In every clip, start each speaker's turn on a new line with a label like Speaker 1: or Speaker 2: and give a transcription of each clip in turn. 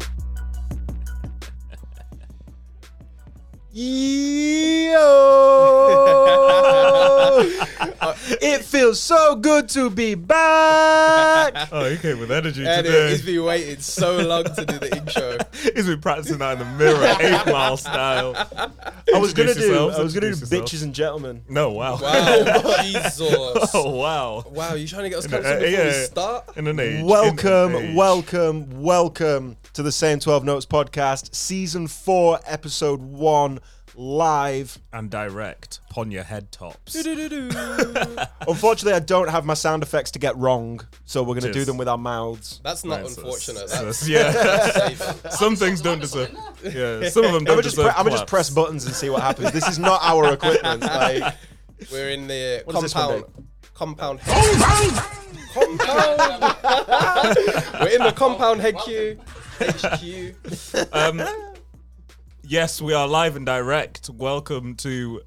Speaker 1: Yo!
Speaker 2: Uh,
Speaker 1: it feels so good to be back.
Speaker 2: Oh, he came with energy
Speaker 1: And it,
Speaker 2: today.
Speaker 1: has been waiting so long to do the intro.
Speaker 2: He's been practicing that in the mirror, eight mile style.
Speaker 3: I was gonna
Speaker 2: Introduce
Speaker 3: do.
Speaker 2: yourselves,
Speaker 3: I was gonna do
Speaker 2: introduce yourselves.
Speaker 3: bitches and gentlemen.
Speaker 2: No, wow.
Speaker 1: Wow, Jesus!
Speaker 2: Oh, wow.
Speaker 1: Wow, you trying to get us
Speaker 2: In a-
Speaker 1: comfortable
Speaker 2: uh,
Speaker 1: before we
Speaker 2: yeah.
Speaker 1: start?
Speaker 2: In an age. in an
Speaker 3: Welcome,
Speaker 2: age.
Speaker 3: welcome, welcome to the Same Twelve Notes podcast, season four, episode one, live.
Speaker 2: And direct upon your head tops.
Speaker 3: Unfortunately, I don't have my sound effects to get wrong, so we're gonna do
Speaker 2: Cheers.
Speaker 3: them with our mouths.
Speaker 1: That's not
Speaker 2: Right, so it's-
Speaker 1: unfortunate.
Speaker 2: so
Speaker 1: That's
Speaker 2: it's- yeah.
Speaker 1: saving.
Speaker 2: Some things don't deserve. Yeah, some of
Speaker 3: I'm
Speaker 2: them don't
Speaker 3: gonna just,
Speaker 2: deserve.
Speaker 3: pre- I'm gonna just
Speaker 2: claps.
Speaker 3: press buttons and see what happens. This is not our equipment. Like,
Speaker 1: We're in the
Speaker 3: What does this one
Speaker 1: compound. Compound. Head. compound. We're in the compound HQ. HQ.
Speaker 2: Um, yes, we are live and direct. Welcome to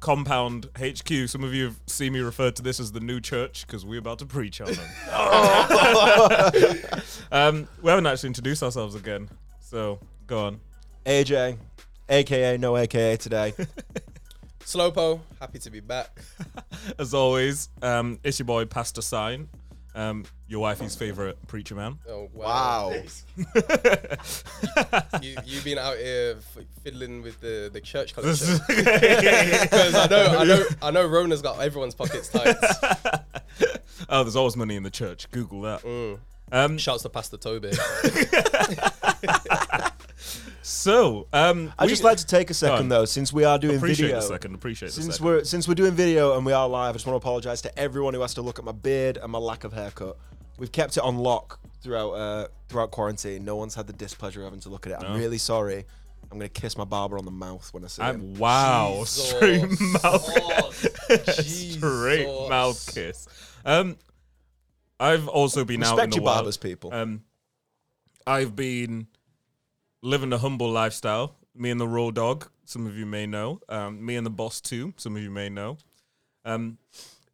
Speaker 2: Compound HQ. Some of you have seen me refer to this as the new church because we're about to preach on them.
Speaker 3: Oh.
Speaker 2: um, we haven't actually introduced ourselves again, so go on.
Speaker 3: AJ, aka no AKA today.
Speaker 1: Slowpo, happy to be back.
Speaker 2: As always, um, it's your boy Pastor Sign, um, your wifey's favorite preacher man.
Speaker 1: Oh wow!
Speaker 3: Wow.
Speaker 1: You you've been out here f- fiddling with the the church
Speaker 2: This
Speaker 1: collection
Speaker 2: is-
Speaker 1: because I know I know I know Rona's got everyone's pockets tight.
Speaker 2: oh, there's always money in the church. Google that. Um,
Speaker 1: Shouts to Pastor Toby.
Speaker 2: so, um,
Speaker 3: I
Speaker 2: we-
Speaker 3: just like to take a second
Speaker 2: on.
Speaker 3: though, since we are doing
Speaker 2: appreciate
Speaker 3: video.
Speaker 2: the second. Appreciate the
Speaker 3: Since
Speaker 2: second.
Speaker 3: we're since we're doing video and we are live, I just want to apologise to everyone who has to look at my beard and my lack of haircut. We've kept it on lock throughout uh, throughout quarantine. No one's had the displeasure of having to look at it. I'm really sorry. I'm gonna kiss my barber on the mouth when I see him.
Speaker 2: I'm, wow, straight mouth, straight
Speaker 1: Jesus.
Speaker 2: mouth kiss. Um, I've also been out in
Speaker 3: Respect
Speaker 2: the
Speaker 3: your
Speaker 2: wild.
Speaker 3: barbers, people.
Speaker 2: Um, I've been living a humble lifestyle. Me and the raw dog, some of you may know. Um, me and the boss too, some of you may know. Um,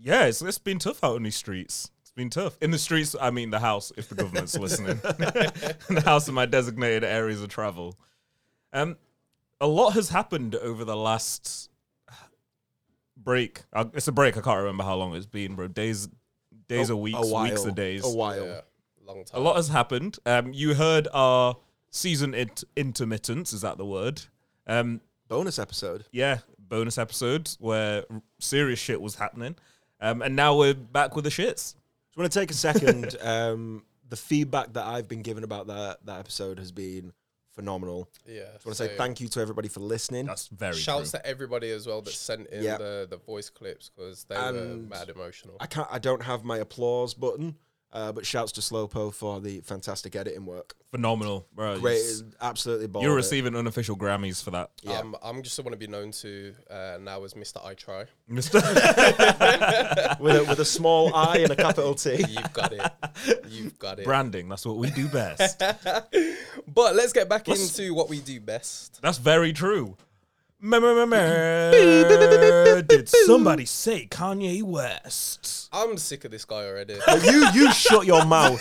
Speaker 2: yeah, it's, it's been tough out in these streets. It's been tough in the streets. I mean, the house, if the government's listening, in the house in my designated areas of travel. Um, a lot has happened over the last break. Uh, It's a break. I can't remember how long it's been, bro. Days, days
Speaker 3: A-
Speaker 2: or weeks,
Speaker 3: a while,
Speaker 2: weeks or days.
Speaker 3: A while.
Speaker 1: Yeah, long
Speaker 2: A
Speaker 1: time.
Speaker 2: lot has happened. Um, you heard our season it- intermittents. Is that the word? Um,
Speaker 3: Bonus episode.
Speaker 2: yeah, bonus episodes where r- serious shit was happening, um, and now we're back with the shits.
Speaker 3: Just want to take a second. um, the feedback that I've been given about that that episode has been phenomenal.
Speaker 1: Yeah.
Speaker 3: Just want to say thank you to everybody for listening.
Speaker 2: That's very
Speaker 1: Shouts
Speaker 2: true.
Speaker 1: to everybody as well that sent in
Speaker 3: Yeah.
Speaker 1: the, the voice clips because they were
Speaker 3: And-
Speaker 1: mad emotional.
Speaker 3: I can't. I don't have my applause button. Uh, but shouts to Slowpo for the fantastic editing work.
Speaker 2: Phenomenal, bro.
Speaker 3: Great,
Speaker 2: It's-
Speaker 3: absolutely. balled
Speaker 2: You're
Speaker 3: it.
Speaker 2: receiving unofficial Grammys for that.
Speaker 3: yeah.
Speaker 1: Um, I'm just want to be known to uh, now as Mr. I Try.
Speaker 3: with a, with a small I and a capital T.
Speaker 1: You've got it. You've got it.
Speaker 2: Branding, that's what we do best.
Speaker 1: But let's get back into what we do best.
Speaker 2: That's very true. Did somebody say Kanye West?
Speaker 1: I'm sick of this guy already.
Speaker 3: You you shut your mouth.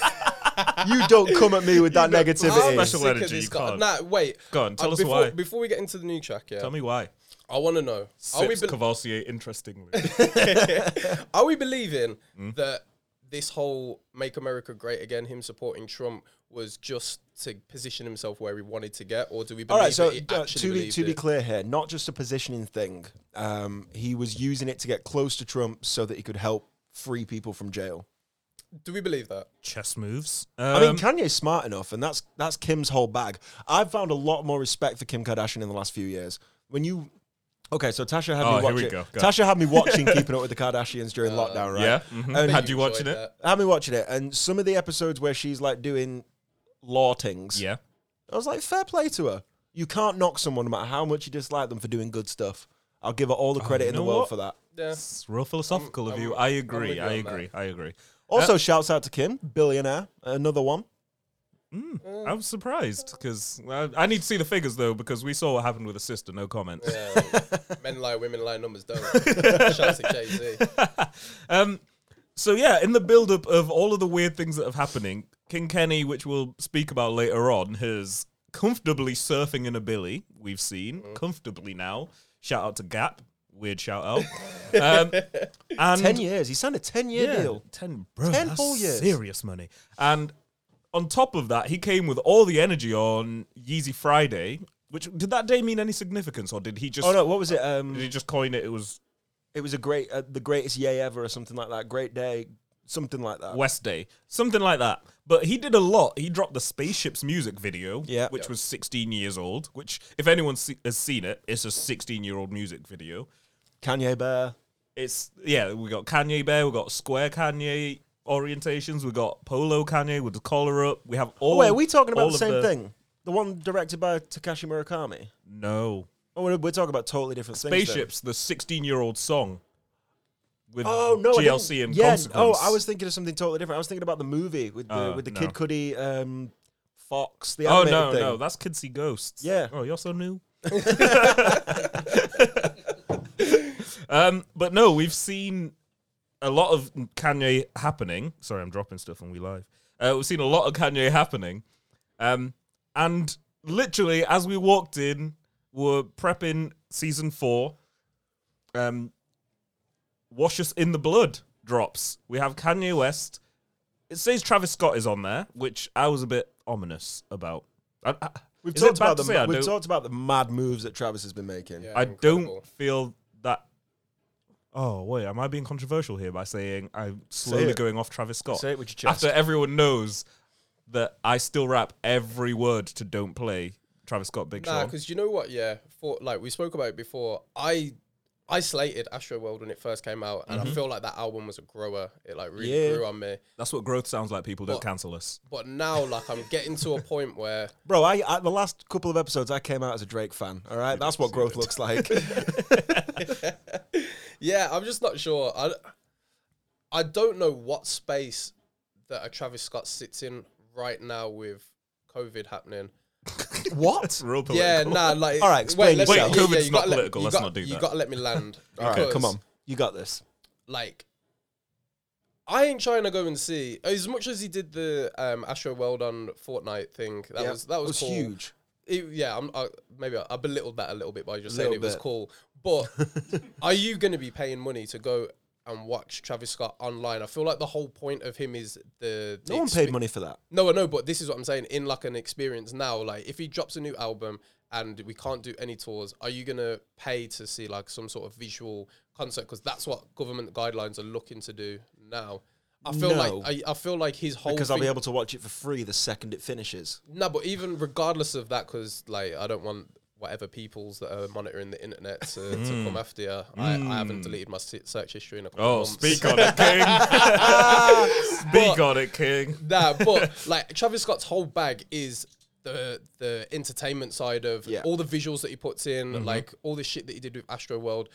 Speaker 3: You don't come at me with that
Speaker 1: I'm
Speaker 3: negativity.
Speaker 2: special
Speaker 1: sick of
Speaker 2: energy,
Speaker 1: this
Speaker 2: you
Speaker 1: guy.
Speaker 2: can't.
Speaker 1: Nah, wait. Uh,
Speaker 2: Go on, tell us
Speaker 1: before,
Speaker 2: why.
Speaker 1: Before we get into the new track, yeah,
Speaker 2: Tell me why.
Speaker 1: I want to know: are we,
Speaker 2: Sips
Speaker 1: be-
Speaker 2: Cavassier, interestingly.
Speaker 1: are we believing
Speaker 2: Mm.
Speaker 1: that this whole "Make America Great Again" him supporting Trump was just to position himself where he wanted to get, or do we believe
Speaker 3: All right, so
Speaker 1: that he
Speaker 3: uh,
Speaker 1: actually
Speaker 3: to be
Speaker 1: believed
Speaker 3: to be
Speaker 1: it?
Speaker 3: clear here, not just a positioning thing. Um, he was using it to get close to Trump so that he could help free people from jail.
Speaker 1: Do we believe that?
Speaker 2: Chess moves.
Speaker 3: I mean,
Speaker 2: Um,
Speaker 3: Kanye's smart enough, and that's that's Kim's whole bag. I've found a lot more respect for Kim Kardashian in the last few years. When you okay, so Tasha had
Speaker 2: Oh,
Speaker 3: me
Speaker 2: here we
Speaker 3: watching.
Speaker 2: go, go.
Speaker 3: Tasha had me watching Keeping Up with the Kardashians during lockdown, right?
Speaker 2: yeah. mhm.
Speaker 3: And-
Speaker 2: Had you watching
Speaker 1: watching
Speaker 2: it?
Speaker 3: Had me watching it, and some of the episodes where she's like doing law things.
Speaker 2: Yeah.
Speaker 3: I was like, fair play to her. You can't knock someone no matter how much you dislike them for doing good stuff. I'll give her all the credit in the
Speaker 2: Oh, know
Speaker 3: world
Speaker 2: what?
Speaker 3: for that.
Speaker 1: Yeah.
Speaker 2: It's real philosophical of
Speaker 1: I'm-
Speaker 2: you. I
Speaker 1: I'm
Speaker 2: agree.
Speaker 1: with you
Speaker 2: I
Speaker 1: on that. Uh,
Speaker 2: agree. I agree.
Speaker 3: Also, shouts out to Kim, billionaire, another one.
Speaker 1: uh,
Speaker 2: I'm surprised because I, I need to see the figures though because we saw what happened with the sister. No comments.
Speaker 1: Um, men lie, women lie, numbers don't. Shouts to Jay Z.
Speaker 2: Um, so yeah, in the build-up of all of the weird things that have happening, King Kenny, which we'll speak about later on, has comfortably surfing in a billy. We've seen
Speaker 1: Mm.
Speaker 2: comfortably now. Shout out to Gap. Weird shout out. Um, and
Speaker 3: Ten years. He signed a ten-year
Speaker 2: yeah,
Speaker 3: deal.
Speaker 2: Ten, bro,
Speaker 3: 10
Speaker 2: that's
Speaker 3: full years.
Speaker 2: Serious money. And on top of that, he came with all the energy on Yeezy Friday. Which did that day mean any significance, or did he just
Speaker 3: Oh no, what was it?
Speaker 2: did
Speaker 3: Um,
Speaker 2: he just coin it? It was
Speaker 3: it was a great, uh, the greatest yay ever, or something like that. Great day, something like that.
Speaker 2: West Day, something like that. But he did a lot. He dropped the Spaceships music video,
Speaker 3: Yeah.
Speaker 2: which was 16 years old. Which, if anyone se- has seen it, it's a 16 year old music video.
Speaker 3: Kanye Bear.
Speaker 2: It's yeah, we got Kanye Bear, we got Square Kanye orientations, we got Polo Kanye with the collar up. We have all.
Speaker 3: Wait, are we talking about
Speaker 2: all
Speaker 3: the
Speaker 2: of
Speaker 3: same thing? The one directed by Takashi Murakami.
Speaker 2: No,
Speaker 3: Oh, we're, we're talking about totally different things. then.
Speaker 2: Spaceships, the 16 year old song with
Speaker 3: Oh no, I
Speaker 2: GLC
Speaker 3: didn't-
Speaker 2: and
Speaker 3: yeah,
Speaker 2: consequence.
Speaker 3: Oh, I was thinking of something totally different. I was thinking about the movie with the
Speaker 2: Oh,
Speaker 3: with the
Speaker 2: no.
Speaker 3: Kid Cudi, um, Fox. The
Speaker 2: Oh
Speaker 3: animated
Speaker 2: no,
Speaker 3: thing.
Speaker 2: no, that's Kids See Ghosts.
Speaker 3: Yeah.
Speaker 2: Oh, you're so new. um, but no, we've seen a lot of Kanye happening. Sorry, I'm dropping stuff and we live. Uh, we've seen a lot of Kanye happening, um, and literally as we walked in, we're prepping season four. Um, Wash Us in the Blood drops. We have Kanye West. It says Travis Scott is on there, which I was a bit ominous about. I, I,
Speaker 3: We've
Speaker 2: is it
Speaker 3: talked
Speaker 2: bad
Speaker 3: about
Speaker 2: to
Speaker 3: the
Speaker 2: say I
Speaker 3: we've
Speaker 2: don't-
Speaker 3: talked about the mad moves that Travis has been making.
Speaker 1: Yeah,
Speaker 2: I
Speaker 1: incredible.
Speaker 2: don't feel that. Oh wait, am I being controversial here by saying I'm
Speaker 3: Say
Speaker 2: slowly
Speaker 3: it.
Speaker 2: going off Travis Scott?
Speaker 3: Say it with your chest.
Speaker 2: After everyone knows that I still rap every word to "Don't Play" Travis Scott, Big
Speaker 1: Nah,
Speaker 2: Sean.
Speaker 1: because you know what? Yeah, for like we spoke about it before, I I slated Astro World when it first came out, and
Speaker 2: Mm-hmm.
Speaker 1: I feel like that album was a grower. It like really
Speaker 3: Yeah.
Speaker 1: grew on me.
Speaker 2: That's what growth sounds like. People don't
Speaker 1: But-
Speaker 2: cancel us.
Speaker 1: But now, like, I'm getting to a point where
Speaker 3: Bro, I, I the last couple of episodes I came out as a Drake fan. All right, that's what growth looks like.
Speaker 1: yeah, I'm just not sure. I I don't know what space that a Travis Scott sits in right now with COVID happening.
Speaker 3: what?
Speaker 2: Real political.
Speaker 1: Yeah, nah, like
Speaker 3: All right, explain
Speaker 1: let's-
Speaker 3: yourself.
Speaker 2: Wait, COVID's
Speaker 1: you
Speaker 2: not
Speaker 1: gotta let-
Speaker 2: political,
Speaker 1: you
Speaker 2: let's
Speaker 1: got-
Speaker 2: not do
Speaker 1: You
Speaker 2: that.
Speaker 1: gotta let me land.
Speaker 3: All right, come
Speaker 1: because,
Speaker 3: on, you got this.
Speaker 1: Like, I ain't trying to go and see as much as he did the um, Astro World on Fortnite thing. That
Speaker 3: Yeah,
Speaker 1: was that was, cool.
Speaker 3: huge.
Speaker 1: It- yeah, I'm, I, maybe I, I belittled that a little bit by just saying
Speaker 3: Little
Speaker 1: it was
Speaker 3: bit.
Speaker 1: cool. But are you going to be paying money to go and watch Travis Scott online? I feel like the whole point of him is the. the
Speaker 3: No one
Speaker 1: expe-
Speaker 3: paid money for that.
Speaker 1: No, I know, but this is what I'm saying. In like an experience now, like if he drops a new album and we can't do any tours, are you going to pay to see like some sort of visual concert? Because that's what government guidelines are looking to do now. I feel
Speaker 3: No.
Speaker 1: like I, I feel like his whole
Speaker 3: Because I'll
Speaker 1: thing-
Speaker 3: be able to watch it for free the second it finishes.
Speaker 1: no, but even regardless of that, because like I don't want whatever peoples that are monitoring the internet to, to come after you. I, I haven't deleted my se- search history in a couple of
Speaker 2: Mm. Oh,
Speaker 1: months.
Speaker 2: speak on it, King. speak on it, King.
Speaker 1: nah, but like Travis Scott's whole bag is the the entertainment side of
Speaker 3: Yeah.
Speaker 1: all the visuals that he puts in,
Speaker 2: Mm-hmm.
Speaker 1: like all the shit that he did with Astro World.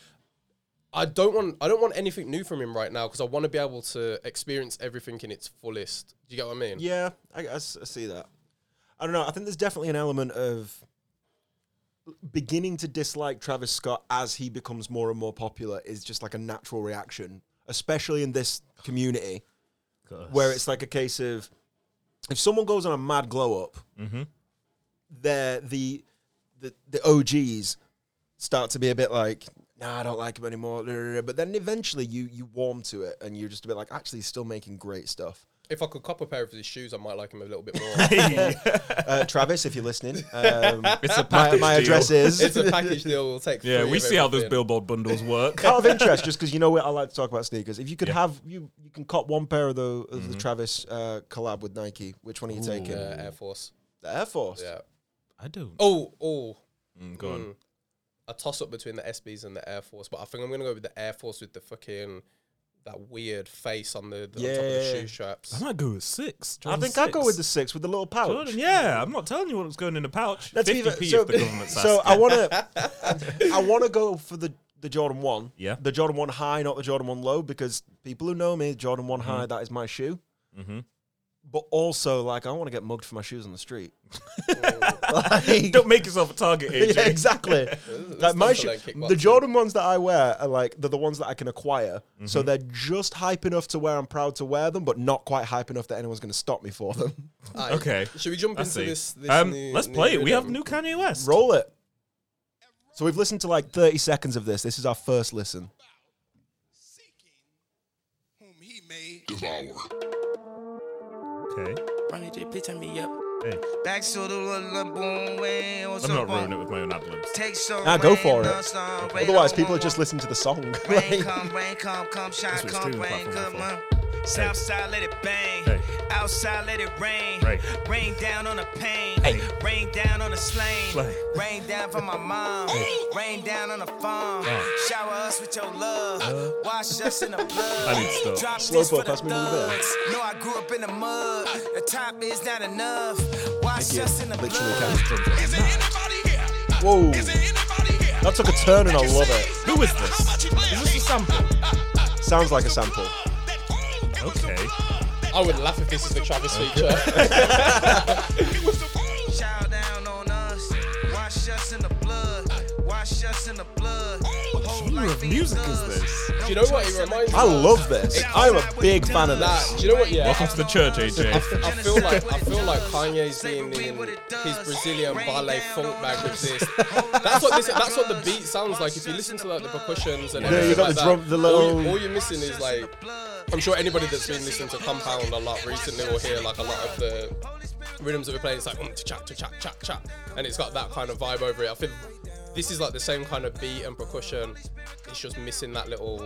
Speaker 1: I don't want I don't want anything new from him right now because I want to be able to experience everything in its fullest. Do you get what I mean?
Speaker 3: Yeah, I, I s- I see that. I don't know. I think there's definitely an element of beginning to dislike Travis Scott as he becomes more and more popular is just like a natural reaction, especially in this community where it's like a case of if someone goes on a mad glow up, they're the, the the OGs start to be a bit like, nah, I don't like him anymore. But then eventually you you warm to it and you're just a bit like, actually, he's still making great stuff.
Speaker 1: If I could cop a pair of his shoes, I might like him a little bit more.
Speaker 3: uh, Travis, if you're listening, um,
Speaker 2: it's a
Speaker 3: my,
Speaker 2: package
Speaker 3: my
Speaker 2: deal.
Speaker 3: address
Speaker 1: it's
Speaker 3: is.
Speaker 1: a package deal. We'll take.
Speaker 2: Yeah,
Speaker 1: three
Speaker 2: we
Speaker 1: of
Speaker 2: see how those
Speaker 1: everything.
Speaker 2: billboard bundles work.
Speaker 3: Out of interest, just because you know what I like to talk about sneakers. If you could
Speaker 2: Yeah. Mm-hmm.
Speaker 3: have you, you can cop one pair of the of the Travis uh, collab with Nike. Which one are you taking?
Speaker 1: Uh, Air Force.
Speaker 3: The Air Force.
Speaker 1: Yeah.
Speaker 2: I don't.
Speaker 1: Oh, oh.
Speaker 2: Mm, go on.
Speaker 1: mm. A toss up between the SBs and the Air Force, but I think I'm gonna go with the Air Force with the fucking that weird face on the, the on top of
Speaker 3: Yeah.
Speaker 1: the shoe straps.
Speaker 2: I might go with six.
Speaker 3: I
Speaker 2: Jordan
Speaker 3: think I'd go
Speaker 2: six.
Speaker 3: with the six with the little pouch.
Speaker 2: Jordan, yeah, I'm not telling you what was going in the pouch.
Speaker 3: That's
Speaker 2: 50p
Speaker 3: even-
Speaker 2: if the government's
Speaker 3: so
Speaker 2: asking.
Speaker 3: I want to, I want to go for the the Jordan one.
Speaker 2: Yeah.
Speaker 3: The Jordan one
Speaker 2: Mm-hmm.
Speaker 3: high, not the Jordan one low, because people who know me, Jordan one high, that is my shoe. but also like I don't want to get mugged for my shoes on the street. Like-
Speaker 2: Don't make yourself a target, AJ.
Speaker 3: yeah, exactly. like my
Speaker 1: not
Speaker 3: sho-
Speaker 1: like kickboxing.
Speaker 3: the Jordan ones that I wear are like they're the ones that I can acquire, so
Speaker 2: Mm-hmm.
Speaker 3: they're just hype enough to where I'm proud to wear them, but not quite hype enough that anyone's going to stop me for them.
Speaker 1: Aye.
Speaker 2: Okay.
Speaker 1: Should we jump
Speaker 2: I
Speaker 1: into
Speaker 2: see.
Speaker 1: this? this
Speaker 2: um,
Speaker 1: new-
Speaker 2: let's
Speaker 1: new
Speaker 2: play it. We have
Speaker 1: rhythm?
Speaker 2: new Kanye West.
Speaker 3: Roll it. So we've listened to like 30 seconds of this. This is our first listen.
Speaker 4: seeking whom he may
Speaker 2: Okay.
Speaker 5: Ronnie J, please turn me up.
Speaker 2: Hey,
Speaker 4: Back to the little boom way.
Speaker 2: I'm not ruining it with my own ad libs.
Speaker 4: uh, Take some
Speaker 3: Nah, go for it.
Speaker 4: dust on, rain
Speaker 3: Otherwise,
Speaker 4: on
Speaker 3: people
Speaker 4: one
Speaker 3: are just listening to the song.
Speaker 4: Rain
Speaker 3: Like-
Speaker 4: come, rain come, come shine,
Speaker 2: That's what
Speaker 4: come
Speaker 2: streaming
Speaker 4: rain,
Speaker 2: platforms are
Speaker 4: come
Speaker 2: for.
Speaker 4: on. Southside, let it bang.
Speaker 2: Hey.
Speaker 4: Outside, let it rain.
Speaker 2: Right.
Speaker 4: Rain down on the pain. Rain down on the slain.
Speaker 2: Slay.
Speaker 4: Rain down for my mom. Rain down on the farm. Shower us with your love. Wash us in the blood.
Speaker 2: I need to stop.
Speaker 4: Drop
Speaker 3: Slow
Speaker 4: this
Speaker 3: poke,
Speaker 4: for the
Speaker 3: pass me another bit.
Speaker 4: thugs. No, I grew up in the mud. The top is not enough. Wash
Speaker 3: Yeah,
Speaker 4: us in the
Speaker 3: literally
Speaker 4: blood.
Speaker 3: kind of drums up.
Speaker 6: Is there anybody here?
Speaker 3: Whoa.
Speaker 6: Is there anybody here?
Speaker 3: That took a turn and I love it.
Speaker 2: Who is this? Is this a sample?
Speaker 3: Sounds like a sample.
Speaker 2: Okay.
Speaker 1: I would laugh if this is the Travis feature.
Speaker 4: Shower down on us. Wash us in the blood. Wash us in the blood. Whole
Speaker 2: genre of
Speaker 4: life in
Speaker 2: music is
Speaker 4: us.
Speaker 2: this?
Speaker 1: Do you know what it reminds me
Speaker 3: I
Speaker 1: of?
Speaker 3: love this. I'm a big fan of
Speaker 1: Nah,
Speaker 3: this.
Speaker 1: do you know what? Yeah.
Speaker 2: Welcome to the church, AJ.
Speaker 1: I feel like I feel like Kanye's being in his Brazilian ballet funk bag with this. That's what this. That's what the beat sounds like. If you listen to like the percussions and
Speaker 3: Yeah,
Speaker 1: everything
Speaker 3: you got
Speaker 1: like
Speaker 3: the
Speaker 1: that,
Speaker 3: drum- the
Speaker 1: all,
Speaker 3: little-
Speaker 1: you, all you're missing is like. I'm sure anybody that's been listening to Compound a lot recently will hear like a lot of the rhythms that we play. It's like um, cha cha cha cha cha, and it's got that kind of vibe over it. I think this is like the same kind of beat and percussion. It's just missing that little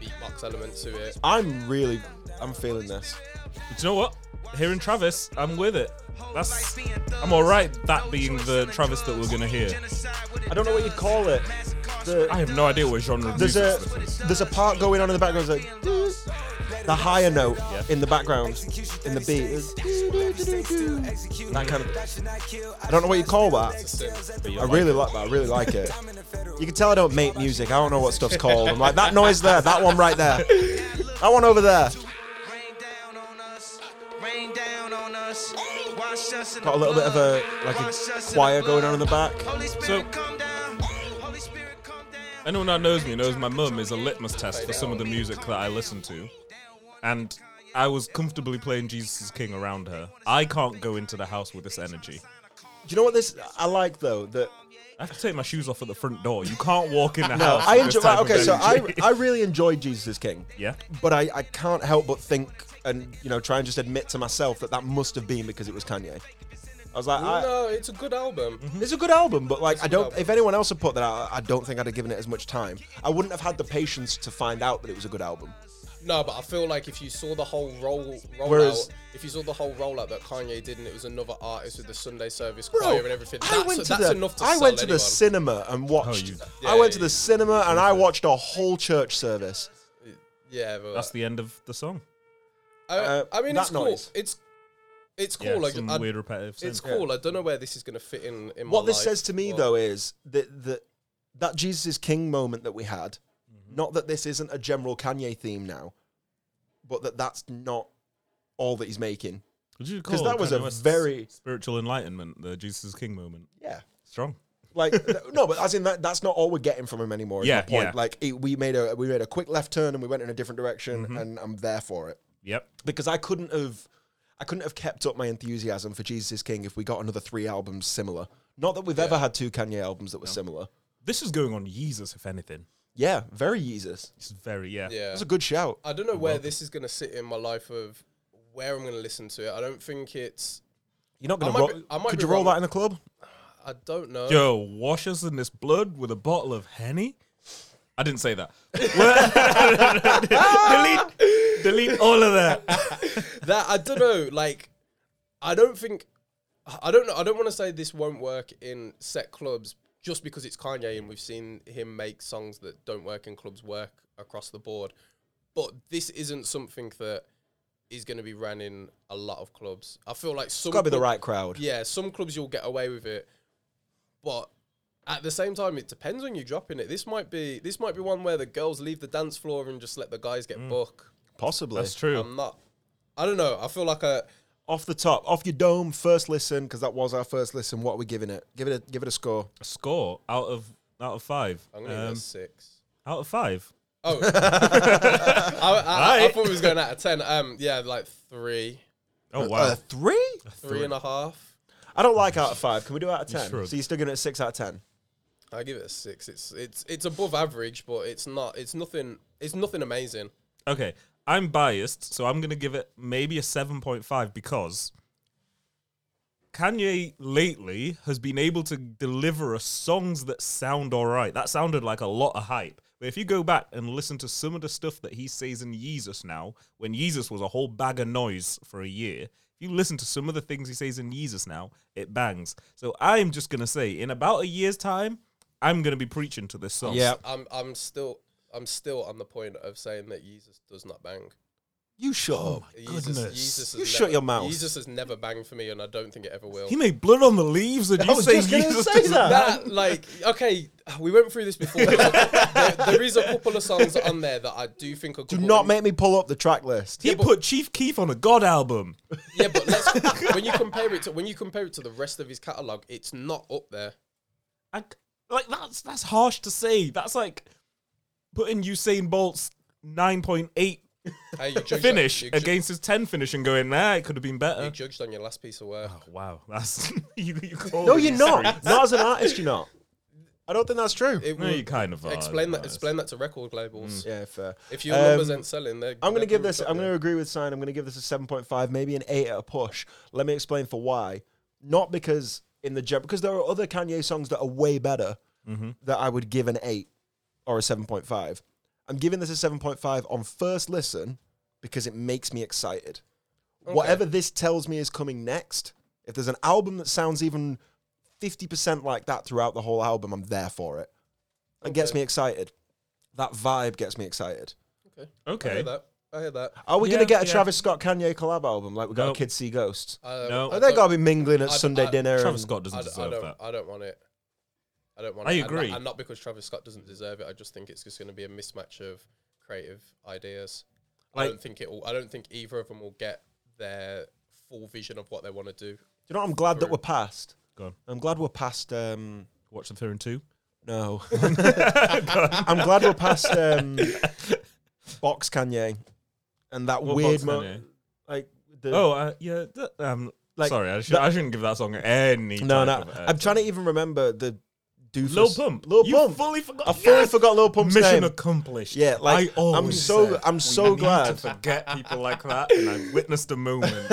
Speaker 1: beatbox element to it.
Speaker 3: I'm really, I'm feeling this.
Speaker 2: But you know what? Hearing Travis, I'm with it. That's I'm alright that being the Travis that we're gonna hear.
Speaker 3: I don't know what you'd call it. The-
Speaker 2: I have no idea what genre of
Speaker 3: there's
Speaker 2: music
Speaker 3: a
Speaker 2: this is.
Speaker 3: there's a part going on in the background. It's like "Doo-doo." the higher note in the background in the beat. It's "Doo-doo-doo-doo-doo." That kind of. I don't know what you call that. I really like that. I really like it. You can tell I don't make music. I don't know what stuff's called. I'm like that noise there, that one right there, that one over there.
Speaker 4: Rain down on us. Rain down on us. Wash us in
Speaker 3: Got a
Speaker 4: the
Speaker 3: little bit of a
Speaker 4: blood.
Speaker 3: like
Speaker 4: Wash
Speaker 3: a
Speaker 4: us in
Speaker 3: choir
Speaker 4: the
Speaker 3: going on
Speaker 4: blood.
Speaker 3: in the back.
Speaker 4: Holy
Speaker 2: So-
Speaker 4: Spirit, come down. Holy Spirit, come down.
Speaker 2: Anyone that knows me knows my mum is a litmus test for some of the music that I listen to, and I was comfortably playing Jesus is King around her. I can't go into the house with this energy.
Speaker 3: Do you know what this? I like though that
Speaker 2: I have to take my shoes off at the front door. You can't walk in the
Speaker 3: No,
Speaker 2: house.
Speaker 3: I
Speaker 2: with
Speaker 3: enjoy.
Speaker 2: Oh, This type
Speaker 3: Okay,
Speaker 2: of
Speaker 3: so I
Speaker 2: energy.
Speaker 3: I really enjoyed Jesus is King.
Speaker 2: Yeah.
Speaker 3: But I I can't help but think and you know try and just admit to myself that that must have been because it was Kanye. I was like, I,
Speaker 1: No, it's a good album.
Speaker 3: it's a good album, but like I
Speaker 1: a good
Speaker 3: don't.
Speaker 1: album.
Speaker 3: If anyone else had put that out, I don't think I'd have given it as much time. I wouldn't have had the patience to find out that it was a good album.
Speaker 1: No, but I feel like if you saw the whole roll rollout,
Speaker 3: Whereas-
Speaker 1: if you saw the whole rollout that Kanye did, and it was another artist with the Sunday Service
Speaker 3: Bro,
Speaker 1: choir and everything,
Speaker 3: I
Speaker 1: that's,
Speaker 3: went to
Speaker 1: that's
Speaker 3: the
Speaker 1: enough to
Speaker 3: I
Speaker 1: sell
Speaker 3: went to
Speaker 1: anyone.
Speaker 3: the cinema and watched.
Speaker 2: Oh, you-
Speaker 1: Yeah,
Speaker 3: I went to
Speaker 1: yeah,
Speaker 3: the cinema and I watched a whole church service.
Speaker 1: yeah, but
Speaker 2: That's the end of the song.
Speaker 1: I,
Speaker 3: uh,
Speaker 1: I mean,
Speaker 3: that
Speaker 1: it's cool.
Speaker 3: noise.
Speaker 1: It's it's
Speaker 2: Yeah,
Speaker 1: cool.
Speaker 2: some
Speaker 1: I, I,
Speaker 2: weird repetitive.
Speaker 1: it's
Speaker 2: synth.
Speaker 1: cool. I don't know where this is gonna fit in. in my
Speaker 3: what this
Speaker 1: life,
Speaker 3: says to me
Speaker 1: but-
Speaker 3: though is that that that Jesus is King moment that we had. Not that this isn't a general Kanye theme now, but that that's not all that he's making.
Speaker 2: Would you
Speaker 3: 'Cause
Speaker 2: call
Speaker 3: that was
Speaker 2: Kanye
Speaker 3: a
Speaker 2: West's
Speaker 3: very-
Speaker 2: spiritual enlightenment, the Jesus is King moment.
Speaker 3: Yeah.
Speaker 2: Strong.
Speaker 3: Like th- no, but as in that that's not all we're getting from him anymore. is
Speaker 2: Yeah,
Speaker 3: my point.
Speaker 2: yeah.
Speaker 3: Like it, we made a we made a quick left turn and we went in a different direction, and I'm there for it
Speaker 2: Yep.
Speaker 3: because I couldn't have. I couldn't have kept up my enthusiasm for Jesus is King if we got another three albums similar. Not that we've ever had two Kanye albums that were similar.
Speaker 2: This is going on Jesus, if anything.
Speaker 3: Yeah, very Jesus.
Speaker 2: It's very yeah.
Speaker 1: yeah,
Speaker 3: That's a good shout.
Speaker 1: I don't know where this is gonna sit in my life of where I'm gonna listen to it. I don't think it's.
Speaker 3: You're not
Speaker 1: I
Speaker 3: going to
Speaker 1: might
Speaker 3: roll.
Speaker 1: be- I might
Speaker 3: Could
Speaker 1: be
Speaker 3: you roll
Speaker 1: wrong.
Speaker 3: that in the club?
Speaker 1: I don't know.
Speaker 2: Yo, wash us in this blood with a bottle of henny. I didn't say that. delete, delete all of that.
Speaker 1: that I don't know. Like, I don't think, I don't know. I don't want to say this won't work in set clubs just because it's Kanye and we've seen him make songs that don't work in clubs work across the board. But this isn't something that is going to be ran in a lot of clubs. I feel like some
Speaker 3: Got to be the
Speaker 1: club-
Speaker 3: right crowd.
Speaker 1: yeah, some clubs you'll get away with it, but at the same time, it depends on you dropping it. This might be this might be one where the girls leave the dance floor and just let the guys get book.
Speaker 3: Possibly.
Speaker 2: That's true.
Speaker 1: I'm not. I don't know. I feel like a
Speaker 3: Off the top, off your dome, first listen, because that was our first listen. What are we giving it? Give it a give it a score.
Speaker 2: A score out of out of five.
Speaker 1: I'm gonna give it
Speaker 2: Um,
Speaker 1: a six.
Speaker 2: out of five.
Speaker 1: Oh, I, I, I,
Speaker 2: Alright.
Speaker 1: thought we was going out of ten. Um, yeah, like three,
Speaker 2: Oh wow.
Speaker 3: Uh, three?
Speaker 1: three and a half.
Speaker 3: I don't like out of five. Can we do out of
Speaker 2: You
Speaker 3: ten?
Speaker 2: should.
Speaker 3: so you're still giving it a six out of ten.
Speaker 1: I give it a six. It's it's it's above average, but it's not. It's nothing. It's nothing amazing.
Speaker 2: okay, I'm biased, so I'm gonna give it maybe a seven point five because Kanye lately has been able to deliver us songs that sound alright. That sounded like a lot of hype. But if you go back and listen to some of the stuff that he says in Yeezus now, when Yeezus was a whole bag of noise for a year, if you listen to some of the things he says in Yeezus now, it bangs. So I'm just gonna say, in about a year's time, I'm gonna be preaching to this song.
Speaker 3: Yeah.
Speaker 1: I'm I'm still I'm still on the point of saying that Jesus does not bang.
Speaker 3: You shut up.
Speaker 1: Jesus,
Speaker 2: Goodness.
Speaker 1: Jesus
Speaker 3: You
Speaker 1: has
Speaker 3: shut
Speaker 1: never-
Speaker 3: your mouth.
Speaker 1: Jesus has never banged for me, and I don't think it ever will.
Speaker 2: He made blood on the leaves, and you
Speaker 3: was
Speaker 2: say
Speaker 3: just gonna
Speaker 2: Jesus
Speaker 3: say
Speaker 2: doesn't
Speaker 3: that.
Speaker 1: that like okay, we went through this before. There's a cou- there- there is a couple of songs on there that I do think are.
Speaker 3: Do not make me pull up the track list.
Speaker 2: He put Chief Keef on a God album.
Speaker 1: Yeah, but let's, when you compare it to when you compare it to the rest of his catalog, it's not up there.
Speaker 2: I, like that's that's harsh to say. That's like putting Usain Bolt's 9.8
Speaker 1: Hey, you judged
Speaker 2: finish
Speaker 1: on, you, ju-
Speaker 2: against his 10 finish and going, nah, it could have been
Speaker 1: you
Speaker 2: better.
Speaker 1: judged on your last piece of work.
Speaker 2: Wow, that's you. you call
Speaker 3: No,
Speaker 2: it
Speaker 3: you're not. not as an artist, you're not. I don't think that's true.
Speaker 1: It
Speaker 2: No,
Speaker 1: would-
Speaker 2: you kind of are,
Speaker 1: explain that.
Speaker 2: guys.
Speaker 1: Explain that to record labels.
Speaker 2: Mm.
Speaker 3: yeah, fair.
Speaker 1: If your
Speaker 3: Um,
Speaker 1: numbers ain't selling, they're.
Speaker 3: I'm
Speaker 1: they're
Speaker 3: gonna give
Speaker 1: gonna
Speaker 3: this.
Speaker 1: drop
Speaker 3: I'm
Speaker 1: you.
Speaker 3: gonna agree with Sign. I'm gonna give this a 7.5, maybe an eight at a push. Let me explain for why. Not because in the jump, because there are other Kanye songs that are way better that I would give an eight or a 7.5. I'm giving this a 7.5 on first listen because it makes me excited. Whatever this tells me is coming next, if there's an album that sounds even 50% like that throughout the whole album, I'm there for it. It gets me excited. That vibe gets me excited.
Speaker 1: Okay. I
Speaker 2: Okay.
Speaker 1: hear that. Um, I hear that.
Speaker 3: Are we
Speaker 2: Yeah,
Speaker 3: gonna get a
Speaker 2: yeah.
Speaker 3: Travis Scott Kanye collab album like we got
Speaker 2: Nope.
Speaker 3: Kids See Ghosts?
Speaker 1: Uh,
Speaker 2: No.
Speaker 1: I
Speaker 3: they
Speaker 1: don't-
Speaker 3: gotta be mingling at
Speaker 1: I-
Speaker 3: Sunday
Speaker 1: I-
Speaker 3: dinner.
Speaker 2: Travis
Speaker 3: and-
Speaker 2: Scott doesn't
Speaker 1: I, d- I
Speaker 2: deserve
Speaker 1: don't.
Speaker 2: that.
Speaker 1: I don't want it. I don't want
Speaker 2: I
Speaker 1: it. And not-
Speaker 2: agree.
Speaker 1: And not, because Travis Scott doesn't deserve it. I just think it's just going to be a mismatch of creative ideas. I
Speaker 2: Like-
Speaker 1: don't think it. Will, I don't think either of them will get their full vision of what they want to do.
Speaker 3: You know, what I'm glad that we're past.
Speaker 2: Go on.
Speaker 3: I'm glad we're past. Um,
Speaker 2: Watch the third and two.
Speaker 3: no, I'm glad we're past um, box Kanye and that
Speaker 2: What
Speaker 3: weird
Speaker 2: box,
Speaker 3: mo-
Speaker 2: Kanye?
Speaker 3: like the
Speaker 2: Oh, uh, yeah. That, um,
Speaker 3: Like,
Speaker 2: sorry, I, should,
Speaker 3: that-
Speaker 2: I shouldn't give that song any.
Speaker 3: no,
Speaker 2: type
Speaker 3: no.
Speaker 2: of, uh,
Speaker 3: I'm trying to even remember the doofus.
Speaker 2: Lil Pump.
Speaker 3: Lil
Speaker 2: You
Speaker 3: Pump.
Speaker 2: fully forgot-
Speaker 3: I fully
Speaker 2: Yes!
Speaker 3: forgot Lil Pump's
Speaker 2: Mission
Speaker 3: name.
Speaker 2: accomplished.
Speaker 3: Yeah, like,
Speaker 2: I
Speaker 3: I'm
Speaker 2: always
Speaker 3: so-
Speaker 2: said,
Speaker 3: I'm
Speaker 2: we
Speaker 3: so
Speaker 2: need to
Speaker 3: glad.
Speaker 2: forget people like that, and I witnessed a moment.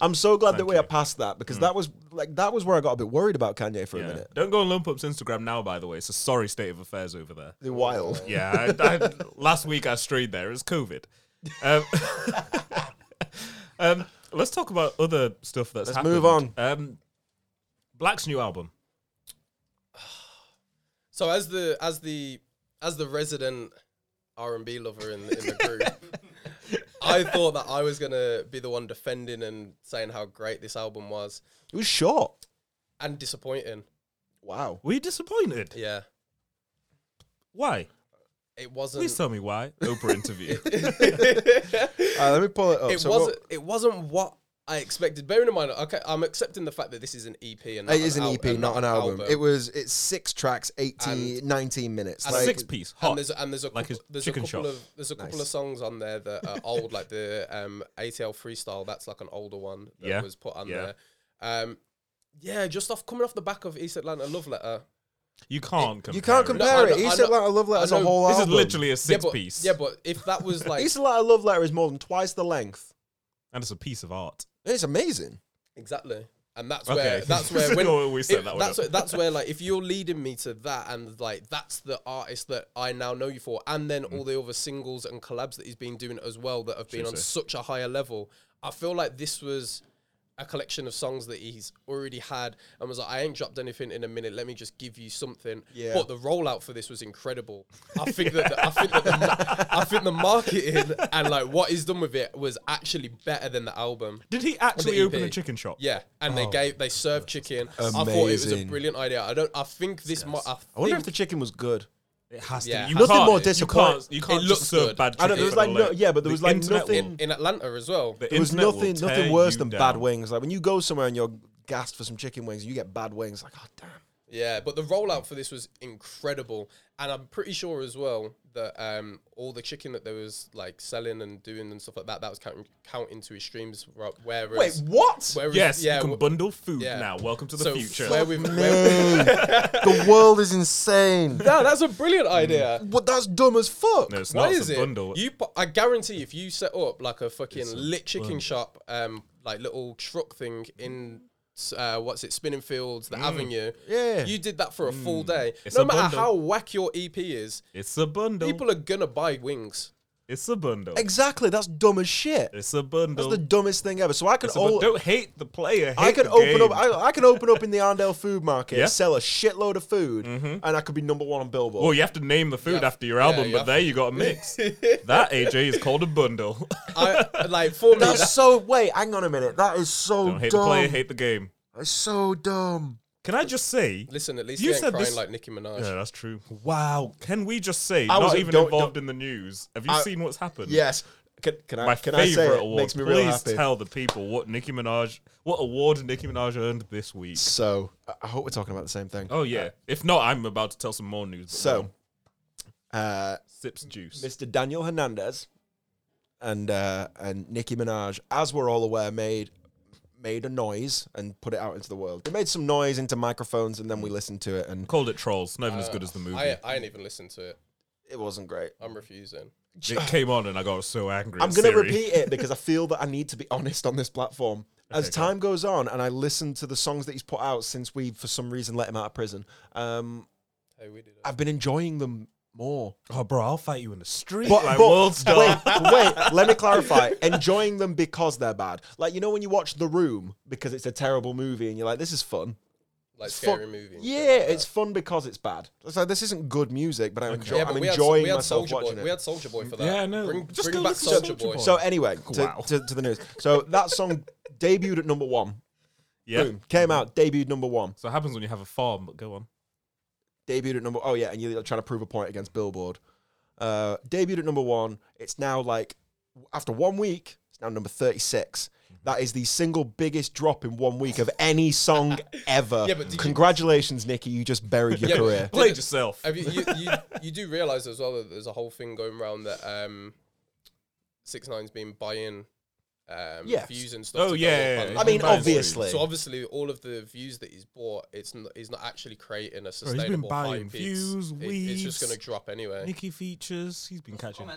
Speaker 3: I'm so glad that we
Speaker 2: you. Hmm.
Speaker 3: are past that because that was like that was where I got a bit worried about Kanye for a
Speaker 2: Yeah.
Speaker 3: minute.
Speaker 2: Don't go on Lump Up's Instagram now, by the way. It's a sorry state of affairs over there.
Speaker 3: The wild.
Speaker 2: Yeah, I, I, last week I strayed there. It's COVID. Um, um, let's talk about other stuff that's
Speaker 3: Let's
Speaker 2: happened.
Speaker 3: move
Speaker 2: Um, Black's new album.
Speaker 1: So as the as the as the resident R and B lover in, in the group, I thought that I was gonna be the one defending and saying how great this album was
Speaker 3: It was short.
Speaker 1: and disappointing.
Speaker 3: Wow.
Speaker 2: Were you disappointed?
Speaker 1: Yeah,
Speaker 2: Why?
Speaker 1: it wasn't.
Speaker 2: Please tell me why. Oprah interview.
Speaker 3: Uh, let me pull it up.
Speaker 1: it
Speaker 3: So what-
Speaker 1: wasn't. It wasn't what I expected. Bearing in mind, okay, I'm accepting the fact that this is an EP and not
Speaker 3: it is an
Speaker 1: al-
Speaker 3: EP,
Speaker 1: and
Speaker 3: not an album. It was it's six tracks, 18,
Speaker 1: And-
Speaker 3: 19 minutes.
Speaker 1: and
Speaker 3: Like,
Speaker 2: Six piece.
Speaker 1: and
Speaker 2: Hot.
Speaker 1: there's and there's a couple,
Speaker 2: Like his
Speaker 1: there's a
Speaker 2: chicken
Speaker 1: couple
Speaker 2: shop.
Speaker 1: of there's a couple of
Speaker 3: Nice.
Speaker 1: songs on there that are old, like the um, ATL freestyle. That's like an older one that
Speaker 2: Yeah.
Speaker 1: was put on
Speaker 2: Yeah.
Speaker 1: there. Um, yeah, just off coming off the back of East Atlanta Love Letter.
Speaker 2: You can't compare.
Speaker 3: you can't
Speaker 2: it.
Speaker 1: No, I
Speaker 3: compare it.
Speaker 1: know-
Speaker 3: He
Speaker 1: I
Speaker 3: said
Speaker 1: know-
Speaker 3: like a love letter is
Speaker 1: I
Speaker 3: a
Speaker 1: know.
Speaker 3: whole
Speaker 2: This
Speaker 3: album.
Speaker 2: is literally a six
Speaker 1: yeah, but,
Speaker 2: piece.
Speaker 1: Yeah, but if that was like
Speaker 3: He said like a love letter is more than twice the length.
Speaker 2: and it's a piece of art.
Speaker 3: It's amazing.
Speaker 1: exactly, and that's
Speaker 2: Okay.
Speaker 1: where that's where
Speaker 2: So
Speaker 1: when
Speaker 2: we set
Speaker 1: if-
Speaker 2: that one
Speaker 1: that's
Speaker 2: up.
Speaker 1: where, that's where like if you're leading me to that and like that's the artist that I now know you for, and then
Speaker 2: Mm.
Speaker 1: all the other singles and collabs that he's been doing as well that have been on such a higher level. I feel like this was a collection of songs that he's already had and was like, I ain't dropped anything in a minute. Let me just give you something.
Speaker 3: Yeah.
Speaker 1: But the rollout for this was incredible. I think that the, I think that the, ma- I think the marketing and like what he's done with it was actually better than the album.
Speaker 2: Did he actually
Speaker 1: The
Speaker 2: open
Speaker 1: EP.
Speaker 2: a chicken shop?
Speaker 1: Yeah, and they gave they served chicken. I thought it was a
Speaker 3: Oh. amazing.
Speaker 1: brilliant idea. I don't. I think this. Yes. I,
Speaker 3: I wonder if
Speaker 1: think-
Speaker 3: the chicken was good.
Speaker 2: It has to.
Speaker 1: Yeah,
Speaker 2: be. You
Speaker 1: Nothing
Speaker 2: can't-
Speaker 3: more
Speaker 2: You
Speaker 3: disappointing.
Speaker 2: can't, you can't
Speaker 1: It
Speaker 2: just
Speaker 1: looks
Speaker 2: serve
Speaker 1: good.
Speaker 2: bad.
Speaker 3: I know, there
Speaker 2: chicken
Speaker 3: was
Speaker 2: for
Speaker 3: like
Speaker 2: the
Speaker 3: no,
Speaker 2: leg.
Speaker 3: yeah, but there
Speaker 2: The
Speaker 3: was like
Speaker 2: internet will-
Speaker 3: nothing.
Speaker 1: in Atlanta as well.
Speaker 2: the
Speaker 3: There was
Speaker 2: internet will
Speaker 3: nothing,
Speaker 2: tear
Speaker 3: nothing worse
Speaker 2: you
Speaker 3: than
Speaker 2: down.
Speaker 3: bad wings. Like when you go somewhere and you're gassed for some chicken wings, and you get bad wings. Like, oh damn.
Speaker 1: Yeah, but the rollout for this was incredible, and I'm pretty sure as well that um, all the chicken that they was like selling and doing and stuff like that that was counting counting to his streams. wh- Whereas,
Speaker 3: what?
Speaker 1: whereas
Speaker 2: Yes, you can
Speaker 1: wh-
Speaker 2: bundle food
Speaker 1: yeah.
Speaker 2: now. Welcome to the
Speaker 1: so
Speaker 2: future.
Speaker 1: Where we've, where
Speaker 3: the world is insane.
Speaker 1: no, that's a brilliant
Speaker 2: Mm.
Speaker 1: idea.
Speaker 3: What? That's dumb as fuck.
Speaker 2: No, it's
Speaker 1: Why
Speaker 2: not. It's
Speaker 1: is
Speaker 2: a
Speaker 1: it?
Speaker 2: bundle.
Speaker 1: You, pu- I guarantee, if you set up like a fucking lit chicken shop, um, like little truck thing in. s- Uh, what's it? Spinning Fields, the Avenue.
Speaker 3: Yeah.
Speaker 1: you did that for a full day.
Speaker 2: Mm. It's
Speaker 1: no
Speaker 2: a
Speaker 1: matter
Speaker 2: bundle.
Speaker 1: how whack your EP is,
Speaker 2: it's a bundle.
Speaker 1: people are gonna buy wings.
Speaker 2: it's a bundle.
Speaker 3: Exactly. That's dumb as shit.
Speaker 2: It's a
Speaker 3: That's
Speaker 2: bundle.
Speaker 3: the dumbest thing ever. So I could
Speaker 2: It's a bun-
Speaker 3: all.
Speaker 2: don't hate the player.
Speaker 3: I
Speaker 2: hate
Speaker 3: could
Speaker 2: the
Speaker 3: open up.
Speaker 2: game.
Speaker 3: I, I could open up in the Arndale food market,
Speaker 2: Yeah. Mm-hmm.
Speaker 3: sell a shitload of food, and I could be number one on Billboard.
Speaker 2: well, you have to name the food
Speaker 1: Yeah.
Speaker 2: after your
Speaker 1: Yeah,
Speaker 2: album,
Speaker 1: you
Speaker 2: but
Speaker 1: have
Speaker 2: there you got a mix. that AJ is called a bundle.
Speaker 1: I like for me.
Speaker 3: That's
Speaker 1: that-
Speaker 3: so. Wait, hang on a minute. That is so
Speaker 2: don't hate the
Speaker 3: dumb.
Speaker 2: player, hate the game.
Speaker 3: That's so dumb.
Speaker 2: Can I just say?
Speaker 1: listen, at least
Speaker 2: You
Speaker 1: you he ain't
Speaker 2: said
Speaker 1: crying
Speaker 2: this-
Speaker 1: like Nicki Minaj.
Speaker 2: Yeah, that's true. Wow. Can we just say,
Speaker 3: I was
Speaker 2: not
Speaker 3: a-
Speaker 2: even
Speaker 3: don't-
Speaker 2: involved
Speaker 3: don't-
Speaker 2: in the news? Have you
Speaker 3: I-
Speaker 2: seen what's happened?
Speaker 3: Yes. Can, can I?
Speaker 2: My
Speaker 3: can I
Speaker 2: favorite
Speaker 3: say it?
Speaker 2: award.
Speaker 3: Makes me
Speaker 2: Please
Speaker 3: real happy.
Speaker 2: tell the people what Nicki Minaj, what award Nicki Minaj earned this week.
Speaker 3: So I- I hope we're talking about the same thing.
Speaker 2: Oh yeah. If not, I'm about to tell some more news. but
Speaker 3: So,
Speaker 2: no.
Speaker 3: uh,
Speaker 2: sips juice.
Speaker 3: Mr. Daniel Hernandez and uh, and Nicki Minaj, as we're all aware, made made a noise and put it out into the world. They made some noise into microphones, and then we listened to it, and
Speaker 2: Called it trolls. Not even as good
Speaker 3: Uh,
Speaker 2: as the movie.
Speaker 1: Uh, I, I ain't even listened to it.
Speaker 3: it wasn't great.
Speaker 1: I'm refusing.
Speaker 2: it came on and I got so angry.
Speaker 3: uh, I'm
Speaker 2: at
Speaker 3: going to
Speaker 2: Siri.
Speaker 3: repeat it because I feel that I need to be honest on this platform. As time goes on, and I listen to the songs that he's put out since we, for some reason, let him out of prison, um,
Speaker 1: Hey, we did it.
Speaker 3: I've been enjoying them more.
Speaker 2: Oh, bro, I'll fight you in the street.
Speaker 3: But,
Speaker 2: like
Speaker 3: but-
Speaker 2: world's
Speaker 3: wait,
Speaker 2: done.
Speaker 3: wait, let me clarify. Enjoying them because they're bad. Like, you know, when you watch The Room because it's a terrible movie and you're like, this is fun.
Speaker 1: Like
Speaker 3: It's
Speaker 1: scary
Speaker 3: fun.
Speaker 1: movie. and shit
Speaker 3: Yeah,
Speaker 1: like
Speaker 3: it's fun because it's bad. It's like, this isn't good music, but I'm,
Speaker 1: that.
Speaker 3: enjoy-
Speaker 1: yeah,
Speaker 3: I'm
Speaker 1: but we had,
Speaker 3: enjoying
Speaker 1: we had
Speaker 3: myself
Speaker 1: Soldier Boy.
Speaker 3: watching
Speaker 1: We
Speaker 3: it.
Speaker 1: had Soldier Boy for that.
Speaker 2: Yeah, I know.
Speaker 1: Bring,
Speaker 2: Just
Speaker 1: bring
Speaker 2: go
Speaker 1: back
Speaker 2: listen to
Speaker 1: Soldier
Speaker 2: Soulja
Speaker 1: Boy.
Speaker 2: Boy.
Speaker 3: So,
Speaker 1: So
Speaker 3: anyway, to,
Speaker 2: Wow.
Speaker 3: to, to the news. So, that song debuted at number one.
Speaker 2: Yeah.
Speaker 3: Boom. Came out, debuted number one.
Speaker 2: So it happens when you have a farm, but go on.
Speaker 3: debuted at number oh yeah and you're trying to prove a point against billboard uh debuted at number one it's now like after one week it's now number 36 that is the single biggest drop in one week of any song ever
Speaker 1: Yeah, but did you-
Speaker 3: congratulations nikki you just buried your
Speaker 1: Yeah, but-
Speaker 3: career
Speaker 2: Play yourself.
Speaker 1: Have you, you, you, you do realize as well that there's a whole thing going around that um, Six Nine's been buying um,
Speaker 3: Yes.
Speaker 1: views and stuff.
Speaker 2: Oh
Speaker 1: to go
Speaker 2: yeah.
Speaker 1: up on-
Speaker 2: yeah,
Speaker 3: I mean,
Speaker 2: Combined
Speaker 3: obviously.
Speaker 1: So obviously, all of the views that he's bought, it's n- he's not actually creating a
Speaker 2: he's been
Speaker 1: sustainable
Speaker 2: buying
Speaker 1: hype. it's,
Speaker 2: views,
Speaker 1: it- it's just
Speaker 2: weaves.
Speaker 1: gonna drop anyway.
Speaker 2: Nikki features. He's been catching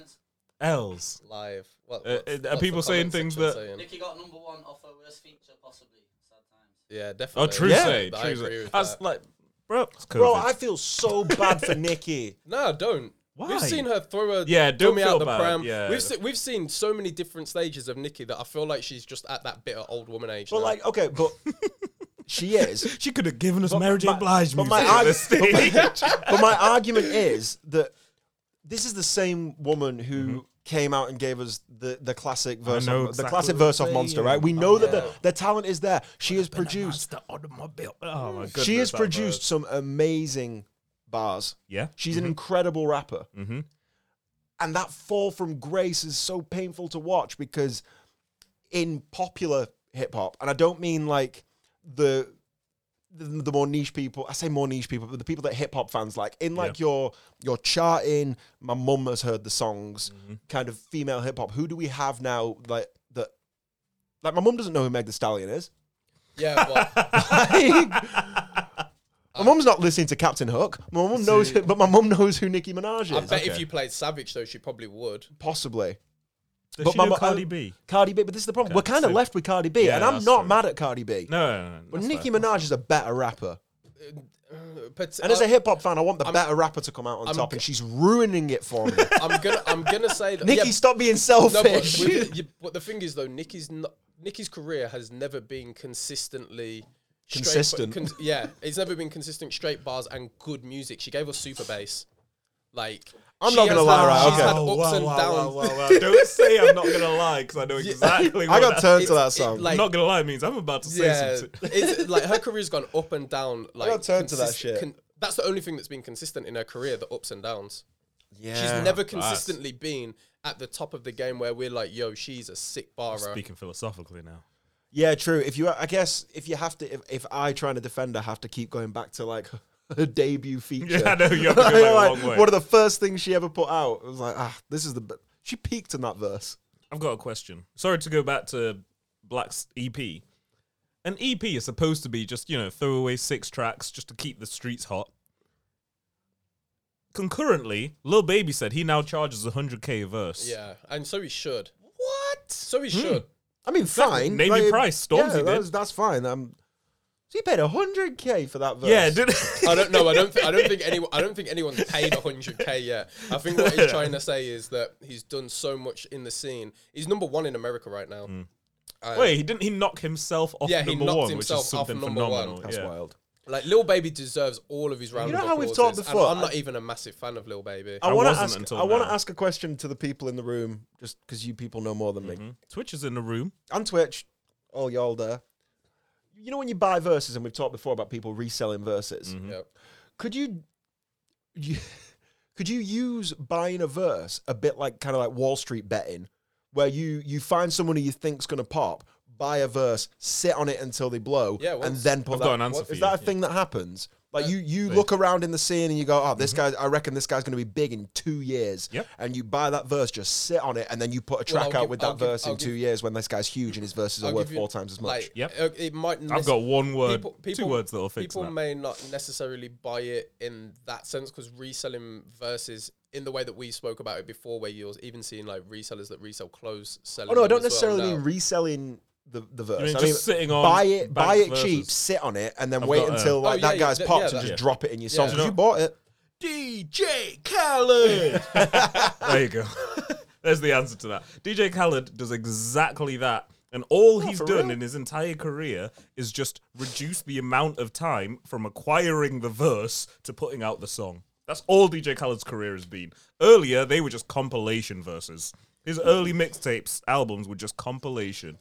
Speaker 2: L's.
Speaker 1: Live. What,
Speaker 2: Uh,
Speaker 1: what's-
Speaker 2: uh, are
Speaker 1: what's the
Speaker 2: people
Speaker 1: comment
Speaker 2: saying things
Speaker 1: section
Speaker 2: that-
Speaker 1: saying?
Speaker 5: Nicky got number one off her worst feature possibly. Sad times.
Speaker 1: Yeah, definitely.
Speaker 2: Oh, true
Speaker 3: Yeah.
Speaker 2: say.
Speaker 1: I
Speaker 2: True
Speaker 1: agree
Speaker 2: say.
Speaker 1: with
Speaker 2: That's
Speaker 1: that.
Speaker 2: like, bro. It's COVID.
Speaker 3: bro i feel so bad for nikki
Speaker 1: No, don't.
Speaker 2: Why?
Speaker 1: We've seen her throw a
Speaker 2: Yeah, don't
Speaker 1: dummy
Speaker 2: feel
Speaker 1: out the
Speaker 2: bad,
Speaker 1: pram.
Speaker 2: yeah.
Speaker 1: We've se- we've seen so many different stages of Nikki that I feel like she's just at that bitter old woman age.
Speaker 3: but
Speaker 1: now.
Speaker 3: like okay but she is
Speaker 2: she could have given us Mary J.
Speaker 3: my-
Speaker 2: Blige
Speaker 3: but
Speaker 2: music.
Speaker 3: my
Speaker 2: at
Speaker 3: arg-
Speaker 2: this
Speaker 3: but my-
Speaker 2: stage.
Speaker 3: but my argument is that this is the same woman who came out and gave us the, the classic verse
Speaker 2: Mm-hmm. know
Speaker 3: of, the
Speaker 2: exactly
Speaker 3: classic
Speaker 2: what
Speaker 3: verse of
Speaker 2: you're
Speaker 3: Monster,
Speaker 2: saying. Oh,
Speaker 3: right? We know that the, the talent is there. She has produced
Speaker 2: Monster automobile. Oh my goodness.
Speaker 3: she has
Speaker 2: that
Speaker 3: produced
Speaker 2: verse.
Speaker 3: some amazing bars.
Speaker 2: Yeah.
Speaker 3: She's an incredible rapper.
Speaker 2: Mhm.
Speaker 3: And that fall from grace is so painful to watch because in popular hip hop, and I don't mean like the the, the more niche people. I say more niche people, but the people that hip hop fans like in like your your charting. My mum has heard the songs, kind of female hip hop. Who do we have now? Like that, like my mum doesn't know who Meg The Stallion is.
Speaker 1: yeah, but
Speaker 3: my mum's not listening to Captain Hook. My mum knows, but my mum knows who Nicki Minaj
Speaker 1: I
Speaker 3: is.
Speaker 1: bet if you played Savage though, she probably would.
Speaker 3: Possibly.
Speaker 2: Does
Speaker 3: But
Speaker 2: she
Speaker 3: my-
Speaker 2: do
Speaker 3: my-
Speaker 2: Cardi B?
Speaker 3: Cardi B, but this is the problem.
Speaker 2: Okay,
Speaker 3: We're kind of
Speaker 2: so-
Speaker 3: left with Cardi B,
Speaker 2: Yeah,
Speaker 3: and I'm
Speaker 2: that's
Speaker 3: not
Speaker 2: true.
Speaker 3: mad at Cardi B.
Speaker 2: No, no, no.
Speaker 3: but
Speaker 2: that's
Speaker 3: Nicki
Speaker 2: fair.
Speaker 3: Minaj is a better rapper.
Speaker 1: But
Speaker 3: And as
Speaker 1: I-
Speaker 3: a hip hop fan, I want the better rapper to come out on top, and she's ruining it for me.
Speaker 1: I'm gonna I'm gonna say that
Speaker 3: Nicki,
Speaker 1: yeah,
Speaker 3: stop being
Speaker 1: No, but,
Speaker 3: selfish.
Speaker 1: with- you- but the thing is, though, Nikki's not, Nikki's career has never been consistently straight-
Speaker 3: Consistent.
Speaker 1: yeah, it's never been consistent. Straight bars and good music. She gave us super bass. Like
Speaker 3: I'm
Speaker 1: she
Speaker 3: not gonna
Speaker 1: has
Speaker 3: lie,
Speaker 1: had-
Speaker 3: right,
Speaker 1: She's
Speaker 3: okay.
Speaker 1: had
Speaker 2: Oh,
Speaker 1: ups
Speaker 2: wow,
Speaker 1: and
Speaker 2: wow,
Speaker 1: downs.
Speaker 2: wow, wow, wow. Don't say I'm not gonna lie because I know exactly.
Speaker 3: I
Speaker 2: what
Speaker 3: got
Speaker 2: that-
Speaker 3: turned to that
Speaker 1: It's- it-
Speaker 3: song.
Speaker 1: like-
Speaker 2: not gonna lie means I'm about to say
Speaker 1: Yeah,
Speaker 2: something.
Speaker 1: it's, like her career's gone up and down. Like
Speaker 3: turn to that shit.
Speaker 1: that's the only thing that's been consistent in her career, the ups and downs.
Speaker 3: Yeah.
Speaker 1: She's never consistently been at the top of the game where we're like, yo, she's a sick barra.
Speaker 2: Speaking philosophically now.
Speaker 3: Yeah, true. If you, I guess, if you have to, if, if I trying to defend her, have to keep going back to like her debut feature.
Speaker 2: Yeah, I know, you have to go back a
Speaker 3: Like,
Speaker 2: long way.
Speaker 3: One of the first things she ever put out. It was like, ah, this is the. b-" She peaked in that verse.
Speaker 2: I've got a question. Sorry to go back to Black's EP. An EP is supposed to be just, you know, throw away six tracks just to keep the streets hot. Concurrently, Lil Baby said he now charges 100k a verse.
Speaker 1: Yeah, and so he should.
Speaker 3: What? Hmm.
Speaker 1: So he should.
Speaker 3: I mean, fine.
Speaker 2: Name your price. Stormzy
Speaker 3: yeah,
Speaker 2: did.
Speaker 3: That's, that's fine. Um, so you paid hundred k for that verse.
Speaker 2: Yeah, did
Speaker 1: I don't know. I don't. Th- I don't think anyone. I don't think anyone's paid 100k yet. I think what he's trying to say is that he's done so much in the scene. He's number one in America right now.
Speaker 3: Hmm.
Speaker 2: Wait, he didn't he knock himself off
Speaker 1: Yeah, he
Speaker 2: number
Speaker 1: knocked
Speaker 2: one, which
Speaker 1: himself
Speaker 2: is
Speaker 1: off
Speaker 2: something
Speaker 1: number one.
Speaker 2: phenomenal.
Speaker 3: that's
Speaker 2: yeah.
Speaker 3: wild.
Speaker 1: Like Lil Baby deserves all of his round.
Speaker 3: know
Speaker 1: of
Speaker 3: how we've
Speaker 1: applauses,
Speaker 3: talked
Speaker 1: and
Speaker 3: before, Oh.
Speaker 1: I'm not
Speaker 3: I-
Speaker 1: even a massive fan of Lil Baby.
Speaker 3: I
Speaker 2: I
Speaker 3: want to
Speaker 2: wasn't
Speaker 3: ask.
Speaker 2: until
Speaker 3: I want to
Speaker 2: now.
Speaker 3: ask a question to the people in the room, just because you people know more than me.
Speaker 2: Twitch is in the room.
Speaker 3: On Twitch, all y'all there. You know when you buy verses, and we've talked before about people reselling verses.
Speaker 2: Mm-hmm.
Speaker 1: Yeah.
Speaker 3: could you, you could you use buying a verse a bit like kind of like Wall Street betting, where you you find someone who you think's gonna pop, buy a verse, sit on it until they blow,
Speaker 1: Yeah, Uh,
Speaker 3: and
Speaker 1: once-
Speaker 3: then put
Speaker 2: I've
Speaker 3: that.
Speaker 2: got an answer
Speaker 3: what-
Speaker 2: for
Speaker 3: is
Speaker 2: you,
Speaker 3: that a
Speaker 2: yeah.
Speaker 3: thing that happens? Like you you look around in the scene and you go, oh, this
Speaker 1: Mm-hmm.
Speaker 3: guy, I reckon this guy's gonna be big in two years.
Speaker 2: Yep.
Speaker 3: And you buy that verse, just sit on it, and then you put a
Speaker 1: Well,
Speaker 3: track
Speaker 1: I'll
Speaker 3: out
Speaker 1: give-
Speaker 3: with that
Speaker 1: I'll give-
Speaker 3: verse
Speaker 1: I'll
Speaker 3: in two
Speaker 1: give-
Speaker 3: years when this guy's huge and his verses are
Speaker 1: I'll
Speaker 3: worth
Speaker 1: give you-
Speaker 3: four times as much.
Speaker 1: Like,
Speaker 2: Yep.
Speaker 1: uh, It might.
Speaker 2: I've got one word,
Speaker 1: people, people,
Speaker 2: two words that'll fix
Speaker 1: People
Speaker 2: that.
Speaker 1: may not necessarily buy it in that sense because reselling versus in the way that we spoke about it before, where you're even seeing like resellers that resell clothes selling.
Speaker 3: Oh no, I
Speaker 1: them
Speaker 3: don't
Speaker 1: as well
Speaker 3: necessarily
Speaker 1: now.
Speaker 3: mean reselling the, the verse.
Speaker 2: mean
Speaker 3: I
Speaker 2: just
Speaker 3: mean,
Speaker 2: sitting on
Speaker 3: buy it, buy it
Speaker 2: banked
Speaker 3: cheap,
Speaker 2: verses?
Speaker 3: sit on it, and then
Speaker 2: I've
Speaker 3: wait
Speaker 2: got, uh,
Speaker 3: until like
Speaker 1: Oh,
Speaker 3: that
Speaker 1: yeah,
Speaker 3: guy's
Speaker 1: yeah,
Speaker 3: popped
Speaker 1: yeah,
Speaker 3: and
Speaker 1: that-
Speaker 3: just
Speaker 1: yeah.
Speaker 3: drop it in your song
Speaker 1: Yeah.
Speaker 3: because you bought it.
Speaker 2: DJ Khaled. there you go. There's the answer to that. DJ Khaled does exactly that. And all he's
Speaker 3: Oh, for
Speaker 2: done
Speaker 3: real?
Speaker 2: in his entire career is just reduce the amount of time from acquiring the verse to putting out the song. That's all DJ Khaled's career has been. Earlier, they were just compilation verses. His early mixtapes, albums were just compilation.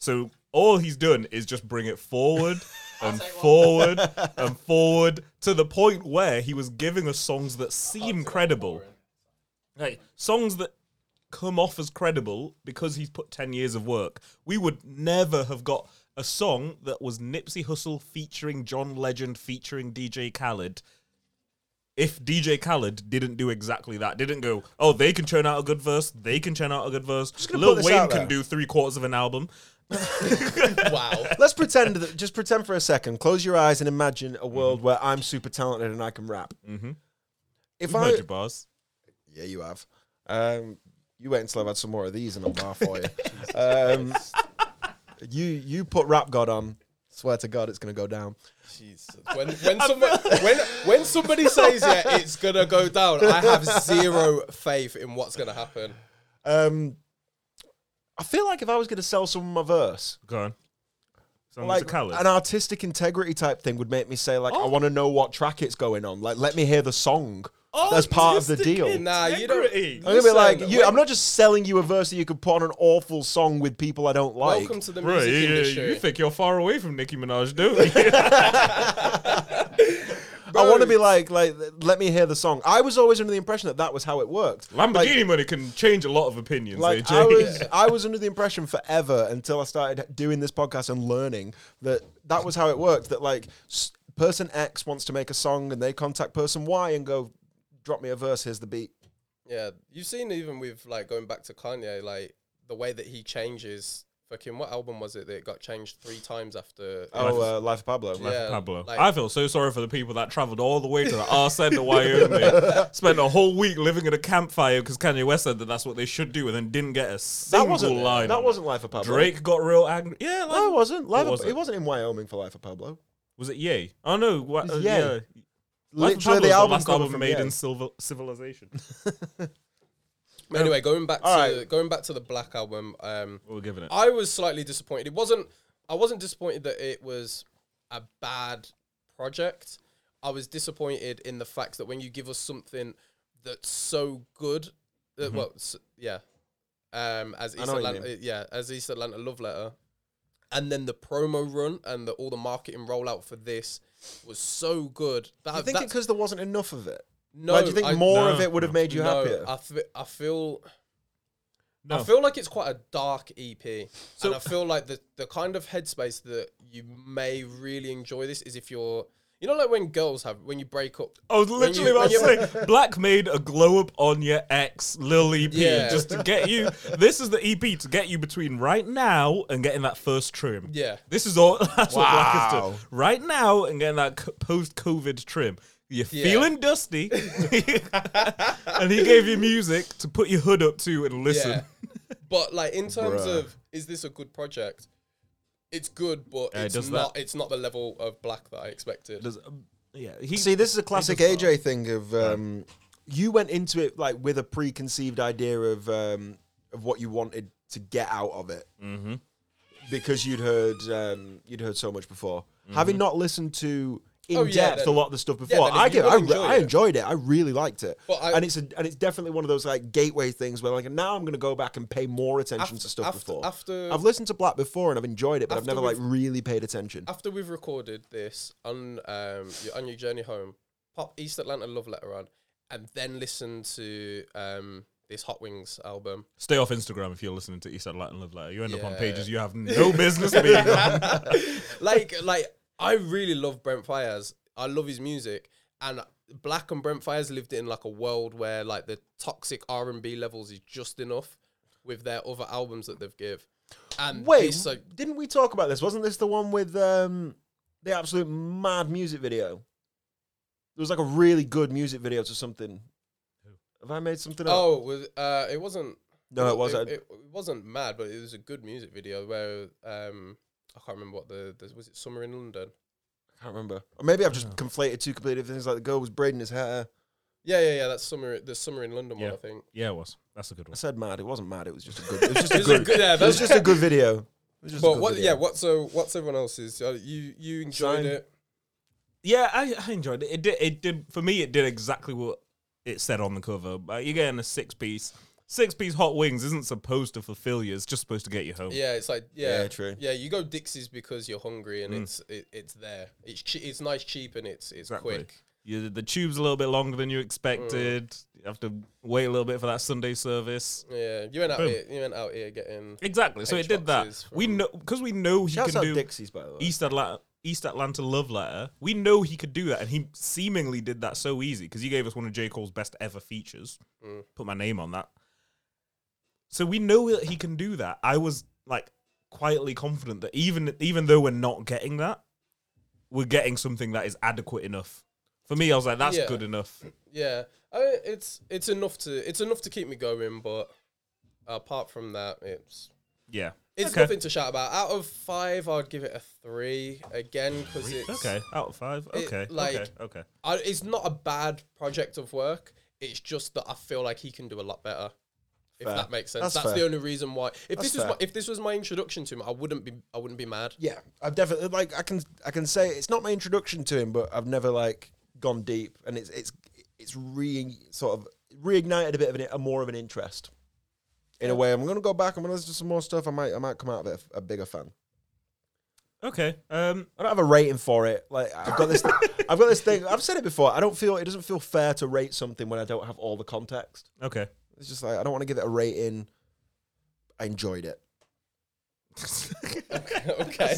Speaker 2: So all he's done is just bring it forward and forward and forward to the point where he was giving us songs that seem credible. Like songs that come off as credible because he's put 10 years of work. We would never have got a song that was Nipsey Hussle featuring John Legend featuring DJ Khaled if DJ Khaled didn't do exactly that. Didn't go, oh, they can churn out a good verse, they can churn out a good verse.
Speaker 3: gonna
Speaker 2: Lil
Speaker 3: put this
Speaker 2: Wayne
Speaker 3: out
Speaker 2: can
Speaker 3: there.
Speaker 2: do three quarters of an album.
Speaker 1: Wow.
Speaker 3: Let's pretend that. Just pretend for a second. Close your eyes and imagine a world where I'm super talented and I can rap. If
Speaker 2: Mm-hmm. You've
Speaker 3: I,
Speaker 2: heard your bars.
Speaker 3: yeah, you have. Um, you wait until I've had some more of these and I'll bar for you. Um, you you put Rap God on. Swear to God, it's gonna go down.
Speaker 1: Jesus. When when somebody when when somebody says yeah, it's gonna go down. I have zero faith in what's gonna happen.
Speaker 3: Um, I feel like if I was gonna sell someone my verse,
Speaker 2: Go on. Songs to
Speaker 3: like
Speaker 2: Khaled.
Speaker 3: an artistic integrity type thing would make me say like I
Speaker 1: Oh.
Speaker 3: want to know what track it's going on. Like let me hear the song
Speaker 1: Oh,
Speaker 3: as part of the deal.
Speaker 1: Nah, you don't-
Speaker 2: Integrity.
Speaker 3: I'm gonna be like,
Speaker 1: Listen,
Speaker 3: you, I'm not just selling you a verse that you could put on an awful song with people I don't like.
Speaker 1: Welcome to the
Speaker 2: Bro,
Speaker 1: music
Speaker 2: you- you,
Speaker 1: industry.
Speaker 2: you think you're far away from Nicki Minaj, don't you?
Speaker 3: I want to be like, like, let me hear the song. I was always under the impression that that was how it worked.
Speaker 2: Lamborghini money can change a lot of opinions. eh,
Speaker 3: Like,
Speaker 2: AJ.
Speaker 3: I was, I was under the impression forever until I started doing this podcast and learning that that was how it worked. That like, s- person X wants to make a song and they contact person Y and go, drop me a verse. Here's the beat.
Speaker 1: Yeah, you've seen even with like going back to Kanye, like the way that he changes. Fucking what album was it that got changed three times after?
Speaker 3: Oh, uh, Life of Pablo.
Speaker 1: Yeah.
Speaker 2: Pablo.
Speaker 3: uh,
Speaker 1: like-
Speaker 2: I feel so sorry for the people that traveled all the way to the arse end of Wyoming, spent a whole week living in a campfire because Kanye West said that that's what they should do, and then didn't get a single
Speaker 3: That wasn't
Speaker 2: line.
Speaker 3: That
Speaker 2: on it.
Speaker 3: wasn't Life of Pablo.
Speaker 2: Drake got real angry. Yeah, like,
Speaker 3: No, it wasn't. Life
Speaker 2: What
Speaker 3: of-
Speaker 2: was
Speaker 3: it
Speaker 2: it?
Speaker 3: wasn't in Wyoming for Life of Pablo.
Speaker 2: was it Yay? Oh no, what,
Speaker 3: It's
Speaker 2: uh,
Speaker 3: Ye.
Speaker 2: yeah. Life of
Speaker 3: Literally,
Speaker 2: Pablo is
Speaker 3: the album,
Speaker 2: last
Speaker 3: cover
Speaker 2: album
Speaker 3: from
Speaker 2: made
Speaker 3: Ye.
Speaker 2: in civil- Civilization.
Speaker 1: anyway, going back to
Speaker 3: alright.
Speaker 1: going back to the Black album. Um,
Speaker 2: We're giving it.
Speaker 1: I was slightly disappointed. It wasn't. I wasn't disappointed that it was a bad project. I was disappointed in the fact that when you give us something that's so good, uh, well, s- yeah, um, as East
Speaker 3: Mm-hmm. know what you
Speaker 1: Atlanta, yeah, as East Atlanta love letter, and then the promo run and the, all the marketing rollout for this was so good. That
Speaker 3: I think
Speaker 1: that's-
Speaker 3: because there wasn't enough of it.
Speaker 1: no,
Speaker 3: like, do you think
Speaker 1: I-
Speaker 3: more
Speaker 2: No,
Speaker 3: of it would have made you
Speaker 1: no,
Speaker 3: happier?
Speaker 1: I, th- I feel.
Speaker 2: No.
Speaker 1: I feel like it's quite a dark EP, and I feel like the the kind of headspace that you may really enjoy this is if you're, you know, like when girls have when you break up.
Speaker 2: I was
Speaker 1: When you-
Speaker 2: literally about to
Speaker 1: when
Speaker 2: say, Black made a glow up on your ex Lil EP
Speaker 1: Yeah.
Speaker 2: just to get you. This is the EP to get you between right now and getting that first trim.
Speaker 1: Yeah.
Speaker 2: This is all. That's what Black has done.
Speaker 3: Wow.
Speaker 2: Right now and getting that post COVID trim. You're
Speaker 1: Yeah.
Speaker 2: feeling dusty. and he gave you music to put your hood up to and listen.
Speaker 1: Yeah. but like in terms
Speaker 3: Bruh.
Speaker 1: of is this a good project? It's good, but
Speaker 2: Yeah, it
Speaker 1: it's
Speaker 2: does
Speaker 1: not.
Speaker 2: that.
Speaker 1: It's not the level of black that I expected.
Speaker 2: Does- um, yeah. He,
Speaker 3: See, this is a classic
Speaker 2: does that.
Speaker 3: AJ thing of um, you went into it like with a preconceived idea of um, of what you wanted to get out of it
Speaker 1: Mm-hmm.
Speaker 3: because you'd heard um, you'd heard so much before. Having not listened to in
Speaker 1: Mm-hmm. Oh, yeah,
Speaker 3: depth
Speaker 1: then-
Speaker 3: a lot of the stuff
Speaker 1: then
Speaker 3: before,
Speaker 1: you
Speaker 3: I, get,
Speaker 1: would
Speaker 3: I,
Speaker 1: enjoy
Speaker 3: I
Speaker 1: it.
Speaker 3: enjoyed it. I really liked it,
Speaker 1: But I-
Speaker 3: and it's a, and it's definitely one of those like gateway things where like now I'm going to go back and pay more attention
Speaker 1: After-
Speaker 3: to stuff
Speaker 1: after-
Speaker 3: before.
Speaker 1: after-
Speaker 3: I've listened to Black before and I've enjoyed it, but I've
Speaker 1: After
Speaker 3: never like
Speaker 1: we've-
Speaker 3: really paid attention.
Speaker 1: after we've recorded this on um your, on your journey home, pop East Atlanta Love Letter on, and then listen to um this Hot Wings album.
Speaker 2: Stay off Instagram if you're listening to Eastside Latin Love Letter. You end up on
Speaker 1: Yeah.
Speaker 2: pages you have no business being on.
Speaker 1: like like I really love Brent Fires. I love his music and Black and Brent Fires lived in like a world where like the toxic R and B levels is just enough with their other albums that they've give. And
Speaker 3: Wait,
Speaker 1: this, like,
Speaker 3: didn't we talk about this? Wasn't this the one with um, the absolute mad music video? There was like a really good music video to something. Have I made something up?
Speaker 1: oh, was- uh, it wasn't.
Speaker 3: no, it wasn't.
Speaker 1: It, it wasn't mad, but it was a good music video where um I can't remember what the, the was it Summer in London.
Speaker 3: I can't remember. Or maybe I've just conflated two completely different things. Like the girl was braiding his hair.
Speaker 1: Yeah, yeah, yeah. That's summer. The summer in London
Speaker 2: Yeah.
Speaker 1: one, I think.
Speaker 2: Yeah, it was. That's a good
Speaker 3: I
Speaker 2: one.
Speaker 3: said mad. It wasn't mad. It was just a good. It was just
Speaker 1: It
Speaker 3: a
Speaker 1: was a
Speaker 3: good.
Speaker 1: good- yeah,
Speaker 3: it was
Speaker 1: that's-
Speaker 3: just a good video. It was just a
Speaker 1: But
Speaker 3: good
Speaker 1: what?
Speaker 3: video.
Speaker 1: Yeah. What? So what's everyone else's? Uh, you you enjoyed
Speaker 3: Sign.
Speaker 1: it?
Speaker 2: Yeah, I, I enjoyed it. It did. It did for me. It did exactly what it said on the cover. But you're getting a six piece. Six piece hot wings isn't supposed to fulfill you. It's just supposed to get you home.
Speaker 1: Yeah. It's like yeah.
Speaker 3: Yeah, true.
Speaker 1: Yeah. You go Dixie's because you're hungry and it's it, it's there. It's che- it's nice, cheap, and it's it's
Speaker 2: Exactly.
Speaker 1: quick.
Speaker 2: You, the tube's a little bit longer than you expected. You have to wait a little bit for that Sunday service.
Speaker 1: Yeah. You went out
Speaker 2: Boom.
Speaker 1: here. You went out here getting.
Speaker 2: Exactly. So it did that.
Speaker 1: Lunchboxes
Speaker 2: We
Speaker 1: from-
Speaker 2: know because we know he
Speaker 3: Shouts
Speaker 2: can
Speaker 3: out
Speaker 2: do
Speaker 3: Dixie's by the way.
Speaker 2: East Atlanta. East Atlanta love letter. We know he could do that, and he seemingly did that so easy because he gave us one of J Cole's best ever features.
Speaker 1: Mm.
Speaker 2: Put my name on that. So we know that he can do that. I was like quietly confident that even even though we're not getting that, we're getting something that is adequate enough. For me, I was like, that's
Speaker 1: Yeah.
Speaker 2: good enough.
Speaker 1: Yeah. I, it's it's enough to it's enough to keep me going, but apart from that, it's.
Speaker 2: Yeah.
Speaker 1: It's
Speaker 2: okay.
Speaker 1: nothing to shout about. Out of five, I'd give it a three again because it's
Speaker 2: Okay. Out of five.
Speaker 1: It,
Speaker 2: Okay.
Speaker 1: like-
Speaker 2: okay. Okay.
Speaker 1: I, it's not a bad project of work. It's just that I feel like he can do a lot better. If
Speaker 3: Fair.
Speaker 1: that makes sense,
Speaker 3: That's
Speaker 1: that's,
Speaker 3: fair.
Speaker 1: the only reason why. If
Speaker 3: That's
Speaker 1: this was
Speaker 3: fair.
Speaker 1: my, if this was my introduction to him, I wouldn't be I wouldn't be mad.
Speaker 3: yeah, I've definitely like I can I can say it's not my introduction to him, but I've never like gone deep, and it's it's it's re sort of reignited a bit of an, a more of an interest. In a way, I'm gonna go back. I'm gonna listen to some more stuff. I might I might come out of it a, a bigger fan.
Speaker 2: Okay. Um.
Speaker 3: I don't have a rating for it. Like I've got this I've got this thing. I've said it before. I don't feel it doesn't feel fair to rate something when I don't have all the context.
Speaker 2: Okay.
Speaker 3: It's just like I don't want to give it a rating. I enjoyed it.
Speaker 1: okay,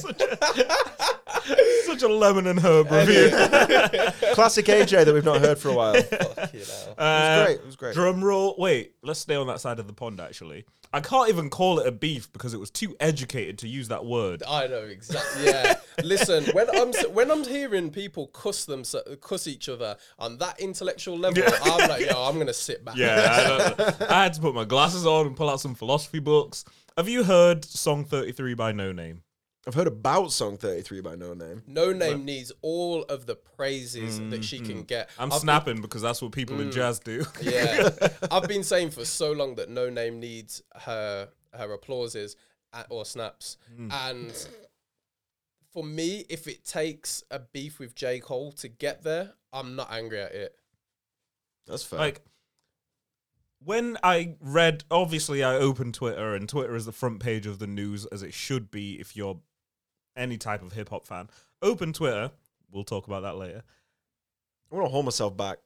Speaker 2: Such a lemon and herb review.
Speaker 3: Classic AJ that we've not heard for a while.
Speaker 1: Fuck you know.
Speaker 2: Uh,
Speaker 3: great, it was great.
Speaker 2: Drum roll. Wait, let's stay on that side of the pond. Actually, I can't even call it a beef because it was too educated to use that word.
Speaker 1: I know exactly. Yeah, listen. When I'm s- when I'm hearing people cuss them cuss each other on that intellectual level, I'm like, yo, I'm gonna sit back.
Speaker 2: Yeah, I, don't- I had to put my glasses on and pull out some philosophy books. Have you heard song thirty three by No Name?
Speaker 3: I've heard about song 33 by No Name.
Speaker 1: No name needs all of the praises that she can get.
Speaker 2: I'm
Speaker 1: I've-
Speaker 2: snapping because that's what people
Speaker 3: Mm.
Speaker 2: in jazz do.
Speaker 1: Yeah, I've been saying for so long that No Name needs her her applauses at, or snaps,
Speaker 2: Mm.
Speaker 1: and for me, if it takes a beef with J Cole to get there, I'm not angry at it.
Speaker 3: That's fair.
Speaker 2: like when I read, obviously I opened Twitter, and Twitter is the front page of the news as it should be if you're any type of hip hop fan. Open Twitter. We'll talk about that later.
Speaker 3: I want to hold myself back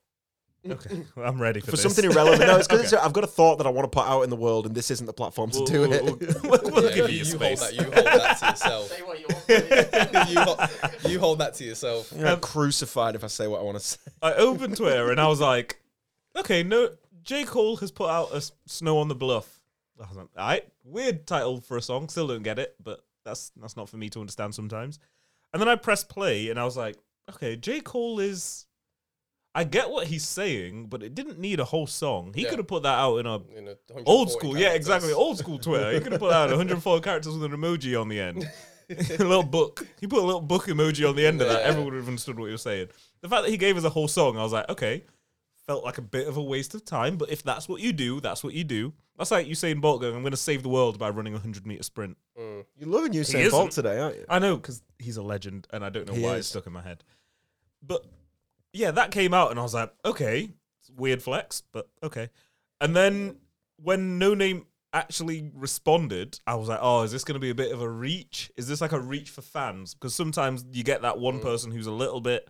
Speaker 2: Okay, I'm ready for,
Speaker 3: for
Speaker 2: this.
Speaker 3: something irrelevant. No, it's because
Speaker 2: Okay.
Speaker 3: I've got a thought that I want to put out in the world, and this isn't the platform to
Speaker 2: We'll-
Speaker 3: do it.
Speaker 2: We'll, we'll- we'll
Speaker 1: Yeah,
Speaker 2: give
Speaker 1: you,
Speaker 2: you, your
Speaker 1: you hold
Speaker 2: space.
Speaker 1: that. You hold that to yourself.
Speaker 5: Say what you want. please.
Speaker 1: you, hold, you hold that to yourself.
Speaker 3: I'm gonna get crucified if I say what I want to say.
Speaker 2: I opened Twitter and I was like, okay, no, J. Cole has put out a s- Snow on the Bluff. I was like, all right, weird title for a song. Still don't get it, but that's that's not for me to understand sometimes. And then I pressed play and I was like, okay, J. Cole is. I get what he's saying, but it didn't need a whole song. He
Speaker 1: Yeah.
Speaker 2: could have put that out in a
Speaker 1: You know,
Speaker 2: old
Speaker 1: 140
Speaker 2: school, yeah,
Speaker 1: characters.
Speaker 2: exactly, old school Twitter. He could have put out 104 characters with an emoji on the end, a little book. He put a little book emoji on the end of that.
Speaker 1: Yeah.
Speaker 2: Everyone would have understood what he was saying. The fact that he gave us a whole song, I was like, okay, felt like a bit of a waste of time. But if that's what you do, that's what you do. That's like Usain Bolt going, "I'm going to save the world by running a 100 meter sprint."
Speaker 3: You're loving
Speaker 2: He
Speaker 3: Usain Bolt
Speaker 2: isn't.
Speaker 3: today, aren't you?
Speaker 2: I know because he's a legend, and I don't know
Speaker 3: He
Speaker 2: why
Speaker 3: is.
Speaker 2: it's stuck in my head. But yeah, that came out, and I was like, okay, it's weird flex, but okay. And then when No Name actually responded, I was like, oh, is this going to be a bit of a reach? Is this like a reach for fans? Because sometimes you get that
Speaker 1: Mm.
Speaker 2: one person who's a little bit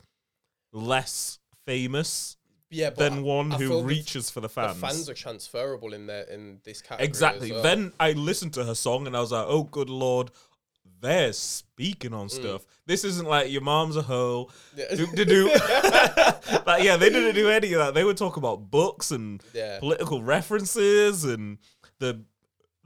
Speaker 2: less famous
Speaker 1: Yeah, but I-
Speaker 2: than one
Speaker 1: I
Speaker 2: who
Speaker 1: feel the-
Speaker 2: reaches for the
Speaker 1: The
Speaker 2: fans.
Speaker 1: fans are transferable in their in this category. as
Speaker 2: Exactly.
Speaker 1: well.
Speaker 2: Then I listened to her song and I was like, oh, good lord, they're speaking on stuff. This isn't like your mom's a hoe.
Speaker 1: Mm. Yeah.
Speaker 2: Doop de doop. like, yeah, they didn't do any of that. They would talk about books and
Speaker 1: Yeah.
Speaker 2: political references and the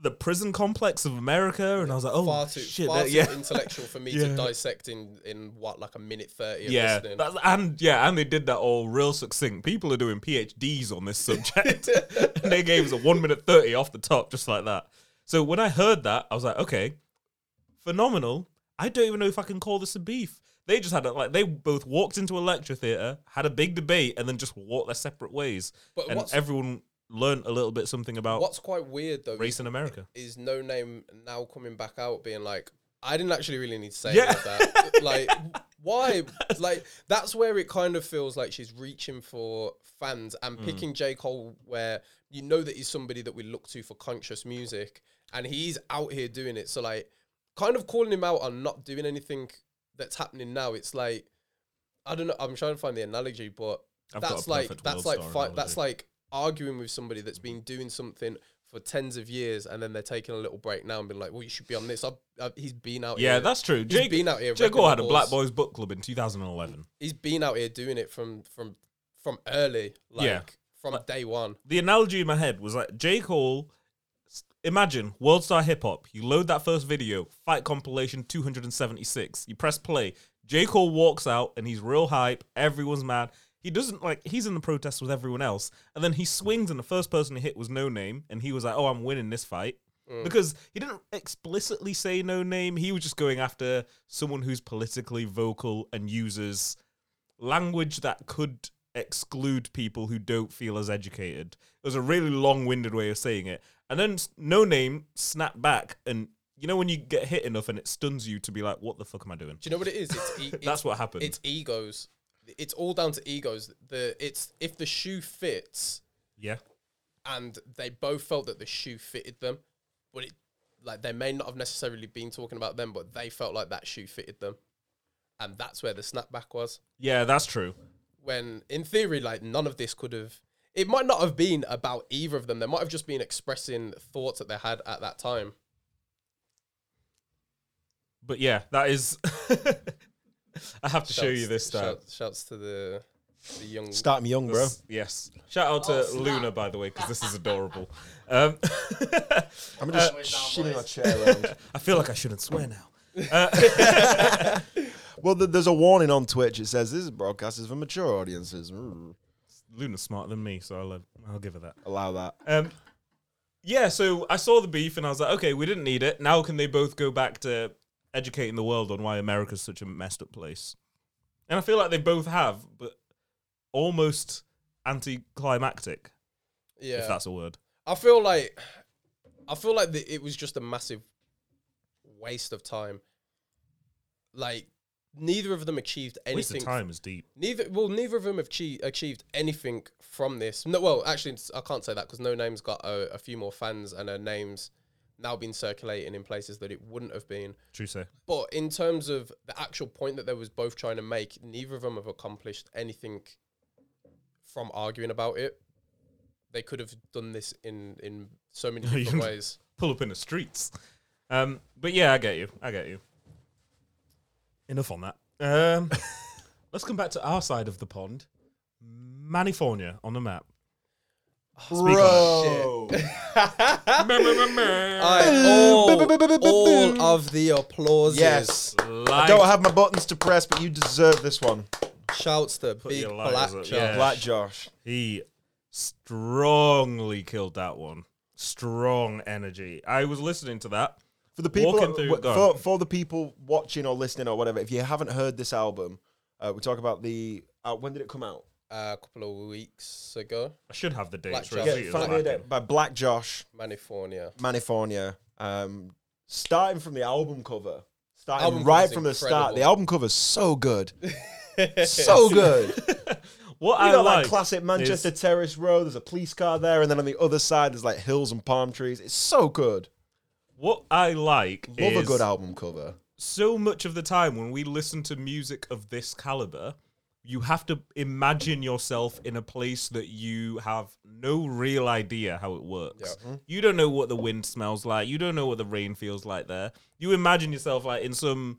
Speaker 2: the prison complex of America. And I was like, oh,
Speaker 1: far too
Speaker 2: shit.
Speaker 1: far
Speaker 2: that-
Speaker 1: too
Speaker 2: yeah.
Speaker 1: intellectual for me
Speaker 2: Yeah.
Speaker 1: to dissect in in what like a minute thirty. Of
Speaker 2: Yeah,
Speaker 1: listening.
Speaker 2: that's- and yeah, and they did that all real succinct. People are doing PhDs on this subject, and they gave us a one minute thirty off the top, just like that. So when I heard that, I was like, okay, phenomenal. I don't even know if I can call this a beef. They just had a, like they both walked into a lecture theater, had a big debate, and then just walked their separate ways.
Speaker 1: But
Speaker 2: and
Speaker 1: what's-
Speaker 2: everyone learned a little bit something about
Speaker 1: What's quite weird though
Speaker 2: race
Speaker 1: is,
Speaker 2: in America.
Speaker 1: is no name now coming back out being like, I didn't actually really need to say
Speaker 2: Yeah.
Speaker 1: any of that. like, why? Like, that's where it kind of feels like she's reaching for fans and picking J. Cole, where you know that he's somebody that we look to for conscious music and he's out here doing it. So, like, kind of calling him out on not doing anything that's happening now, it's like, I don't know. I'm trying to find the analogy, but
Speaker 2: I've got
Speaker 1: that's
Speaker 2: a
Speaker 1: like
Speaker 2: perfect
Speaker 1: that's
Speaker 2: world
Speaker 1: like
Speaker 2: star
Speaker 1: fi-
Speaker 2: analogy.
Speaker 1: that's like arguing with somebody that's been doing something for tens of years, and then they're taking a little break now and being like, "Well, you should be on this." I've, I've, he's been out.
Speaker 2: Yeah,
Speaker 1: here.
Speaker 2: that's true.
Speaker 1: He's been out here.
Speaker 2: J. Cole
Speaker 1: wrecking
Speaker 2: had a
Speaker 1: the
Speaker 2: Black
Speaker 1: balls.
Speaker 2: Boys Book Club in 2011.
Speaker 1: He's been out here doing it from from from early, like
Speaker 2: Yeah.
Speaker 1: from day one.
Speaker 2: the analogy in my head was like J. Cole. s- Imagine World Star Hip Hop. You load that first video, Fight Compilation 276. You press play. J. Cole walks out and he's real hype. Everyone's mad. He doesn't like, he's in the protest with everyone else. And then he swings, and the first person he hit was No Name. And he was like, oh, I'm winning this fight. Because he didn't explicitly say No Name. He was just going after someone who's politically vocal and uses language that could exclude people who don't feel as educated. It was a really long-winded way of saying it. And then s- No Name snapped back, and you know when you get hit enough and it stuns you to be like, "What the fuck am I doing?"
Speaker 1: Do you know what it is? It's, e- it's
Speaker 2: That's what happened.
Speaker 1: It's egos. It's all down to egos. The it's if the shoe fits,
Speaker 2: yeah,
Speaker 1: and they both felt that the shoe fitted them, but it like they may not have necessarily been talking about them, but they felt like that shoe fitted them, and that's where the snapback was.
Speaker 2: yeah, that's true.
Speaker 1: When in theory, like none of this could have. It might not have been about either of them. They might have just been expressing thoughts that they had at that time.
Speaker 2: But yeah, that is. I have to show you
Speaker 1: Shouts-
Speaker 2: this uh, stuff.
Speaker 1: shout- shouts to the the young.
Speaker 3: Start me young, bro.
Speaker 2: Yes. Shout out
Speaker 1: Oh,
Speaker 2: to Luna, by the way, because this is adorable. Um,
Speaker 3: I'm just
Speaker 5: Uh,
Speaker 3: shitting my chair around.
Speaker 2: I feel like I shouldn't swear now.
Speaker 3: Well, th- there's a warning on Twitch. It says this broadcast is for mature audiences. Mm,
Speaker 2: Luna's smarter than me, so I'll, uh, I'll give her that.
Speaker 3: Allow that.
Speaker 2: Um, yeah, so I saw the beef and I was like, okay, we didn't need it. Now can they both go back to educating the world on why America's such a messed up place? And I feel like they both have, but almost anticlimactic,
Speaker 1: yeah,
Speaker 2: if that's a word.
Speaker 1: I feel like I feel like the, it was just a massive waste of time. Like neither of them achieved
Speaker 2: Waste
Speaker 1: anything.
Speaker 2: of time is deep.
Speaker 1: Neither well, neither of them have chie- achieved anything from this. No, well, actually, I can't say that because No Name's got a, a few more fans and her name's now been circulating in places that it wouldn't have been.
Speaker 2: True say.
Speaker 1: But in terms of the actual point that they was both trying to make, neither of them have accomplished anything from arguing about it. They could have done this in in so many
Speaker 2: you
Speaker 1: different
Speaker 2: can-
Speaker 1: ways.
Speaker 2: Pull up in the streets. Um, but yeah, I get you. I get you. Enough on that. Um, let's come back to our side of the pond. Manifornia on the map.
Speaker 3: Bro.
Speaker 1: all, all of the applause.
Speaker 3: Yes.
Speaker 2: Like,
Speaker 3: I don't have my buttons to press, but you deserve this one.
Speaker 1: Shouts to Big
Speaker 2: your lighters
Speaker 1: Black
Speaker 2: up,
Speaker 1: Josh.
Speaker 2: yeah.
Speaker 3: Black Josh.
Speaker 2: He strongly killed that one. Strong energy. I was listening to that.
Speaker 3: For the people
Speaker 2: Walking through-
Speaker 3: w-
Speaker 2: go on.
Speaker 3: for, for the people watching or listening or whatever, if you haven't heard this album, uh, we talk about the uh, when did it come out?
Speaker 1: Uh, a couple of weeks ago,
Speaker 2: I should have the dates.
Speaker 1: Black
Speaker 2: right?
Speaker 1: Jack.
Speaker 2: See,
Speaker 1: Yeah,
Speaker 2: it's
Speaker 1: fuck
Speaker 2: lacking.
Speaker 3: by Black Josh,
Speaker 1: Manifornia.
Speaker 3: Manifornia. Um, starting from the album cover, starting
Speaker 1: Album
Speaker 3: right
Speaker 1: cover's
Speaker 3: from the start. The
Speaker 1: incredible.
Speaker 3: album cover's so good, so good.
Speaker 2: What I
Speaker 3: You know
Speaker 2: like
Speaker 3: that classic
Speaker 2: is-
Speaker 3: Manchester Terrace Road. There's a police car there, and then on the other side, there's like hills and palm trees. It's so good.
Speaker 2: What I like
Speaker 3: Love
Speaker 2: is
Speaker 3: a good album cover.
Speaker 2: so much of the time when we listen to music of this caliber, you have to imagine yourself in a place that you have no real idea how it works. You don't know what the wind smells like. You don't know what the rain feels like there. You imagine yourself like in some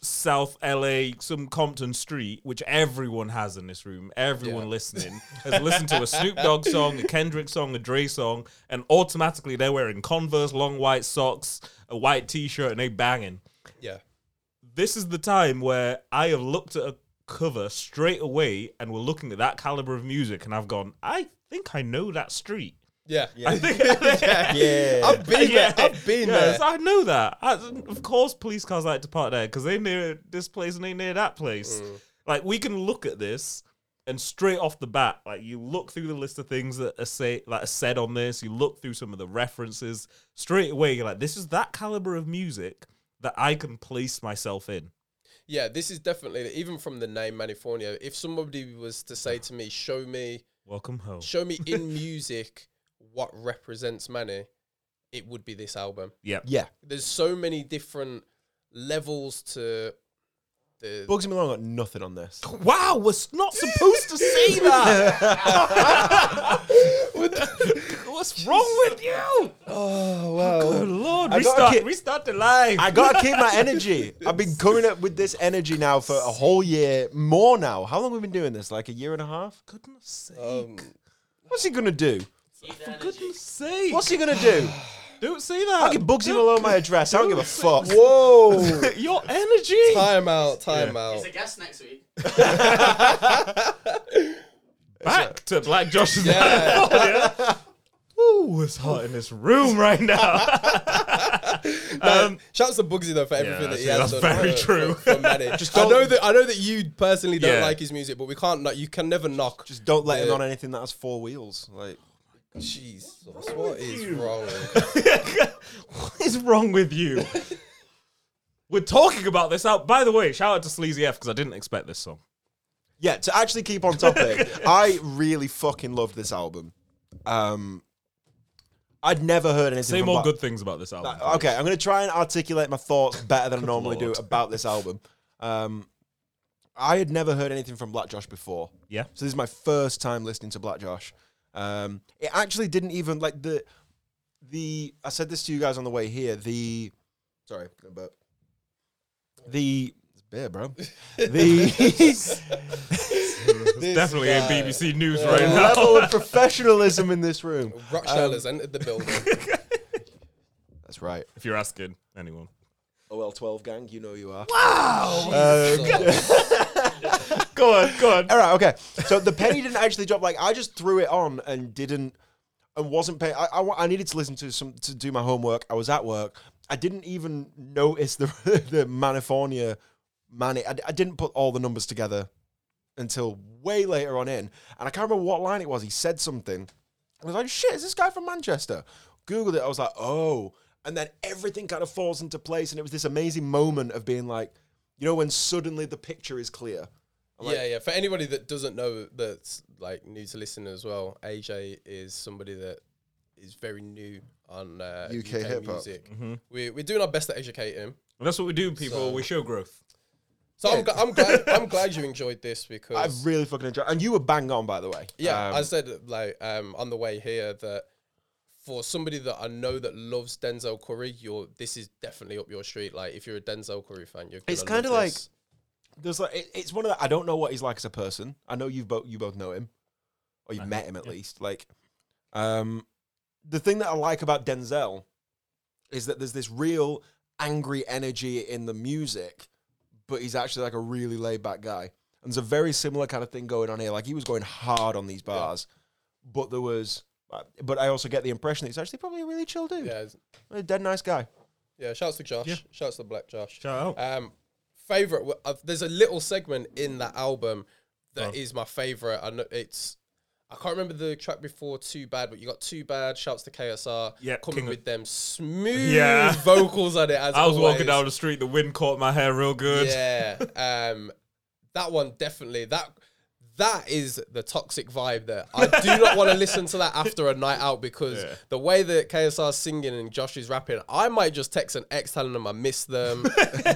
Speaker 2: South LA, some Compton street, which everyone has in this room. Everyone listening has listened to a Snoop Dogg song, a Kendrick song, a Dre song, and automatically they're wearing Converse, long white socks, a white t shirt, and they banging
Speaker 1: Yeah.
Speaker 2: this is the time where I have looked at a cover straight away and we're looking at that caliber of music and I've gone, I think I know that street.
Speaker 1: Yeah.
Speaker 2: I think yeah.
Speaker 3: Yeah.
Speaker 1: I've been there. I've been there.
Speaker 2: I know that. I, of course, police cars like to park there because they near this place and they near that place.
Speaker 1: Mm.
Speaker 2: Like we can look at this and straight off the bat, like you look through the list of things that are say that are said on this. You look through some of the references straight away. You're like, this is that caliber of music that I can place myself in.
Speaker 1: Yeah, this is definitely even from the name Manifornia. If somebody was to say to me, "Show me,
Speaker 2: Welcome home.
Speaker 1: show me in music what represents Mani," it would be this album.
Speaker 2: Yeah.
Speaker 3: Yeah,
Speaker 1: There's so many different levels to the.
Speaker 3: Bugsy Malone got nothing on this.
Speaker 2: Wow, we're not supposed to say that. What's wrong with you?
Speaker 3: Oh wow.
Speaker 2: Good lord,
Speaker 3: I gotta
Speaker 2: restart,
Speaker 3: keep-
Speaker 2: restart the live.
Speaker 3: I gotta keep my energy. I've been coming up with this energy now for a whole year, more now. How long have we been doing this? Like a year and a half?
Speaker 2: goodness sake,
Speaker 3: What's he gonna do?
Speaker 5: Keep the energy.
Speaker 2: goodness sake.
Speaker 3: What's he gonna do?
Speaker 2: Don't say that.
Speaker 3: I'll give Bugsy Malone my address. I don't give a fuck.
Speaker 1: Whoa!
Speaker 2: Your energy.
Speaker 1: time out! Time out!
Speaker 5: He's a guest next week.
Speaker 2: Back to Black Josh's.
Speaker 1: Yeah.
Speaker 2: Ooh, it's hot in this room right now.
Speaker 1: Um, Shouts to Bugsy though for everything
Speaker 2: yeah,
Speaker 1: that he
Speaker 2: that's-
Speaker 1: has
Speaker 2: that's
Speaker 1: done.
Speaker 2: very
Speaker 1: for-
Speaker 2: true.
Speaker 1: For, for Manny. I know that I know that you personally don't
Speaker 2: Yeah.
Speaker 1: like his music, but we can't. Like, you can never knock.
Speaker 3: Just don't let him
Speaker 1: Yeah.
Speaker 3: on anything that has four wheels. Like
Speaker 1: Jesus, what is wrong?
Speaker 2: what is wrong with you? We're talking about this out. By the way, shout out to Sleazy F because I didn't expect this song.
Speaker 3: Yeah, to actually keep on topic, I really fucking loved this album. Um I'd never heard anything.
Speaker 2: Same
Speaker 3: from
Speaker 2: all
Speaker 3: Black-
Speaker 2: good things about this album.
Speaker 3: Uh, Okay, I'm gonna try and articulate my thoughts better than I normally
Speaker 2: lord.
Speaker 3: do about this album. Um, I had never heard anything from Black Josh before,
Speaker 2: Yeah.
Speaker 3: so this is my first time listening to Black Josh. Um, it actually didn't even like the the. I said this to you guys on the way here. The sorry, but the it's beer, bro. The
Speaker 2: It's definitely in
Speaker 1: guy.
Speaker 2: BBC News right now.
Speaker 3: level of professionalism in this room.
Speaker 1: Rochdale has entered the building.
Speaker 3: That's right.
Speaker 2: If you're asking anyone.
Speaker 3: OL12 gang, you know you are. Uh,
Speaker 2: Go on, go on.
Speaker 3: All right, okay. So the penny didn't actually drop. Like I just threw it on and didn't and wasn't paying. I, I, wa- I needed to listen to some to do my homework. I was at work. I didn't even notice the the Manifornia money. I, I didn't put all the numbers together until way later on in, and I can't remember what line it was. He said something. I was like, "Shit, is this guy from Manchester?" Googled it. I was like, "Oh," and then everything kind of falls into place, and it was this amazing moment of being like, you know, when suddenly the picture is clear.
Speaker 1: yeah, yeah. For anybody that doesn't know that's like new to listen as well, AJ is somebody that is very new on uh, UK,
Speaker 7: UK hip hop.
Speaker 1: music. We're, we're doing our best to educate him.
Speaker 2: And that's what we do, people. we show growth.
Speaker 1: So I'm, gl- I'm glad I'm glad you enjoyed this because
Speaker 3: I really fucking enjoy. And you were bang on, by the way.
Speaker 1: Yeah,
Speaker 3: Um,
Speaker 1: I said like um, on the way here that for somebody that I know that loves Denzel Curry, you're this is definitely up your street. Like if you're a Denzel Curry fan, you're. Gonna
Speaker 3: It's kinda
Speaker 1: love
Speaker 3: like-
Speaker 1: this.
Speaker 3: there's like it, it's one of the. I don't know what he's like as a person. I know you both you both know him, or you've
Speaker 2: I-
Speaker 3: met him at
Speaker 2: yeah.
Speaker 3: least. Like, um, the thing that I like about Denzel is that there's this real angry energy in the music, but he's actually like a really laid back guy. And there's a very similar kind of thing going on here. Like he was going hard on these bars, but there was. But I also get the impression that he's actually probably a really chill dude,
Speaker 1: yeah, it's-
Speaker 3: a dead nice guy.
Speaker 1: yeah. Shouts to Josh.
Speaker 2: Yeah.
Speaker 1: Shouts to Black Josh.
Speaker 2: Shout out.
Speaker 1: Um, favorite. w- I've, there's a little segment in that album that is
Speaker 2: Oh.
Speaker 1: my favorite, and it's. I can't remember the track before Too Bad, but you got Too Bad, shouts to KSR,
Speaker 2: Yeah,
Speaker 1: coming
Speaker 2: King of-
Speaker 1: with them smooth
Speaker 2: Yeah.
Speaker 1: vocals on it. As
Speaker 2: I was
Speaker 1: always.
Speaker 2: walking down the street, the wind caught my hair real good.
Speaker 1: Yeah. Um, that one definitely. That that is the toxic vibe there. I do not want to listen to that after a night out because
Speaker 2: Yeah.
Speaker 1: the way that KSR's singing and Josh is rapping, I might just text an ex telling them I miss them,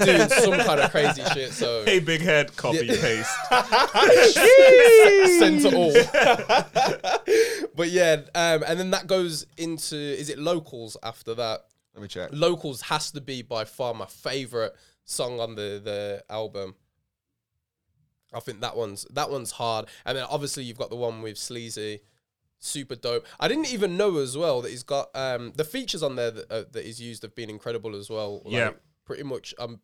Speaker 1: doing some kind of crazy shit. So
Speaker 2: Hey, big head, copy
Speaker 1: Yeah.
Speaker 2: paste.
Speaker 1: send to all. but yeah, um, and then that goes into is it locals after that?
Speaker 7: Let me check.
Speaker 1: Locals has to be by far my favorite song on the the album. I think that one's that one's hard, and then obviously you've got the one with Sleazy, super dope. I didn't even know as well that he's got um the features on there that, uh, that he's used have been incredible as well. Like,
Speaker 2: Yeah.
Speaker 1: pretty much. Um,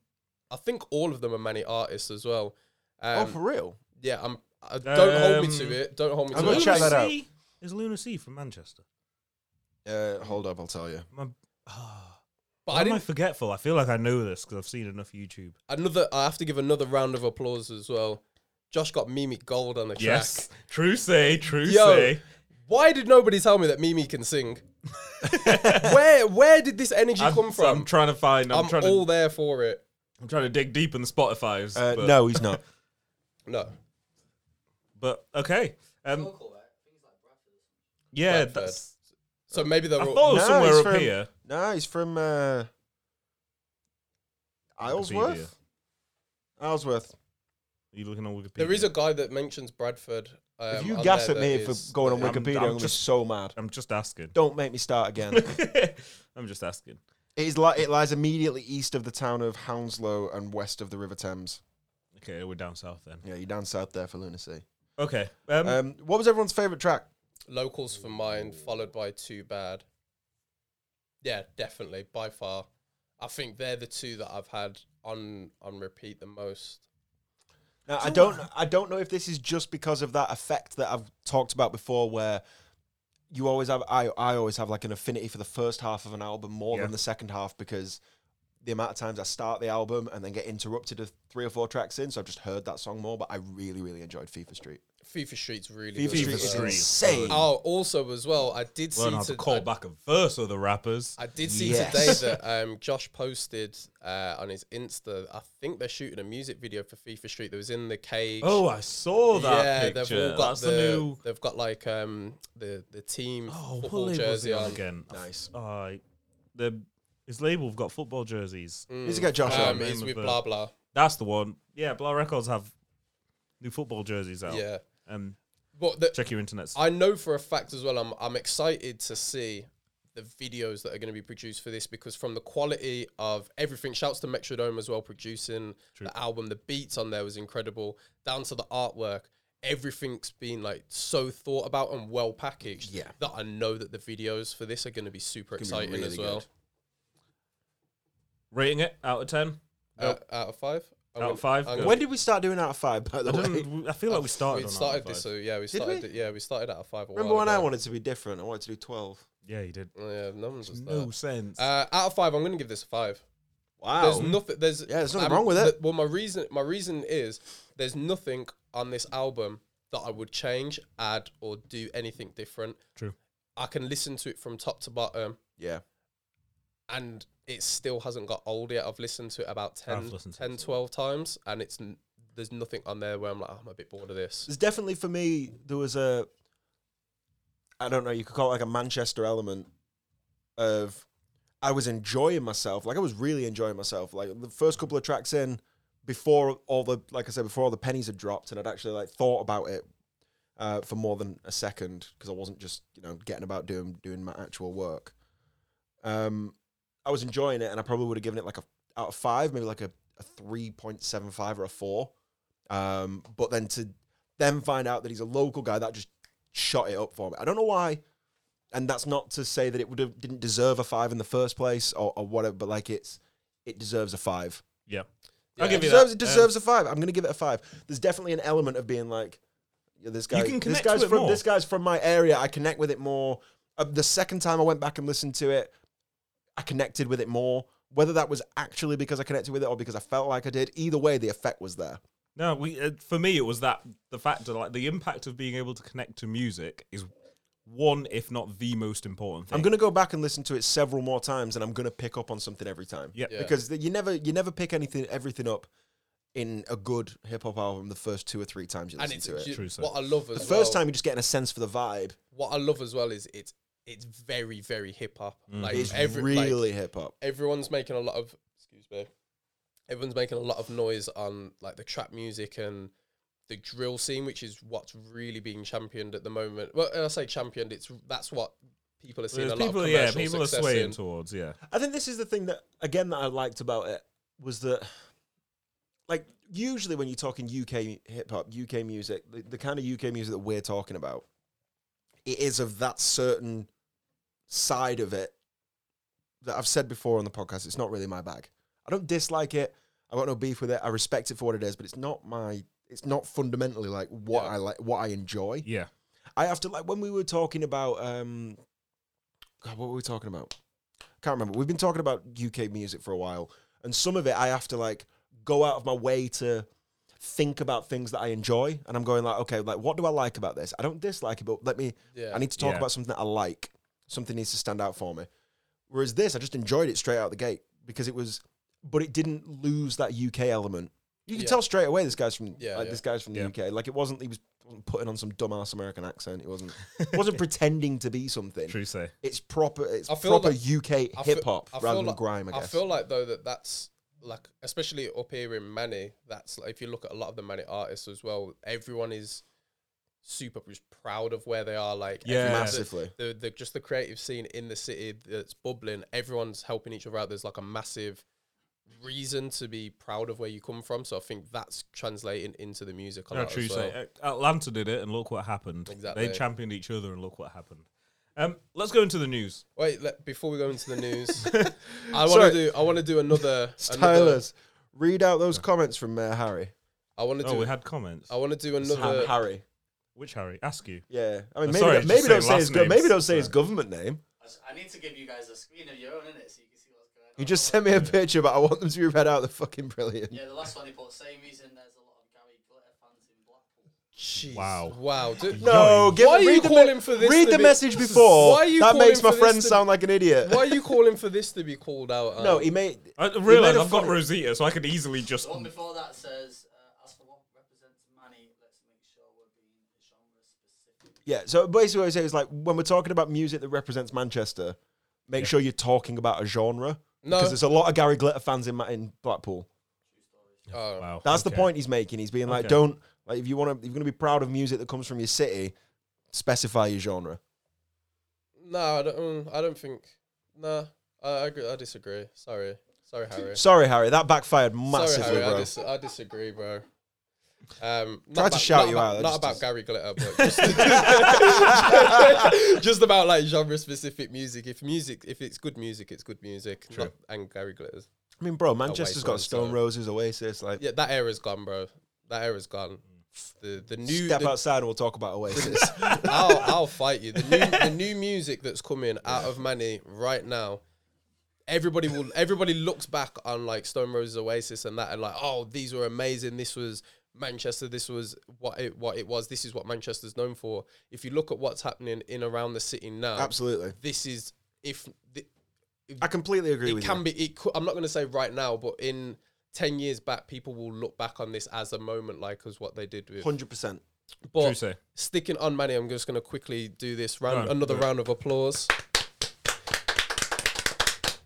Speaker 1: I think all of them are many artists as well.
Speaker 3: Oh,
Speaker 1: Um,
Speaker 3: for real?
Speaker 1: yeah, I'm. Uh, don't hold me
Speaker 2: Um,
Speaker 1: to it. Don't hold me
Speaker 3: I'm
Speaker 1: to
Speaker 3: gonna
Speaker 1: it.
Speaker 3: check that out.
Speaker 2: Is Luna C from Manchester?
Speaker 7: Uh, hold up, I'll tell you.
Speaker 2: My,
Speaker 1: But
Speaker 2: why
Speaker 1: I
Speaker 2: am I
Speaker 1: didn't.
Speaker 2: forgetful? I feel like I know this because I've seen enough YouTube.
Speaker 1: Another. I have to give another round of applause as well. Josh got Mimi Gold on the track.
Speaker 2: Yes. True say, true
Speaker 1: Yo.
Speaker 2: say.
Speaker 1: Why did nobody tell me that Mimi can sing? where where did this energy
Speaker 2: I'm,
Speaker 1: come
Speaker 2: so I'm
Speaker 1: from?
Speaker 2: trying to find. I'm,
Speaker 1: I'm,
Speaker 2: trying
Speaker 1: all
Speaker 2: to.
Speaker 1: there for it.
Speaker 2: I'm trying to dig deep in the Spotify's.
Speaker 3: Uh,
Speaker 2: but,
Speaker 3: no, he's not.
Speaker 1: No.
Speaker 2: But okay. Um,
Speaker 5: Local, right? Things like Bradford.
Speaker 2: yeah.
Speaker 1: Bradford.
Speaker 2: That's,
Speaker 1: So maybe they're
Speaker 2: I
Speaker 1: all-
Speaker 2: thought it was
Speaker 3: No,
Speaker 2: somewhere
Speaker 3: he's
Speaker 2: up
Speaker 3: from-
Speaker 2: here.
Speaker 3: No, he's from uh,
Speaker 2: Wikipedia.
Speaker 3: Islesworth. Islesworth.
Speaker 2: Are you looking on Wikipedia?
Speaker 1: there is a guy that mentions Bradford. Um,
Speaker 3: If you
Speaker 1: on
Speaker 3: gas
Speaker 1: there
Speaker 3: at
Speaker 1: that
Speaker 3: me for
Speaker 1: is-
Speaker 3: going on
Speaker 2: I'm-
Speaker 3: Wikipedia, I'm,
Speaker 2: I'm
Speaker 3: gonna be
Speaker 2: just-
Speaker 3: so mad.
Speaker 2: I'm just asking.
Speaker 3: Don't make me start again. it
Speaker 2: I'm just asking.
Speaker 7: It's like it lies immediately east of the town of Hounslow and west of the River Thames.
Speaker 2: Okay, we're down south then.
Speaker 7: Yeah, you're down south there for lunacy.
Speaker 2: Okay. Um,
Speaker 3: Uh,
Speaker 7: Um, what was everyone's favorite track?
Speaker 1: locals for mine, followed by Too Bad. Yeah, definitely by far. I think they're the two that I've had on on repeat the most.
Speaker 3: Now, I don't. I don't know if this is just because of that effect that I've talked about before, where you always have. I I always have like an affinity for the first half of an album more
Speaker 2: Yeah.
Speaker 3: than the second half because the amount of times I start the album and then get interrupted of three or four tracks in. So I've just heard that song more, but I really really enjoyed FIFA Street.
Speaker 1: FIFA Street's really
Speaker 3: FIFA
Speaker 1: good.
Speaker 3: Street
Speaker 1: as
Speaker 3: is
Speaker 1: well.
Speaker 2: Street.
Speaker 3: insane.
Speaker 1: Oh, also as well, I did see
Speaker 2: learn how to
Speaker 1: to-
Speaker 2: call
Speaker 1: I-
Speaker 2: back a verse of the rappers.
Speaker 1: I did see
Speaker 3: Yes.
Speaker 1: today that um, Josh posted uh, on his Insta. I think they're shooting a music video for FIFA Street that was in the cage.
Speaker 2: oh, I saw that
Speaker 1: yeah,
Speaker 2: picture.
Speaker 1: they've all got
Speaker 2: That's
Speaker 1: the,
Speaker 2: the, new.
Speaker 1: they've got like um, the the team
Speaker 2: Oh, what
Speaker 1: football
Speaker 2: label is
Speaker 1: jersey
Speaker 2: he on
Speaker 1: on.
Speaker 2: again?
Speaker 3: Nice.
Speaker 2: Uh, the his label have got football jerseys.
Speaker 7: Need to get Josh
Speaker 1: Um,
Speaker 7: on.
Speaker 1: it's
Speaker 2: Name
Speaker 1: with
Speaker 2: of the-
Speaker 1: blah blah.
Speaker 2: That's the one. Yeah, Blah Records have new football jerseys out.
Speaker 1: Yeah,
Speaker 2: Um,
Speaker 1: but the,
Speaker 2: check your internet.
Speaker 1: I know for a fact as well. I'm I'm excited to see the videos that are going to be produced for this because from the quality of everything, shouts to Metrodome as well producing the album. The beats on there was incredible, down to the artwork. Everything's been like so thought about and well packaged.
Speaker 3: Yeah.
Speaker 1: that I know that the videos for this are going to be super
Speaker 3: Gonna be
Speaker 1: exciting
Speaker 3: really
Speaker 1: as well.
Speaker 3: good.
Speaker 2: Rating it out of ten. Nope.
Speaker 1: Uh, out of five. I'm
Speaker 2: Out of
Speaker 1: gonna-
Speaker 2: five?
Speaker 1: I'm
Speaker 2: Good.
Speaker 1: gonna-
Speaker 3: When did we start doing out of five? By the
Speaker 2: I,
Speaker 3: way,
Speaker 2: don't- I feel like we started.
Speaker 1: We
Speaker 2: on
Speaker 1: started
Speaker 2: Outer
Speaker 1: this, so
Speaker 2: Five.
Speaker 1: yeah, we started. it- Yeah, we started out of five. a
Speaker 3: Remember
Speaker 1: while
Speaker 3: when I
Speaker 1: ago.
Speaker 3: wanted to be different? I wanted to do 12.
Speaker 1: uh,
Speaker 2: Yeah, you did.
Speaker 1: Yeah, no one's just
Speaker 2: No
Speaker 1: that.
Speaker 2: sense.
Speaker 1: Uh, out of five, I'm going to give this a five.
Speaker 3: Wow.
Speaker 1: There's nothing. There's
Speaker 3: Yeah, there's nothing wrong with it.
Speaker 1: the- well, my reason, my reason is there's nothing on this album that I would change, add, or do anything different.
Speaker 2: True.
Speaker 1: I can listen to it from top to bottom,
Speaker 3: yeah.
Speaker 1: and it still hasn't got old yet. I've listened to it about 10,
Speaker 2: I've listened to it
Speaker 1: 10
Speaker 2: as
Speaker 1: 12 times, and it's n- there's nothing on there where I'm like, "Oh, I'm a bit bored of this.
Speaker 3: There's definitely for me there was a I don't know, you could call it like a Manchester element of I was enjoying myself. Like I was really enjoying myself. Like the first couple of tracks in, before all the like I said, before all the pennies had dropped and I'd actually like thought about it uh, for more than a second because I wasn't just, you know, getting about doing doing my actual work. Um I was enjoying it and I probably would have given it like a out of five, maybe like a, a three point seven five or a four. Um, but then to then find out that he's a local guy that just shot it up for me. I don't know why. And that's not to say that it would have didn't deserve a five in the first place or, or whatever, but like it's it deserves a five.
Speaker 2: Yeah.
Speaker 1: Yeah.
Speaker 2: I'll give
Speaker 3: It
Speaker 2: you
Speaker 3: deserves,
Speaker 2: that. um,
Speaker 3: it deserves a five. I'm gonna give it a five. There's definitely an element of being like, yeah, this guy.
Speaker 2: You can
Speaker 3: this
Speaker 2: connect
Speaker 3: guy's
Speaker 2: to it
Speaker 3: from
Speaker 2: more.
Speaker 3: this guy's from my area. I connect with it more. Uh, the second time I went back and listened to it, I connected with it more. Whether that was actually because I connected with it or because I felt like I did, either way, the effect was there.
Speaker 2: No, we uh, for me it was that the factor like the impact of being able to connect to music is one if not the most important thing.
Speaker 3: I'm gonna go back and listen to it several more times, and I'm gonna pick up on something every time.
Speaker 2: Yeah. Yeah.
Speaker 3: because th- you never you never pick anything everything up in a good hip hop album the first two or three times you
Speaker 1: and
Speaker 3: listen
Speaker 1: it's
Speaker 3: to it.
Speaker 1: you-
Speaker 2: True, sir.
Speaker 1: what I love as
Speaker 3: the
Speaker 1: well,
Speaker 3: first time you're just getting a sense for the vibe.
Speaker 1: What I love as well is it's it's very very hip hop. Like
Speaker 3: Mm. It's
Speaker 1: every like,
Speaker 3: really hip hop.
Speaker 1: everyone's making a lot of excuse me everyone's making a lot of noise on like the trap music and the drill scene which is what's really being championed at the moment well and i say championed it's that's what people are seeing
Speaker 2: There's
Speaker 1: a lot
Speaker 2: people,
Speaker 1: of
Speaker 2: yeah,
Speaker 1: commercial
Speaker 2: people are
Speaker 1: success
Speaker 2: swaying
Speaker 1: in.
Speaker 2: towards, yeah.
Speaker 3: I think this is the thing that again that I liked about it was that like usually when you're talking UK hip hop, UK music, the, the kind of UK music that we're talking about, it is of that certain side of it that I've said before on the podcast, it's not really my bag. I don't dislike it. I got no beef with it. I respect it for what it is, but it's not my it's not fundamentally like what I like what I enjoy.
Speaker 2: Yeah.
Speaker 3: I have to like when we were talking about um God, what were we talking about? Can't remember. We've been talking about UK music for a while, and some of it I have to like go out of my way to think about things that I enjoy, and I'm going like, okay, like what do I like about this? I don't dislike it, but let me.
Speaker 1: Yeah.
Speaker 3: I need to talk
Speaker 2: Yeah.
Speaker 3: about something that I like. Something needs to stand out for me. Whereas this, I just enjoyed it straight out the gate because it was, but it didn't lose that UK element. You can
Speaker 1: Yeah.
Speaker 3: tell straight away this guy's from
Speaker 1: Yeah,
Speaker 3: like
Speaker 1: yeah.
Speaker 3: this guy's from the
Speaker 2: Yeah.
Speaker 3: UK. Like it wasn't he was wasn't putting on some dumbass American accent. It wasn't wasn't pretending to be something.
Speaker 2: True say.
Speaker 3: It's proper. It's
Speaker 1: I feel
Speaker 3: proper
Speaker 1: like- I
Speaker 3: UK
Speaker 1: feel-
Speaker 3: hip hop
Speaker 1: I feel
Speaker 3: rather than
Speaker 1: like-
Speaker 3: grime. I guess.
Speaker 1: feel like though that that's like especially up here in Manny, that's like, if you look at a lot of the Manny artists as well, everyone is super just proud of where they are. Like
Speaker 2: Yeah.
Speaker 1: everyone-
Speaker 3: Massively.
Speaker 1: the, the, the just the creative scene in the city that's bubbling. Everyone's helping each other out. There's like a massive reason to be proud of where you come from. So I think that's translating into the music a
Speaker 2: No,
Speaker 1: lot
Speaker 2: true
Speaker 1: as well.
Speaker 2: say. Uh, Atlanta did it, and look what happened.
Speaker 1: Exactly.
Speaker 2: They championed each other, and look what happened. Um, let's go into the news.
Speaker 1: Wait, let, before we go into the news, I want to do I want to do another another-
Speaker 3: Tyler's read out those comments from Mayor Harry.
Speaker 1: I want to
Speaker 2: Oh,
Speaker 1: do
Speaker 2: we had comments.
Speaker 1: I want to do
Speaker 3: Sam
Speaker 1: another
Speaker 3: Harry.
Speaker 2: Which Harry? Ask you.
Speaker 3: Yeah, I mean,
Speaker 2: Oh,
Speaker 3: maybe,
Speaker 2: sorry,
Speaker 3: don't-
Speaker 2: just
Speaker 3: maybe
Speaker 2: say
Speaker 3: don't say his
Speaker 2: last
Speaker 3: go- maybe
Speaker 2: names.
Speaker 3: don't say his
Speaker 2: Right.
Speaker 3: government name.
Speaker 5: I s- I need to give you guys a screen of your own, innit? So you can see what's going on.
Speaker 3: You just sent me a picture, but I want them to be read out. They're fucking brilliant.
Speaker 5: Yeah, the last one he put, same reason there's a lot of Gary Glitter fans in Blackpool.
Speaker 1: Jeez.
Speaker 2: Wow.
Speaker 1: Wow. dude.
Speaker 3: No,
Speaker 2: Yoink.
Speaker 3: give,
Speaker 1: Why are
Speaker 3: read
Speaker 1: you
Speaker 3: the
Speaker 1: calling
Speaker 3: me-
Speaker 1: for this
Speaker 3: Read
Speaker 1: to
Speaker 3: the
Speaker 1: be-
Speaker 3: message before.
Speaker 1: Why are you
Speaker 3: that makes my
Speaker 1: calling for this
Speaker 3: friend
Speaker 1: to-
Speaker 3: sound like an idiot.
Speaker 1: Why are you calling for this to be called out? um, Ant?
Speaker 3: No, he made.
Speaker 2: I realize
Speaker 3: a
Speaker 2: I've got
Speaker 3: funny-
Speaker 2: Rosita, so I could easily just.
Speaker 5: The one before that says, uh, as for what represents Manny, let's make sure we're being genre specific.
Speaker 3: Yeah. So basically, what I say is like when we're talking about music that represents Manchester, make sure you're talking about a genre
Speaker 1: No.
Speaker 3: because there's a lot of Gary Glitter fans in Ma- in Blackpool.
Speaker 1: Oh,
Speaker 2: Wow.
Speaker 3: That's the
Speaker 2: okay.
Speaker 3: point he's making. He's being like,
Speaker 2: Okay.
Speaker 3: don't like if you want to, you're going to be proud of music that comes from your city. Specify your genre.
Speaker 1: no, I don't. mm, I don't think. Nah, I, I agree- I disagree. Sorry, sorry, Harry.
Speaker 3: Sorry, Harry, that backfired
Speaker 1: Sorry,
Speaker 3: massively,
Speaker 1: Harry. I,
Speaker 3: bro.
Speaker 1: dis- I disagree, bro. Um,
Speaker 3: Tried
Speaker 1: not
Speaker 3: to
Speaker 1: about-
Speaker 3: shout
Speaker 1: not
Speaker 3: you
Speaker 1: about-
Speaker 3: out, I
Speaker 1: Not
Speaker 3: just-
Speaker 1: about Gary Glitter, but just, just about like genre-specific music. If music, if it's good music, it's good music. Not, and Gary Glitter's.
Speaker 3: I mean, bro, Manchester's got
Speaker 1: Waypoint,
Speaker 3: Stone
Speaker 1: so-
Speaker 3: Roses, Oasis. Like,
Speaker 1: Yeah, that era's gone, bro. That era's gone. The the new
Speaker 3: Mm. step
Speaker 1: the-
Speaker 3: outside and we'll talk about Oasis.
Speaker 1: I'll, I'll fight you. The new, the new music that's coming out of Manny right now, everybody will. Everybody looks back on like Stone Roses, Oasis, and that, and like, oh, these were amazing. This was Manchester. This was what it what it was. This is what Manchester's known for. If you look at what's happening in around the city now,
Speaker 3: Absolutely,
Speaker 1: this is if the,
Speaker 3: I completely agree
Speaker 1: it
Speaker 3: with
Speaker 1: can
Speaker 3: you.
Speaker 1: be. It could, I'm not going to say right now, but in ten years back, people will look back on this as a moment, like as what they did with
Speaker 3: Hundred percent.
Speaker 2: Drew
Speaker 1: But
Speaker 2: say.
Speaker 1: sticking on Manny, I'm just going to quickly do this
Speaker 2: Go
Speaker 1: round,
Speaker 2: on,
Speaker 1: another
Speaker 2: do it.
Speaker 1: round of applause.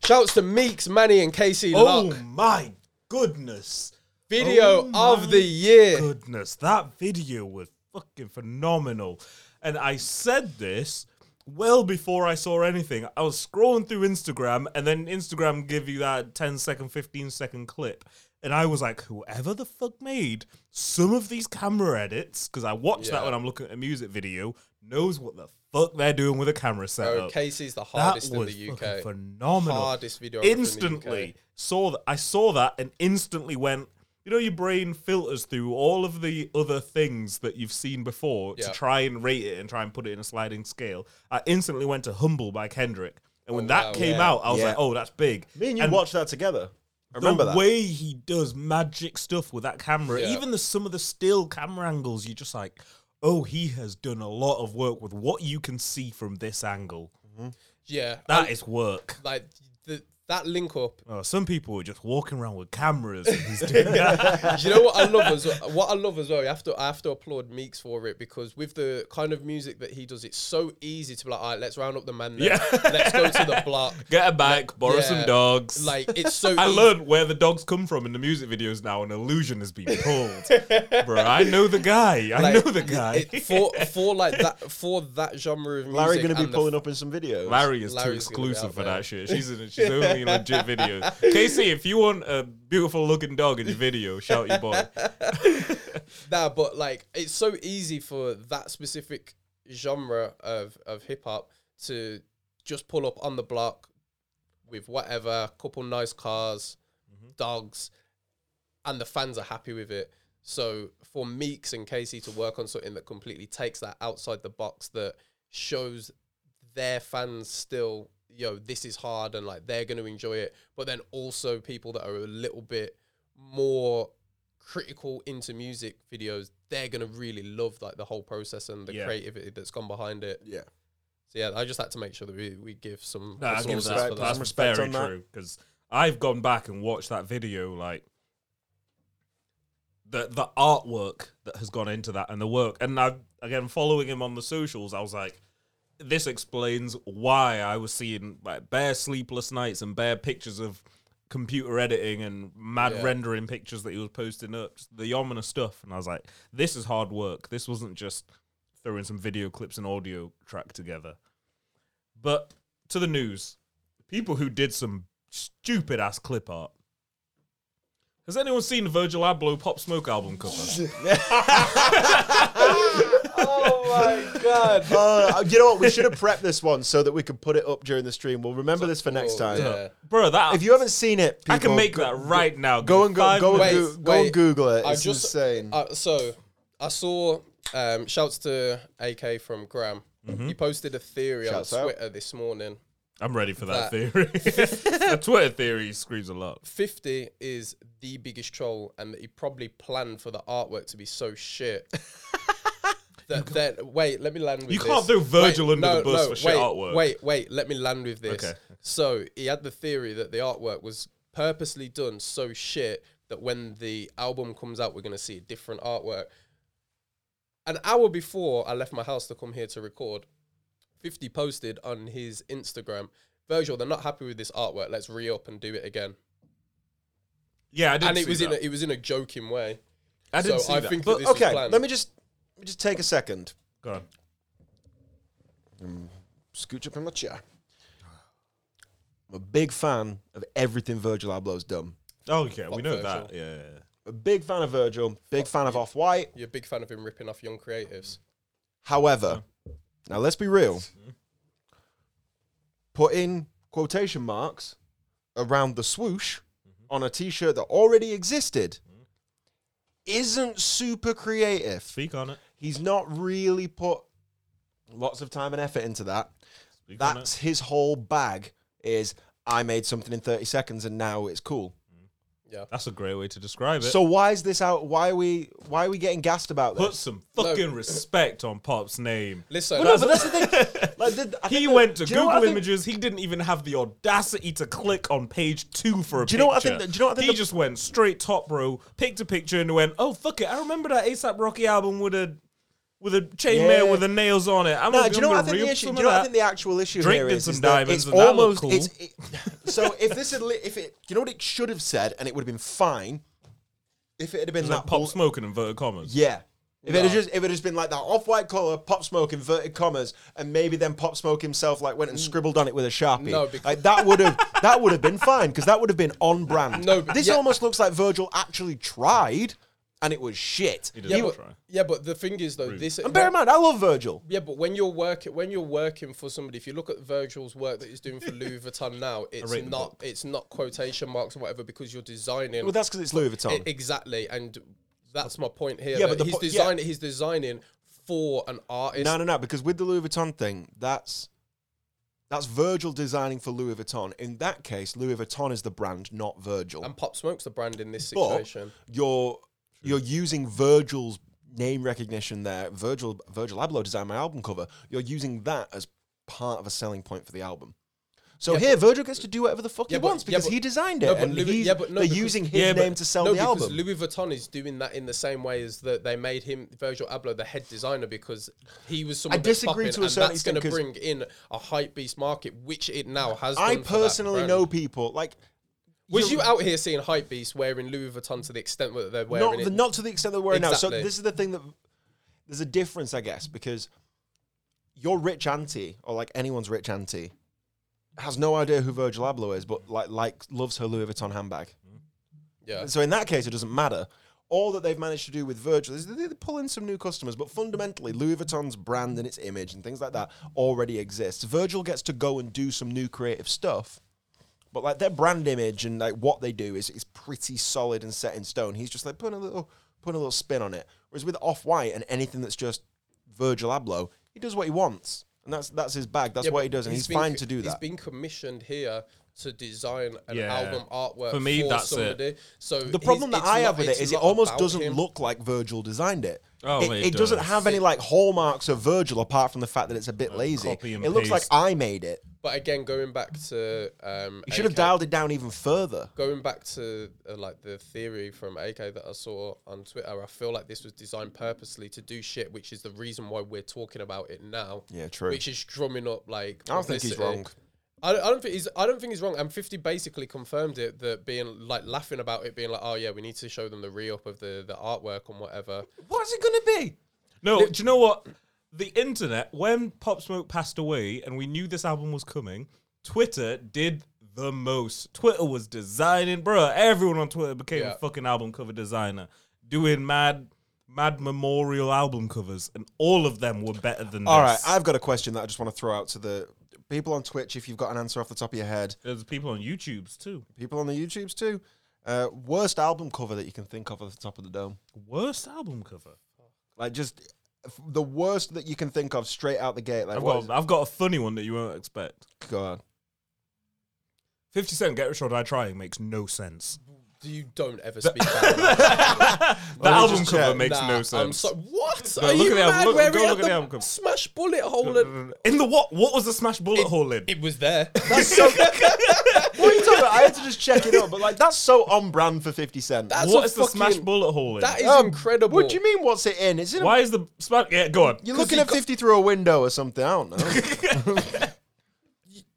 Speaker 1: Shouts to Meeks, Manny, and Casey Lock.
Speaker 2: Oh my goodness.
Speaker 1: Video
Speaker 2: Oh
Speaker 1: of
Speaker 2: my
Speaker 1: the year.
Speaker 2: Goodness, that video was fucking phenomenal. And I said this well before I saw anything. I was scrolling through Instagram, and then Instagram give you that 10 second, 15 second clip. And I was like, whoever the fuck made some of these camera edits, because I watch that
Speaker 1: Yeah.
Speaker 2: when I'm looking at a music video, knows what the fuck they're doing with a camera
Speaker 1: Oh,
Speaker 2: setup.
Speaker 1: Casey's the
Speaker 2: That was
Speaker 1: hardest in the
Speaker 2: fucking
Speaker 1: UK.
Speaker 2: phenomenal.
Speaker 1: Hardest videographer in the
Speaker 2: Instantly
Speaker 1: UK.
Speaker 2: saw that. I saw that and instantly went. You know, your brain filters through all of the other things that you've seen before
Speaker 1: Yeah.
Speaker 2: to try and rate it and try and put it in a sliding scale. I instantly went to "Humble" by Kendrick, and when
Speaker 1: Oh,
Speaker 2: that
Speaker 1: wow.
Speaker 2: came
Speaker 3: Yeah.
Speaker 2: out, I was
Speaker 3: Yeah.
Speaker 2: like, "Oh, that's big."
Speaker 3: Me and you
Speaker 2: And-
Speaker 3: watched that together. I remember
Speaker 2: the
Speaker 3: that.
Speaker 2: way he does magic stuff with that camera,
Speaker 1: Yeah.
Speaker 2: even the some of the still camera angles, you're just like, "Oh, he has done a lot of work with what you can see from this angle."
Speaker 1: Yeah,
Speaker 2: That
Speaker 1: I-
Speaker 2: is work.
Speaker 1: like the, that link up
Speaker 2: Oh, some people are just walking around with cameras. and he's doing that.
Speaker 1: Do you know what I love as well? What I love as well, you have to I have to applaud Meeks for it because with the kind of music that he does, it's so easy to be like, all right, let's round up the man. There.
Speaker 2: Yeah.
Speaker 1: let's go to the block.
Speaker 2: Get a bike, borrow some
Speaker 1: Yeah.
Speaker 2: dogs.
Speaker 1: Like it's so.
Speaker 2: I
Speaker 1: easy.
Speaker 2: learned where the dogs come from in the music videos now. An illusion has been pulled, bro. I know the guy. I
Speaker 1: like,
Speaker 2: know the guy.
Speaker 1: it- for for like that for that genre of music.
Speaker 3: Larry going to be
Speaker 1: and the
Speaker 3: pulling up in some videos.
Speaker 2: Larry is
Speaker 1: Larry's
Speaker 2: too
Speaker 1: gonna be
Speaker 2: exclusive
Speaker 1: out
Speaker 2: for
Speaker 1: there.
Speaker 2: that shit. She's in, she's only in legit videos. Casey, if you want a beautiful looking dog in your video, shout your boy.
Speaker 1: Nah, but like it's so easy for that specific genre of of hip hop to just pull up on the block with whatever, couple nice cars, dogs, and the fans are happy with it. So for Meeks and Casey to work on something that completely takes that outside the box that shows their fans still, yo, this is hard and like they're gonna enjoy it, but then also people that are a little bit more critical into music videos, they're gonna really love like the whole process and the
Speaker 2: Yeah.
Speaker 1: creativity that's gone behind it.
Speaker 3: Yeah.
Speaker 1: So yeah, I just had to make sure that we, we give some
Speaker 2: No, I
Speaker 1: some
Speaker 2: give
Speaker 1: respect
Speaker 2: that.
Speaker 1: for
Speaker 2: That's
Speaker 1: that.
Speaker 3: respect
Speaker 2: very
Speaker 3: on that.
Speaker 2: true because I've gone back and watched that video. Like the the artwork that has gone into that and the work, and I again following him on the socials, I was like, this explains why I was seeing like bare sleepless nights and bare pictures of computer editing and mad
Speaker 1: Yeah.
Speaker 2: rendering pictures that he was posting up, just the ominous stuff. And I was like, this is hard work. This wasn't just throwing some video clips and audio track together. But to the news, people who did some stupid ass clip art. Has anyone seen the Virgil Abloh Pop Smoke album cover?
Speaker 3: Uh, you know what? We should have prepped this one so that we could put it up during the stream. We'll remember this for next
Speaker 1: Oh,
Speaker 3: time.
Speaker 1: yeah.
Speaker 2: Bro, that
Speaker 3: If you haven't seen it,
Speaker 2: I
Speaker 3: people,
Speaker 2: can make
Speaker 3: go-
Speaker 2: that right now.
Speaker 3: Go and go,
Speaker 2: Five
Speaker 3: go, and,
Speaker 2: minutes.
Speaker 3: go, go and
Speaker 1: wait.
Speaker 3: Google it.
Speaker 1: I
Speaker 3: It's
Speaker 1: just-
Speaker 3: insane.
Speaker 1: Uh, so I saw um, shouts to AK from Graham. He posted a theory
Speaker 3: Mm-hmm. Shouts
Speaker 1: on
Speaker 3: out.
Speaker 1: Twitter this morning.
Speaker 2: I'm ready for that,
Speaker 1: That.
Speaker 2: theory. the Twitter theory screams a lot.
Speaker 1: 50 is the biggest troll, and that he probably planned for the artwork to be so shit. That, that, wait, let me land with
Speaker 2: You
Speaker 1: this.
Speaker 2: can't throw Virgil
Speaker 1: wait,
Speaker 2: under the bus for shit
Speaker 1: wait,
Speaker 2: artwork.
Speaker 1: Wait, wait, let me land with this.
Speaker 2: Okay.
Speaker 1: So he had the theory that the artwork was purposely done so shit that when the album comes out, we're going to see a different artwork. An hour before I left my house to come here to record, 50 posted on his Instagram, Virgil, they're not happy with this artwork. Let's re up and do it again.
Speaker 2: Yeah, I did
Speaker 1: And
Speaker 2: see
Speaker 1: it was
Speaker 2: that.
Speaker 1: in a, it was in a joking way.
Speaker 2: I did
Speaker 1: So
Speaker 2: see
Speaker 1: I
Speaker 2: that.
Speaker 1: think
Speaker 2: But-
Speaker 1: that this was
Speaker 3: okay,
Speaker 1: planned.
Speaker 3: let me just let me just take a second.
Speaker 2: Go on.
Speaker 3: Scooch up in my chair. I'm a big fan of everything Virgil Abloh's done.
Speaker 2: Oh, yeah, we know
Speaker 1: Virgil.
Speaker 2: that. Yeah, yeah, yeah.
Speaker 3: A big fan of Virgil. Big fan of Off White.
Speaker 1: You're a big fan of him ripping off young creatives.
Speaker 3: However, now let's be real.
Speaker 2: Mm-hmm.
Speaker 3: Put in quotation marks around the swoosh
Speaker 2: Mm-hmm.
Speaker 3: on a t-shirt that already existed isn't super creative.
Speaker 2: Speak on it.
Speaker 3: He's not really put lots of time and effort into that.
Speaker 2: Speak on
Speaker 3: That's his whole bag is I made something in 30 seconds and now it's cool.
Speaker 2: it. That's a great way to describe it.
Speaker 3: So why is this out? Why are we why are we getting gassed about
Speaker 2: Put
Speaker 3: this?
Speaker 2: some fucking respect on Pop's name.
Speaker 1: Listen,
Speaker 3: But no, but that's the thing. Like, did- I
Speaker 2: He
Speaker 3: think that-
Speaker 2: went to
Speaker 3: do you know
Speaker 2: Google
Speaker 3: what I think-
Speaker 2: Images. He didn't even have the audacity to click on page two for a
Speaker 3: Do you
Speaker 2: picture.
Speaker 3: know what I think that- do you know what I think
Speaker 2: He
Speaker 3: the-
Speaker 2: just went straight top row, picked a picture, and went, "Oh fuck it! I remember that ASAP Rocky album with a with a chainmail
Speaker 3: Yeah.
Speaker 2: with the nails on it. I'm
Speaker 3: No,
Speaker 2: gonna,
Speaker 3: do you know
Speaker 2: I'm
Speaker 3: what I
Speaker 2: gonna
Speaker 3: think the
Speaker 2: reap
Speaker 3: issue?
Speaker 2: some
Speaker 3: Do you know
Speaker 2: of
Speaker 3: what I
Speaker 2: that.
Speaker 3: think the actual issue
Speaker 2: Drink
Speaker 3: here
Speaker 2: did
Speaker 3: is,
Speaker 2: some
Speaker 3: is that
Speaker 2: diamonds
Speaker 3: it's
Speaker 2: and that looked
Speaker 3: almost
Speaker 2: cool.
Speaker 3: it's it, so if this had li- if it do you know what it should have said and it would have been fine if it had been
Speaker 2: It's
Speaker 3: that
Speaker 2: like pop
Speaker 3: bl-
Speaker 2: smoking inverted commas.
Speaker 3: yeah. If it had just if it had just been like that off white collar, pop smoke, inverted commas, and maybe then pop smoke himself like went and scribbled on it with a sharpie.
Speaker 1: No, because-
Speaker 3: like that would have that would have been fine because that would have been on brand.
Speaker 1: No, but-
Speaker 3: this
Speaker 1: yeah.
Speaker 3: almost looks like Virgil actually tried, and it was shit.
Speaker 2: He
Speaker 1: Yeah,
Speaker 2: didn't
Speaker 1: but,
Speaker 2: try.
Speaker 1: yeah, but the thing is though, this
Speaker 3: And bear in mind, I love Virgil.
Speaker 1: Yeah, but when you're working, when you're working for somebody, if you look at Virgil's work that he's doing for Louis Vuitton now, it's
Speaker 2: rate the
Speaker 1: not it's not quotation marks or whatever because you're designing
Speaker 3: Well, that's because it's Louis Vuitton.
Speaker 1: E- exactly, and that's my point here.
Speaker 3: Yeah,
Speaker 1: that
Speaker 3: but the
Speaker 1: he's
Speaker 3: po- yeah.
Speaker 1: designing he's designing for an artist.
Speaker 3: No, no, no. Because with the Louis Vuitton thing, that's that's Virgil designing for Louis Vuitton. In that case, Louis Vuitton is the brand, not Virgil.
Speaker 1: And Pop Smoke's the brand in this
Speaker 3: but
Speaker 1: situation.
Speaker 3: you're you're using Virgil's name recognition there. Virgil Virgil Abloh designed my album cover. You're using that as part of a selling point for the album. So here, Virgil gets to do whatever the fuck
Speaker 1: Yeah,
Speaker 3: he
Speaker 1: but-
Speaker 3: wants
Speaker 1: yeah,
Speaker 3: because
Speaker 1: but-
Speaker 3: he designed it,
Speaker 1: no, but
Speaker 3: and
Speaker 1: Louis-
Speaker 3: he's-
Speaker 1: yeah, but no,
Speaker 3: they're
Speaker 1: because-
Speaker 3: using his
Speaker 2: yeah, but-
Speaker 3: name to sell
Speaker 1: no,
Speaker 3: the
Speaker 1: because
Speaker 3: album.
Speaker 1: Louis Vuitton is doing that in the same way as that they made him Virgil Abloh the head designer because he was someone.
Speaker 3: I
Speaker 1: that's
Speaker 3: disagree
Speaker 1: popping,
Speaker 3: to a
Speaker 1: and
Speaker 3: certain
Speaker 1: that's going to
Speaker 3: extent 'cause-
Speaker 1: bring in a hype beast market, which it now has.
Speaker 3: I
Speaker 1: done for that
Speaker 3: personally
Speaker 1: brand.
Speaker 3: know people like
Speaker 1: Was you out here seeing hype beasts wearing Louis Vuitton to the extent that they're wearing
Speaker 3: not,
Speaker 1: it?
Speaker 3: the, not to the extent that we're now. So
Speaker 1: Exactly.
Speaker 3: this is the thing that there's a difference, I guess, because your rich auntie or like anyone's rich auntie has no idea who Virgil Abloh is, but like like loves her Louis Vuitton handbag.
Speaker 1: yeah.
Speaker 3: So in that case, it doesn't matter. All that they've managed to do with Virgil is they they pull in some new customers, but fundamentally, Louis Vuitton's brand and its image and things like that already exists. Virgil gets to go and do some new creative stuff, but like their brand image and like what they do is is pretty solid and set in stone. He's just like putting a little putting a little spin on it. Whereas with Off White and anything that's just Virgil Abloh, he does what he wants, and that's that's his bag. That's
Speaker 1: Yeah,
Speaker 3: what
Speaker 1: but
Speaker 3: he does, and he's,
Speaker 1: been-
Speaker 3: fine to do
Speaker 1: He's
Speaker 3: that.
Speaker 1: been commissioned here to design an
Speaker 2: Yeah.
Speaker 1: album artwork
Speaker 2: For me, that's it.
Speaker 1: somebody. So
Speaker 3: The problem that I have with it is it almost doesn't
Speaker 1: look.
Speaker 3: look like Virgil designed it.
Speaker 2: Oh,
Speaker 3: it,
Speaker 2: well, it
Speaker 3: it doesn't
Speaker 2: does.
Speaker 3: have any like hallmarks of Virgil apart from the fact that it's a bit lazy.
Speaker 2: copy and
Speaker 3: It looks like
Speaker 2: paste.
Speaker 3: I made it.
Speaker 1: But again, going back to um,
Speaker 3: You should have
Speaker 1: AK
Speaker 3: dialed it down even further.
Speaker 1: Going back to uh, like the theory from AK that I saw on Twitter, I feel like this was designed purposely to do shit, which is the reason why we're talking about it now.
Speaker 3: Yeah, true.
Speaker 1: Which is drumming up like.
Speaker 3: I don't think he's
Speaker 1: publicity.
Speaker 3: wrong.
Speaker 1: I don't, I don't think he's. I don't think he's wrong. And Fifty basically confirmed it that being like laughing about it, being like, "Oh yeah, we need to show them the re-up of the the artwork and whatever."
Speaker 3: What's it gonna be?
Speaker 2: No, do you know what? The internet, when Pop Smoke passed away and we knew this album was coming, Twitter did the most. Twitter was designing, bruh. Everyone on Twitter became
Speaker 1: Yeah.
Speaker 2: a fucking album cover designer, doing mad, mad memorial album covers, and all of them were better than
Speaker 3: All right,
Speaker 2: this.
Speaker 3: I've got a question that I just want to throw out to the people on Twitch. If you've got an answer off the top of your head,
Speaker 2: There's people on YouTube's too.
Speaker 3: people on the YouTubes too. Uh, worst album cover that you can think of off the top of the dome.
Speaker 2: Worst album cover.
Speaker 3: Like just f- the worst that you can think of straight out the gate. Like
Speaker 2: I've
Speaker 3: what
Speaker 2: got, I've got a funny one that you won't expect.
Speaker 3: is- go on.
Speaker 2: 50 Cent Get Rich or Die Trying makes no sense.
Speaker 1: You don't ever speak. about that.
Speaker 2: The album
Speaker 3: just
Speaker 2: cover
Speaker 3: check.
Speaker 2: makes
Speaker 1: Nah,
Speaker 2: no
Speaker 1: I'm
Speaker 2: sense.
Speaker 1: so, what?
Speaker 2: No,
Speaker 1: Are
Speaker 2: look
Speaker 1: you
Speaker 2: at the album.
Speaker 1: mad?
Speaker 2: Look-
Speaker 1: Where
Speaker 2: go
Speaker 1: he had
Speaker 2: look at
Speaker 1: the
Speaker 2: the album cover.
Speaker 1: Smash bullet hole. and-
Speaker 2: in the what? What was the smash bullet hole in?
Speaker 1: It was there.
Speaker 3: That's so. what are you talking about? I had to just check it up, but like that's so on brand for Fifty Cent.
Speaker 1: That's
Speaker 2: what
Speaker 1: a
Speaker 2: is the smash
Speaker 1: fucking-
Speaker 2: bullet hole in?
Speaker 1: That is
Speaker 3: Um,
Speaker 1: incredible.
Speaker 3: What do you mean? What's it in? It's in. A,
Speaker 2: Why is the smash? Yeah, go on.
Speaker 3: you're
Speaker 1: 'Cause
Speaker 3: looking
Speaker 1: he
Speaker 3: at
Speaker 1: got-
Speaker 3: Fifty through a window or something. I don't know.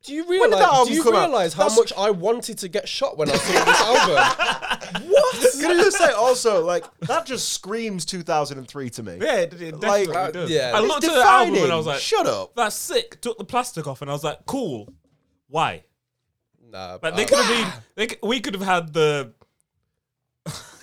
Speaker 1: Do you
Speaker 3: did that
Speaker 1: realize?
Speaker 3: album
Speaker 1: Do you
Speaker 3: come out?
Speaker 1: realize how
Speaker 3: That's-
Speaker 1: much I wanted to get shot when I saw this album?
Speaker 3: Can I just say also, like that just screams 2003 to me.
Speaker 2: Yeah, it, it
Speaker 3: Like,
Speaker 2: definitely
Speaker 3: uh,
Speaker 2: does.
Speaker 1: yeah.
Speaker 2: I
Speaker 1: It's
Speaker 2: looked at the album and I
Speaker 3: defining.
Speaker 2: was like,
Speaker 3: Shut up.
Speaker 2: That's sick." Took the plastic off and I was like, "Cool." Why?
Speaker 1: Nah,
Speaker 2: Like they
Speaker 1: I'm-
Speaker 2: could have been. They, c- we could have had the.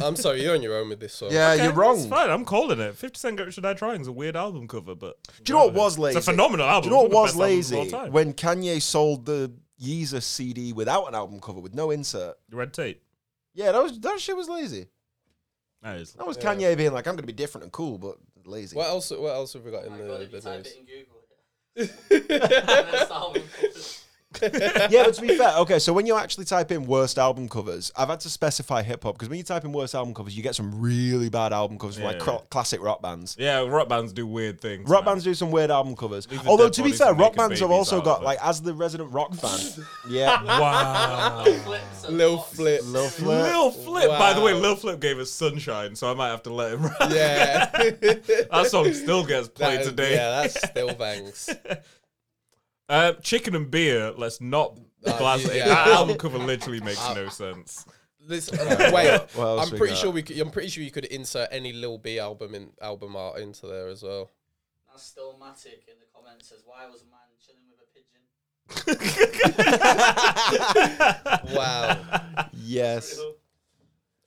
Speaker 1: I'm sorry, you're on your own with this song.
Speaker 3: Yeah,
Speaker 2: Okay,
Speaker 3: you're wrong.
Speaker 2: It's fine. I'm calling it. Fifty Cent Get Rich or Die Trying is a weird album cover, but
Speaker 3: Do you know what was lazy?
Speaker 2: It's a phenomenal album.
Speaker 3: Do you know what
Speaker 2: It's one
Speaker 3: was
Speaker 2: of the best albums of all
Speaker 3: lazy?
Speaker 2: time.
Speaker 3: When Kanye sold the Yeezus CD without an album cover with no insert.
Speaker 2: Red Tape.
Speaker 3: Yeah, that was that shit was lazy.
Speaker 2: That is.
Speaker 3: That was Kanye being like, I'm gonna be different and cool, but lazy.
Speaker 1: What else? What else have we got in
Speaker 5: God, if
Speaker 1: the, the
Speaker 5: you type
Speaker 1: news?
Speaker 5: it in Google, yeah. Best album covers.
Speaker 3: yeah, but to be fair, okay, so when you actually type in worst album covers, I've had to specify hip hop because when you type in worst album covers, you get some really bad album covers from like
Speaker 2: Yeah.
Speaker 3: cl- classic rock bands.
Speaker 2: Yeah, rock bands do weird things.
Speaker 3: Rock
Speaker 2: man.
Speaker 3: bands do some weird album covers.
Speaker 2: Leave the
Speaker 3: Although
Speaker 2: dead
Speaker 3: to be
Speaker 2: bodies and
Speaker 3: fair, rock
Speaker 2: naked
Speaker 3: bands have
Speaker 2: babies
Speaker 3: also
Speaker 2: out
Speaker 3: got
Speaker 2: of it.
Speaker 3: like as the resident rock fan. yeah,
Speaker 2: Wow.
Speaker 5: Flips and
Speaker 1: Lil
Speaker 5: boxes.
Speaker 1: Flip.
Speaker 3: Lil Flip.
Speaker 2: Lil Flip. By the way,
Speaker 1: Wow.
Speaker 2: Lil Flip gave us Sunshine, so I might have to let him ride.
Speaker 1: Yeah. That-
Speaker 2: That song still gets played today.
Speaker 1: Yeah, that's still bangs.
Speaker 2: Uh, chicken and beer. Let's not
Speaker 1: Uh,
Speaker 2: blast it.
Speaker 1: yeah. Uh,
Speaker 2: That album cover literally makes no sense.
Speaker 1: This, uh, wait,
Speaker 3: What else
Speaker 1: I'm
Speaker 3: we
Speaker 1: pretty
Speaker 3: got?
Speaker 1: sure we. Could, I'm pretty sure you could insert any Lil B album in album art into there as well.
Speaker 5: That's still Matic in the comments says, Why was a man chilling with a pigeon?
Speaker 1: Wow.
Speaker 3: yes.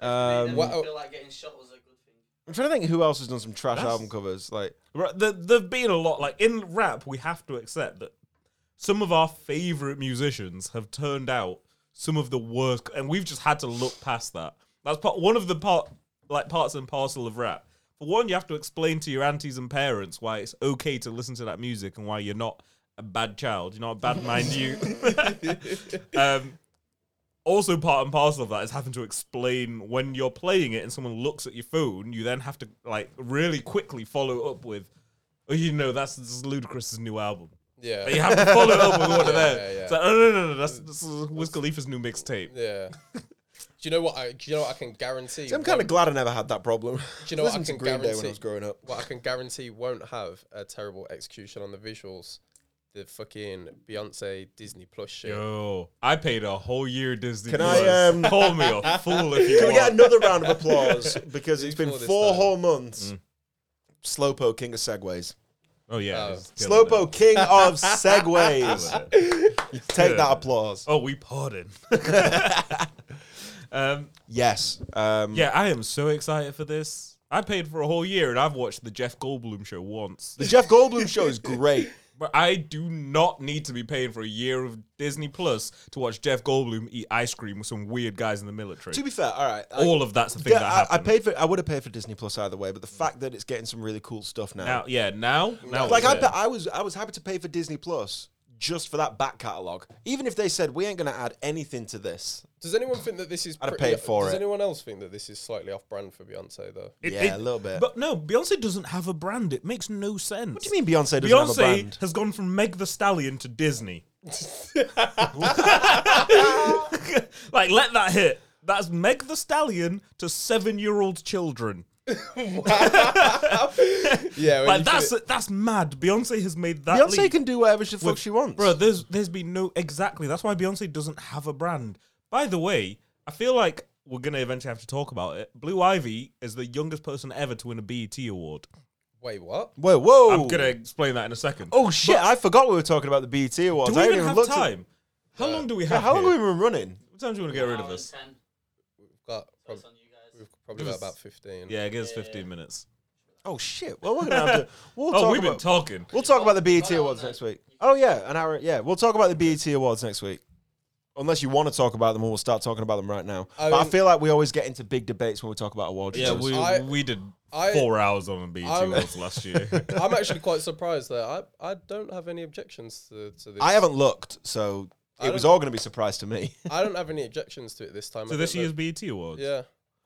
Speaker 2: Uh,
Speaker 5: Um,
Speaker 3: Um,
Speaker 1: What-
Speaker 5: feel like getting shot was a good thing.
Speaker 3: I'm trying to think who else has done some trash album covers. Like
Speaker 2: Right, there, there've been a lot. Like in rap, we have to accept that some of our favorite musicians have turned out some of the worst, and we've just had to look past that. That's part one of the part, like parts and parcel of rap. For one, you have to explain to your aunties and parents why it's okay to listen to that music and why you're not a bad child. You're not a bad mind you. um, also, part and parcel of that is having to explain when you're playing it and someone looks at your phone. You then have to like really quickly follow up with, oh, you know, that's this is Ludacris's new album.
Speaker 1: Yeah.
Speaker 2: But you have to follow it up with one of them.
Speaker 1: yeah, yeah.
Speaker 2: It's like, oh, no, no, no, that's, that's Wiz Khalifa's new mixtape.
Speaker 1: Yeah. Do you know what? I, do you know what I can guarantee?
Speaker 3: I'm kind
Speaker 1: won't-
Speaker 3: of glad I never had that problem. Do
Speaker 1: you know what I
Speaker 3: Listen to
Speaker 1: can
Speaker 3: Green Day when
Speaker 1: guarantee?
Speaker 3: I was growing up?
Speaker 1: what I can guarantee won't have a terrible execution on the visuals. The fucking Beyonce Disney Plus shit.
Speaker 2: Yo, I paid a whole year Disney.
Speaker 3: Can
Speaker 2: Plus.
Speaker 3: I, um,
Speaker 2: call me a fool if you
Speaker 3: Can we
Speaker 2: want?
Speaker 3: get another round of applause because it's been
Speaker 1: Before this
Speaker 3: four
Speaker 1: time.
Speaker 3: whole months. Slowpo king of segways.
Speaker 2: oh yeah,
Speaker 1: Oh.
Speaker 2: it's killing
Speaker 3: Slowpo king of segways.
Speaker 2: it.
Speaker 3: Take that applause.
Speaker 2: Oh, we pardon. um,
Speaker 3: Yes. Um,
Speaker 2: yeah, I am so excited for this. I paid for a whole year, and I've watched the Jeff Goldblum show once.
Speaker 3: The Jeff Goldblum show is great.
Speaker 2: But I do not need to be paying for a year of Disney Plus to watch Jeff Goldblum eat ice cream with some weird guys in the military.
Speaker 3: to be fair, all right. I-
Speaker 2: All of that's the thing
Speaker 3: yeah,
Speaker 2: that
Speaker 3: I, I
Speaker 2: happened.
Speaker 3: paid for. I would have paid for Disney Plus either way, but the fact that it's getting some really cool stuff now.
Speaker 2: now, yeah, now, now,
Speaker 3: like
Speaker 2: it's
Speaker 3: I,
Speaker 2: there.
Speaker 3: bet I was, I was happy to pay for Disney Plus just for that back catalog. Even if they said we ain't going to add anything to this,
Speaker 1: Does anyone think that this is?
Speaker 3: I'd have
Speaker 1: pretty-
Speaker 3: paid for
Speaker 1: Does
Speaker 3: it.
Speaker 1: anyone else think that this is slightly off brand for Beyonce though?
Speaker 2: It-
Speaker 3: yeah,
Speaker 2: it-
Speaker 3: a little bit.
Speaker 2: But no, Beyonce doesn't have a brand. It makes no sense.
Speaker 3: what do you mean Beyonce doesn't have a
Speaker 2: Beyonce
Speaker 3: brand?
Speaker 2: has gone from Meg the Stallion to Disney. like, let that hit. That's Meg the Stallion to seven-year-old children.
Speaker 1: Yeah. when
Speaker 2: Like
Speaker 1: you put
Speaker 2: that's
Speaker 1: it-
Speaker 2: that's mad. Beyonce has made that.
Speaker 3: Beyonce
Speaker 2: leap.
Speaker 3: can do whatever the fuck she wants.
Speaker 2: Bro, there's there's been no exactly. That's why Beyonce doesn't have a brand. By the way, I feel like we're gonna eventually have to talk about it. Blue Ivy is the youngest person ever to win a BET award.
Speaker 1: wait, what?
Speaker 3: Whoa, whoa!
Speaker 2: I'm gonna explain that in a second.
Speaker 3: Oh shit! I forgot we were talking about the BT awards.
Speaker 2: do we
Speaker 3: I
Speaker 2: even
Speaker 3: hadn't
Speaker 2: have
Speaker 3: looked at-
Speaker 2: time? How long do we
Speaker 3: Yeah,
Speaker 2: have?
Speaker 3: how long
Speaker 2: here?
Speaker 3: have we been running?
Speaker 2: What time do you want to get rid of
Speaker 5: Hour
Speaker 2: us?
Speaker 5: and 10.
Speaker 1: We've got prob-
Speaker 5: It's on you guys.
Speaker 1: we've probably got about fifteen.
Speaker 2: Yeah, give us 15 minutes.
Speaker 3: Oh shit! Well, we're gonna have to. We'll
Speaker 2: Oh,
Speaker 3: talk
Speaker 2: we've been
Speaker 3: about.
Speaker 2: talking.
Speaker 3: we'll talk about the BET
Speaker 5: Hold on,
Speaker 3: awards
Speaker 5: no.
Speaker 3: next week. Oh yeah, an hour. Yeah, we'll talk about the BET awards next week. Unless you want to talk about them, or we'll start talking about them right now.
Speaker 1: I
Speaker 3: but I
Speaker 1: mean-
Speaker 3: feel like we always get into big debates when we talk about awards.
Speaker 2: Yeah, we
Speaker 1: I-
Speaker 2: we did
Speaker 1: I-
Speaker 2: four hours on the BET
Speaker 1: I'm-
Speaker 2: awards last year.
Speaker 1: I'm actually quite surprised that I, I don't have any objections to, to this.
Speaker 3: I haven't looked, so it was
Speaker 1: don't-
Speaker 3: all going to be a surprise to me.
Speaker 1: I don't have any objections to it this time.
Speaker 2: so
Speaker 1: I
Speaker 2: this
Speaker 1: don't know.
Speaker 2: year's BET awards.
Speaker 1: Yeah.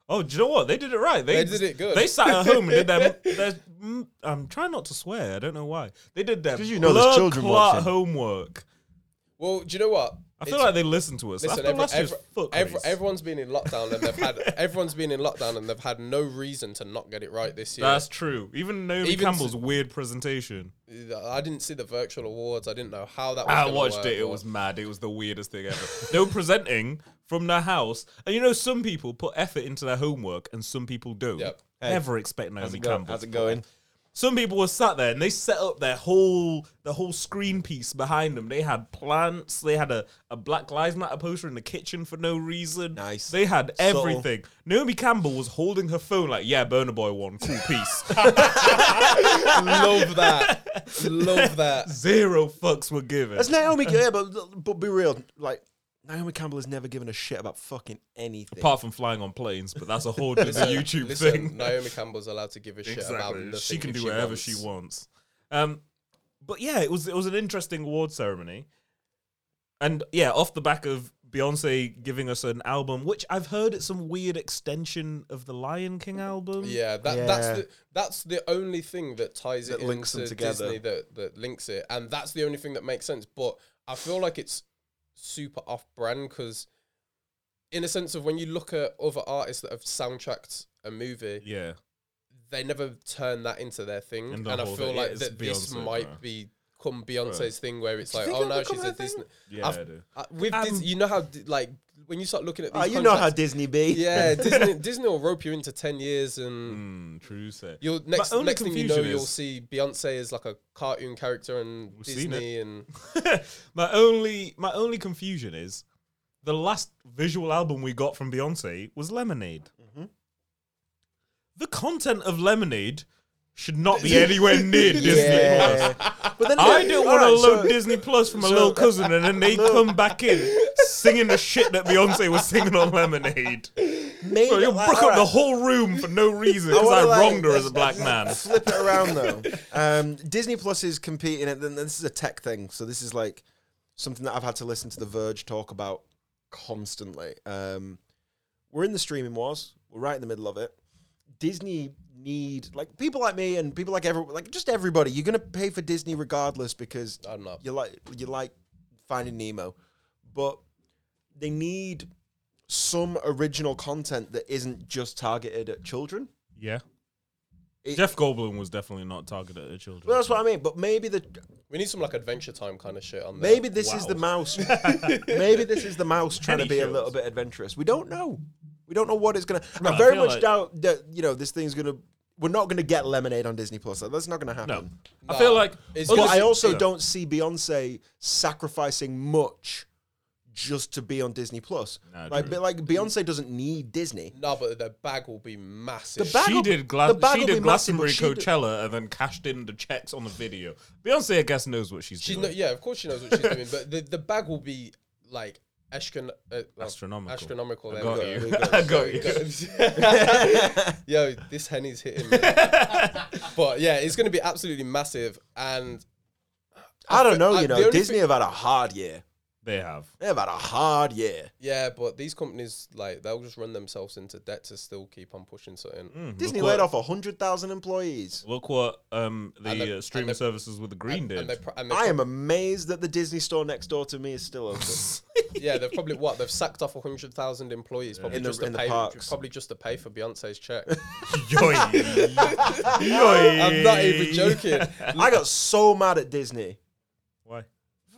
Speaker 2: Oh, do you know what? They did it right. They,
Speaker 1: They did it good.
Speaker 2: They sat at home and did their. their mm, I'm trying not to swear. I don't know why. They did their
Speaker 3: 'Cause you know there's children
Speaker 2: blood-clot
Speaker 3: watching.
Speaker 2: homework.
Speaker 1: Well, do you know what?
Speaker 2: I feel like they listened to us.
Speaker 1: Listen,
Speaker 2: After
Speaker 1: every,
Speaker 2: last year's
Speaker 1: every,
Speaker 2: foot
Speaker 1: every-
Speaker 2: race.
Speaker 1: everyone's been in lockdown and they've had everyone's been in lockdown and they've had no reason to not get it right this year.
Speaker 2: That's true. Even Naomi
Speaker 1: Even
Speaker 2: Campbell's weird presentation.
Speaker 1: I didn't see the virtual awards. I didn't know how that. was
Speaker 2: I
Speaker 1: gonna
Speaker 2: watched
Speaker 1: work
Speaker 2: it. It
Speaker 1: or-
Speaker 2: was mad. It was the weirdest thing ever. they were presenting from their house, and you know some people put effort into their homework, and some people don't.
Speaker 1: Yep.
Speaker 2: Never expect Naomi Campbell.
Speaker 3: How's it going?
Speaker 2: Some people were sat there and they set up their whole the whole screen piece behind them. They had plants. They had a, a Black Lives Matter poster in the kitchen for no reason.
Speaker 3: Nice.
Speaker 2: They had
Speaker 3: Subtle.
Speaker 2: everything. Naomi Campbell was holding her phone like, "Yeah, Burner Boy won. Cool piece."
Speaker 1: Love that. Love that.
Speaker 2: Zero fucks were given.
Speaker 3: That's Naomi. Yeah, but but be real. Like Naomi Campbell has never given a shit about fucking anything.
Speaker 2: Apart from flying on planes, but that's a whole different YouTube
Speaker 1: Listen,
Speaker 2: thing.
Speaker 1: Naomi Campbell's allowed to give a shit about nothing.
Speaker 2: She can
Speaker 1: if
Speaker 2: do whatever
Speaker 1: wants.
Speaker 2: she wants. Um, but yeah, it was it was an interesting award ceremony. And yeah, off the back of Beyonce giving us an album, which I've heard it's some weird extension of the Lion King album.
Speaker 1: Yeah, that, that's
Speaker 3: Yeah.
Speaker 1: the that's the only thing that ties it
Speaker 3: That links them
Speaker 1: into
Speaker 3: together.
Speaker 1: Disney that that links it, and that's the only thing that makes sense. But I feel like it's super off brand because, in a sense of when you look at other artists that have soundtracked a movie,
Speaker 2: Yeah.
Speaker 1: they never turn that into their thing, and,
Speaker 2: And the
Speaker 1: I
Speaker 2: whole
Speaker 1: feel
Speaker 2: thing- yeah,
Speaker 1: like
Speaker 2: it's
Speaker 1: that this
Speaker 2: Beyonce,
Speaker 1: might
Speaker 2: bro.
Speaker 1: be. Come Beyonce's thing where it's like,
Speaker 3: think
Speaker 1: oh
Speaker 3: it'll
Speaker 1: no,
Speaker 3: become
Speaker 1: she's
Speaker 3: her
Speaker 1: a
Speaker 3: thing?
Speaker 1: Disney.
Speaker 2: Yeah,
Speaker 1: I've-
Speaker 2: I do.
Speaker 1: uh, with
Speaker 2: Um,
Speaker 1: Disney, you know how d- like when you start looking at these,
Speaker 3: Oh, you know how
Speaker 1: contracts-
Speaker 3: Disney be.
Speaker 1: yeah, Disney Disney will rope you into ten years and
Speaker 2: Mm, true say.
Speaker 1: You'll next
Speaker 2: only
Speaker 1: next thing you know,
Speaker 2: confusion
Speaker 1: you'll
Speaker 2: is-
Speaker 1: see Beyonce as like a cartoon character and
Speaker 2: seen
Speaker 1: Disney and
Speaker 2: my only my only confusion is the last visual album we got from Beyonce was Lemonade.
Speaker 1: Mm-hmm.
Speaker 2: The content of Lemonade should not be anywhere near Disney Plus.
Speaker 3: Yeah. but then
Speaker 2: I don't want to
Speaker 3: Alright,
Speaker 2: load
Speaker 3: so-
Speaker 2: Disney Plus from a little cousin, and then they come back in singing the shit that Beyonce was singing on Lemonade.
Speaker 3: Maybe,
Speaker 2: Bro, you
Speaker 3: like,
Speaker 2: broke up the
Speaker 3: alright.
Speaker 2: whole room for no reason because I,
Speaker 3: wanna, like,
Speaker 2: wronged her as a black man.
Speaker 3: flip it around though. Um, Disney Plus is competing, and then this is a tech thing. So this is like something that I've had to listen to The Verge talk about constantly. Um, we're in the streaming wars. We're right in the middle of it. Disney need like people like me and people like everyone, like just everybody. You're gonna pay for Disney regardless because
Speaker 1: I'm not.
Speaker 3: you like you like Finding Nemo, but they need some original content that isn't just targeted at children.
Speaker 2: Yeah.
Speaker 3: It-
Speaker 2: Jeff Goldblum was definitely not targeted at children.
Speaker 3: Well, that's what I mean. But maybe the
Speaker 1: we need some like Adventure Time kind of shit on there.
Speaker 3: maybe this is the mouse. maybe this is the mouse trying to
Speaker 2: Many
Speaker 3: be a
Speaker 2: shows.
Speaker 3: little bit adventurous. We don't know. We don't know what it's gonna. I
Speaker 2: I
Speaker 3: very
Speaker 2: feel
Speaker 3: much
Speaker 2: like-
Speaker 3: doubt that you know this thing's gonna. We're not gonna get lemonade on Disney Plus. Like, That's not gonna
Speaker 2: no.
Speaker 3: happen.
Speaker 2: I feel like.
Speaker 1: It's
Speaker 2: other
Speaker 1: got-
Speaker 3: But I
Speaker 2: shit-
Speaker 3: also
Speaker 2: Yeah.
Speaker 3: don't see Beyonce sacrificing much just to be on Disney Plus.
Speaker 2: Nah,
Speaker 3: like,
Speaker 2: true.
Speaker 3: but, like Beyonce doesn't need Disney.
Speaker 1: no, but the bag will be massive.
Speaker 3: The bag-
Speaker 2: she
Speaker 3: will-
Speaker 2: did,
Speaker 3: the
Speaker 2: Gla-
Speaker 3: bag
Speaker 2: she
Speaker 3: will
Speaker 2: did
Speaker 3: be massive, but
Speaker 2: Glastonbury
Speaker 3: she did-
Speaker 2: Coachella and then cashed in the checks on the video. Beyonce, I guess, knows what she's
Speaker 1: She's no,
Speaker 2: doing.
Speaker 1: yeah, of course she knows what she's doing, but the, the bag will be like ashcon- uh, well,
Speaker 2: Astronomical.
Speaker 1: Astronomical.
Speaker 2: I
Speaker 1: There
Speaker 2: got
Speaker 1: we go.
Speaker 2: you. I got you.
Speaker 1: Yo, this henny's hitting me. but yeah, it's going to be absolutely massive, and
Speaker 3: I don't know.
Speaker 1: I-
Speaker 3: You
Speaker 1: the
Speaker 3: know,
Speaker 1: only
Speaker 3: Disney have had a hard year.
Speaker 2: They have.
Speaker 3: They've had a hard year.
Speaker 1: yeah, but these companies like they'll just run themselves into debt to still keep on pushing something.
Speaker 3: Disney
Speaker 2: Look
Speaker 3: laid
Speaker 2: what-
Speaker 3: off hundred thousand employees.
Speaker 2: Look what um, the
Speaker 1: And the-
Speaker 2: uh, streaming
Speaker 1: and the-
Speaker 2: services with the green
Speaker 1: and,
Speaker 2: did.
Speaker 1: and they, pro- and they
Speaker 3: I
Speaker 1: pro-
Speaker 3: am amazed that the Disney store next door to me is still open.
Speaker 1: yeah, they've probably what they've sacked off hundred thousand employees probably
Speaker 3: In the-
Speaker 1: just to
Speaker 3: in the
Speaker 1: pay
Speaker 3: parks.
Speaker 1: probably just to pay for Beyonce's check.
Speaker 2: Yoy. Yoy.
Speaker 1: I'm not even joking.
Speaker 3: I got so mad at Disney.
Speaker 2: Why?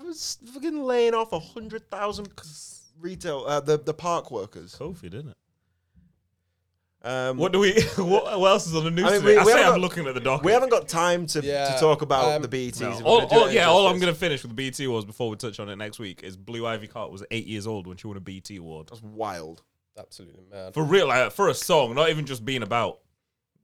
Speaker 3: I was fucking laying off a hundred thousand retail uh, the the park workers.
Speaker 2: Kofi, didn't it?
Speaker 3: Um,
Speaker 2: What do we? What, what else is on the news
Speaker 3: I mean,
Speaker 2: today?
Speaker 3: we-
Speaker 2: I
Speaker 3: we
Speaker 2: say I'm
Speaker 3: haven't got-
Speaker 2: looking at the docket.
Speaker 3: we haven't got time to,
Speaker 1: Yeah,
Speaker 3: to talk about
Speaker 1: um,
Speaker 3: the BTS.
Speaker 2: No. Oh.
Speaker 3: We're
Speaker 2: All,
Speaker 3: gonna do
Speaker 2: all-
Speaker 3: it
Speaker 2: yeah, all I'm
Speaker 3: injustice.
Speaker 2: going to finish with the BT awards before we touch on it next week is Blue Ivy Cart was eight years old when she won a BT award
Speaker 3: That's wild.
Speaker 1: Absolutely mad.
Speaker 2: for real, like, for a song, not even just being about.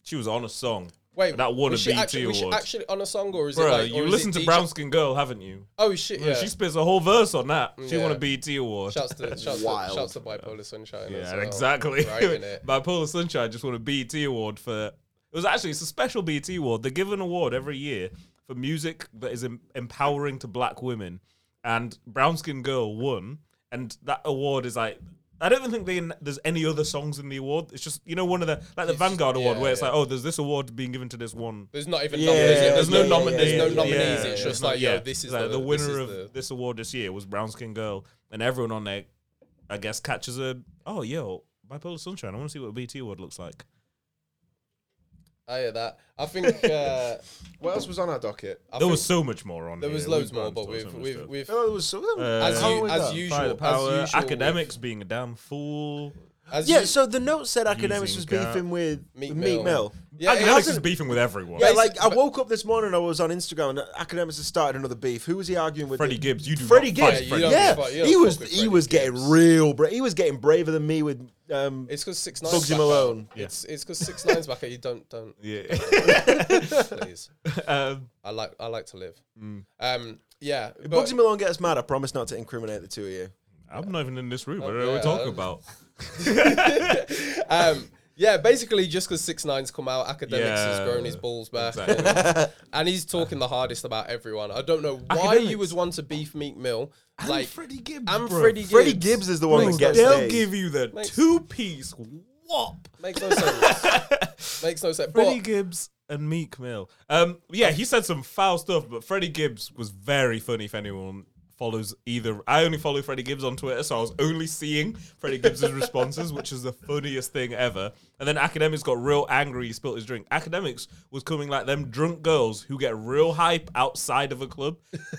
Speaker 2: She was on a song.
Speaker 1: Wait,
Speaker 2: that won a
Speaker 1: was she
Speaker 2: BT
Speaker 1: actually, was she
Speaker 2: award.
Speaker 1: actually on a song or is it
Speaker 2: Bro,
Speaker 1: like or
Speaker 2: you
Speaker 1: is
Speaker 2: listened
Speaker 1: it
Speaker 2: to
Speaker 1: DJ
Speaker 2: Brown Skin Girl, haven't you?
Speaker 1: Oh shit, yeah.
Speaker 2: She spits a whole verse on that. She won a
Speaker 1: Yeah.
Speaker 2: BT award.
Speaker 1: Shouts to shouts,
Speaker 3: Wild.
Speaker 1: to shouts to bipolar sunshine. as
Speaker 2: Yeah,
Speaker 1: well.
Speaker 2: exactly.
Speaker 1: Right in it.
Speaker 2: Bipolar Sunshine just won a BT award for. It was actually it's a special BT award. They give an award every year for music that is em- empowering to Black women, and Brown Skin Girl won, and that award is like. I don't even think they, there's any other songs in the award. It's just you know one of the like the Vanguard award
Speaker 1: yeah,
Speaker 2: where it's
Speaker 1: yeah.
Speaker 2: like oh there's this award being given to this one.
Speaker 1: There's not even
Speaker 3: Yeah,
Speaker 1: nominees.
Speaker 3: yeah,
Speaker 2: There's no
Speaker 3: yeah,
Speaker 2: nominees.
Speaker 1: There's no
Speaker 3: yeah,
Speaker 1: nominees.
Speaker 3: yeah,
Speaker 1: it's
Speaker 3: yeah,
Speaker 1: just
Speaker 2: No,
Speaker 1: like yo, this is
Speaker 2: Like,
Speaker 1: the,
Speaker 2: the winner
Speaker 1: this is
Speaker 2: of
Speaker 1: the-
Speaker 2: this award this year was Brown Skin Girl, and everyone on there, I guess, catches a oh yo bipolar sunshine. I want to see what a BT award looks like.
Speaker 1: I hear that. I think uh,
Speaker 7: What else was on our docket?
Speaker 1: I
Speaker 2: there
Speaker 1: think
Speaker 2: was so much more on.
Speaker 1: there was
Speaker 2: here.
Speaker 1: loads
Speaker 2: We've
Speaker 1: more,
Speaker 2: gone
Speaker 1: but
Speaker 2: through
Speaker 1: we've
Speaker 2: so much
Speaker 1: we've
Speaker 2: stuff.
Speaker 1: we've
Speaker 3: Oh, there was some-
Speaker 2: Uh,
Speaker 1: as
Speaker 3: How
Speaker 1: you
Speaker 3: was
Speaker 1: as
Speaker 3: that?
Speaker 1: usual
Speaker 2: Fire
Speaker 1: as
Speaker 2: power,
Speaker 1: usual,
Speaker 2: academics being a damn fool.
Speaker 1: with- as
Speaker 3: yeah,
Speaker 1: you-
Speaker 3: so the note said academics was
Speaker 2: Using Gap.
Speaker 3: beefing with
Speaker 1: Meek
Speaker 3: Meek Mill.
Speaker 1: Mill. Yeah, it
Speaker 2: academics
Speaker 1: hasn't-
Speaker 2: is beefing with everyone.
Speaker 3: Yeah,
Speaker 1: Basi-
Speaker 3: like I
Speaker 1: but-
Speaker 3: woke up this morning, I was on Instagram, and academics has started another beef. Who was he arguing with?
Speaker 2: Freddie
Speaker 3: The-
Speaker 2: Gibbs, you do
Speaker 3: Freddie
Speaker 2: not
Speaker 3: Gibbs,
Speaker 2: fight
Speaker 1: Yeah,
Speaker 2: Freddie
Speaker 1: you
Speaker 3: yeah,
Speaker 1: don't
Speaker 2: Gibbs.
Speaker 1: fuck- you
Speaker 3: he
Speaker 1: don't
Speaker 3: was
Speaker 1: fuck with
Speaker 3: he
Speaker 1: Freddie
Speaker 3: was getting
Speaker 1: Gibbs.
Speaker 3: real, bra- he was getting braver than me with um,
Speaker 1: It's because six nine.
Speaker 3: Bugsy Malone.
Speaker 1: It's it's because six nines back at you. Don't don't
Speaker 2: Yeah.
Speaker 1: please.
Speaker 2: um,
Speaker 1: I like I like to live.
Speaker 2: Mm.
Speaker 1: Um, yeah, but-
Speaker 3: Bugsy Malone gets mad. I promise not to incriminate the two of you.
Speaker 2: I'm not even in this room. I don't know
Speaker 1: yeah,
Speaker 2: what we're talking
Speaker 1: I'm-
Speaker 2: about.
Speaker 1: um, Yeah, basically just because six nine's come out, academics
Speaker 2: Yeah,
Speaker 1: has grown his balls back,
Speaker 2: exactly.
Speaker 1: and he's talking the hardest about everyone. I don't know why you would want to beef Meek Mill. like
Speaker 2: Freddie Gibbs.
Speaker 1: I'm
Speaker 2: bro.
Speaker 1: Freddie Gibbs.
Speaker 3: Freddie Gibbs is the one that
Speaker 1: Makes
Speaker 3: gets
Speaker 1: no
Speaker 2: They'll
Speaker 3: paid.
Speaker 2: give you the
Speaker 1: Makes-
Speaker 2: two piece whop.
Speaker 1: Makes no sense. Makes no sense.
Speaker 2: Freddie
Speaker 1: But
Speaker 2: Gibbs and Meek Mill. Um, yeah, he said some foul stuff, but Freddie Gibbs was very funny. If anyone follows either, I only follow Freddie Gibbs on Twitter, so I was only seeing Freddie Gibbs's responses, which is the funniest thing ever. And then Academics got real angry. He spilt his drink. Academics was coming like them drunk girls who get real hype outside of a club,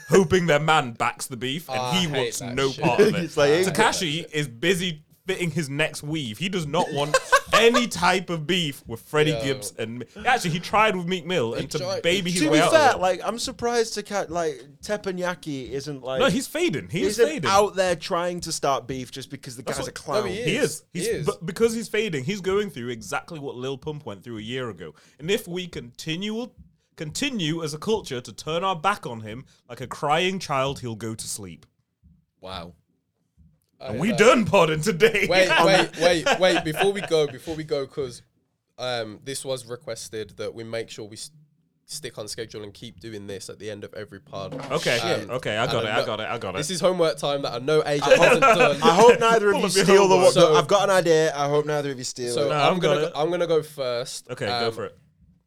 Speaker 2: hoping their man backs the beef, and
Speaker 1: Oh, I
Speaker 2: he
Speaker 1: hate
Speaker 2: wants
Speaker 1: that
Speaker 2: no
Speaker 1: shit.
Speaker 2: part of it.
Speaker 3: It's like, ain't
Speaker 2: Takashi is busy fitting his next weave. He does not want any type of beef with Freddie
Speaker 1: Yo.
Speaker 2: Gibbs and actually he tried with Meek Mill and to
Speaker 1: tried-
Speaker 2: baby his
Speaker 3: to
Speaker 2: way
Speaker 3: be
Speaker 2: out.
Speaker 3: fair,
Speaker 2: Of it.
Speaker 3: like I'm surprised to catch like Teppanyaki isn't like
Speaker 2: No, he's fading. He is
Speaker 3: isn't
Speaker 2: fading.
Speaker 3: out there trying to start beef just because the guy's
Speaker 2: what-
Speaker 3: a clown.
Speaker 1: no, he
Speaker 2: He is.
Speaker 1: He
Speaker 2: He's,
Speaker 1: is.
Speaker 2: But because he's fading, he's going through exactly what Lil Pump went through a year ago. And if we continue continue as a culture to turn our back on him like a crying child, he'll go to sleep.
Speaker 1: wow.
Speaker 2: And we done podding today.
Speaker 1: Wait, wait, wait, wait! Before we go, before we go, because um, this was requested that we make sure we s- stick on schedule and keep doing this at the end of every pod.
Speaker 2: Okay,
Speaker 1: Um,
Speaker 2: okay, I got
Speaker 1: and
Speaker 2: it,
Speaker 1: know-
Speaker 2: I got it, I got
Speaker 1: This
Speaker 2: it.
Speaker 1: is homework time that I know agent hasn't done.
Speaker 3: I hope neither of
Speaker 2: Full
Speaker 3: you
Speaker 2: of your
Speaker 3: steal the
Speaker 2: homework.
Speaker 3: one.
Speaker 1: So-
Speaker 3: I've got an idea. I hope neither of you steal
Speaker 1: So
Speaker 3: it.
Speaker 2: Nah,
Speaker 1: I'm,
Speaker 2: I've
Speaker 1: gonna
Speaker 2: got
Speaker 1: go,
Speaker 2: it.
Speaker 1: I'm gonna go first.
Speaker 2: Okay, go
Speaker 1: Um,
Speaker 2: for it.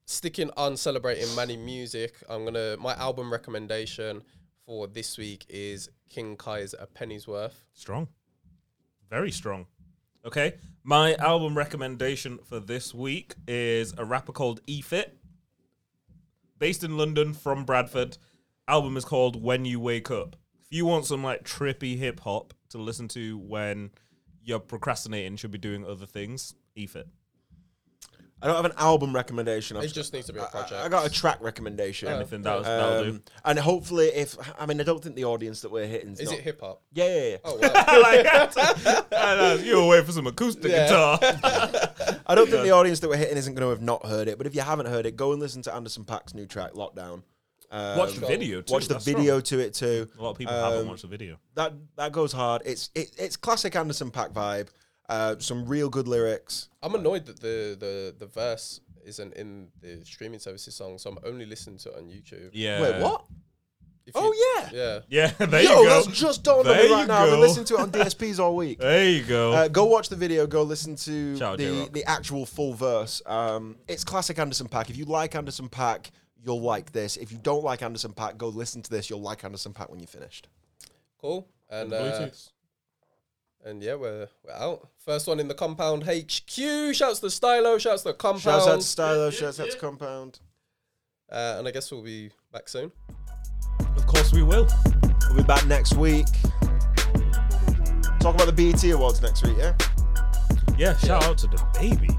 Speaker 1: Sticking on celebrating Manny music, I'm gonna my album recommendation for this week is King Kai's A Penny's Worth.
Speaker 2: Strong. Very strong. Okay. My album recommendation for this week is a rapper called E-Fit. Based in London from Bradford. Album is called When You Wake Up. If you want some like trippy hip hop to listen to when you're procrastinating, should be doing other things, E E-Fit.
Speaker 3: I don't have an album recommendation. I've
Speaker 1: It just needs to be a project.
Speaker 3: I, I got a track recommendation.
Speaker 2: Anything that Oh. that'll do.
Speaker 3: Um, and hopefully, if I mean, I don't think the audience that we're hitting
Speaker 1: is it hip hop?
Speaker 3: Yeah, yeah, yeah.
Speaker 1: Oh wow.
Speaker 2: like, you away for some acoustic
Speaker 1: Yeah.
Speaker 2: guitar.
Speaker 3: I don't think the audience that we're hitting isn't going to have not heard it. But if you haven't heard it, go and listen to Anderson Pack's new track, Lockdown. Um,
Speaker 2: Watch the video too.
Speaker 3: watch the
Speaker 2: That's
Speaker 3: video
Speaker 2: strong.
Speaker 3: to it too.
Speaker 2: A lot of people
Speaker 3: Um,
Speaker 2: haven't watched the video.
Speaker 3: that that goes hard. It's it, it's classic Anderson Pack vibe. Uh, some real good lyrics.
Speaker 1: I'm annoyed that the, the the verse isn't in the streaming services song, so I'm only listening to it on YouTube.
Speaker 2: Yeah.
Speaker 3: Wait, what?
Speaker 1: If
Speaker 3: Oh,
Speaker 1: you-
Speaker 3: yeah.
Speaker 1: yeah.
Speaker 2: Yeah, there
Speaker 3: Yo,
Speaker 2: you go.
Speaker 3: that's just dawned on
Speaker 2: There
Speaker 3: me
Speaker 2: you
Speaker 3: right now. I've been
Speaker 2: go.
Speaker 3: listening to it on DSPs all week.
Speaker 2: There you go.
Speaker 3: Uh, go watch the video. Go listen to
Speaker 2: Shout out
Speaker 3: the,
Speaker 2: J-Rock.
Speaker 3: the actual full verse. Um, it's classic Anderson Pack. If you like Anderson Pack, you'll like this. If you don't like Anderson Pack, go listen to this. You'll like Anderson Pack when you're finished.
Speaker 1: Cool. And uh, and yeah, we're we're out. First one in the compound HQ. Shouts to Stylo. Shouts to compound.
Speaker 3: Shouts out to Stylo. Shouts out to Compound.
Speaker 1: uh, and I guess we'll be back soon.
Speaker 2: Of course we will.
Speaker 3: We'll be back next week. Talk about the BET E Awards next week, yeah?
Speaker 2: Yeah, shout out to the baby.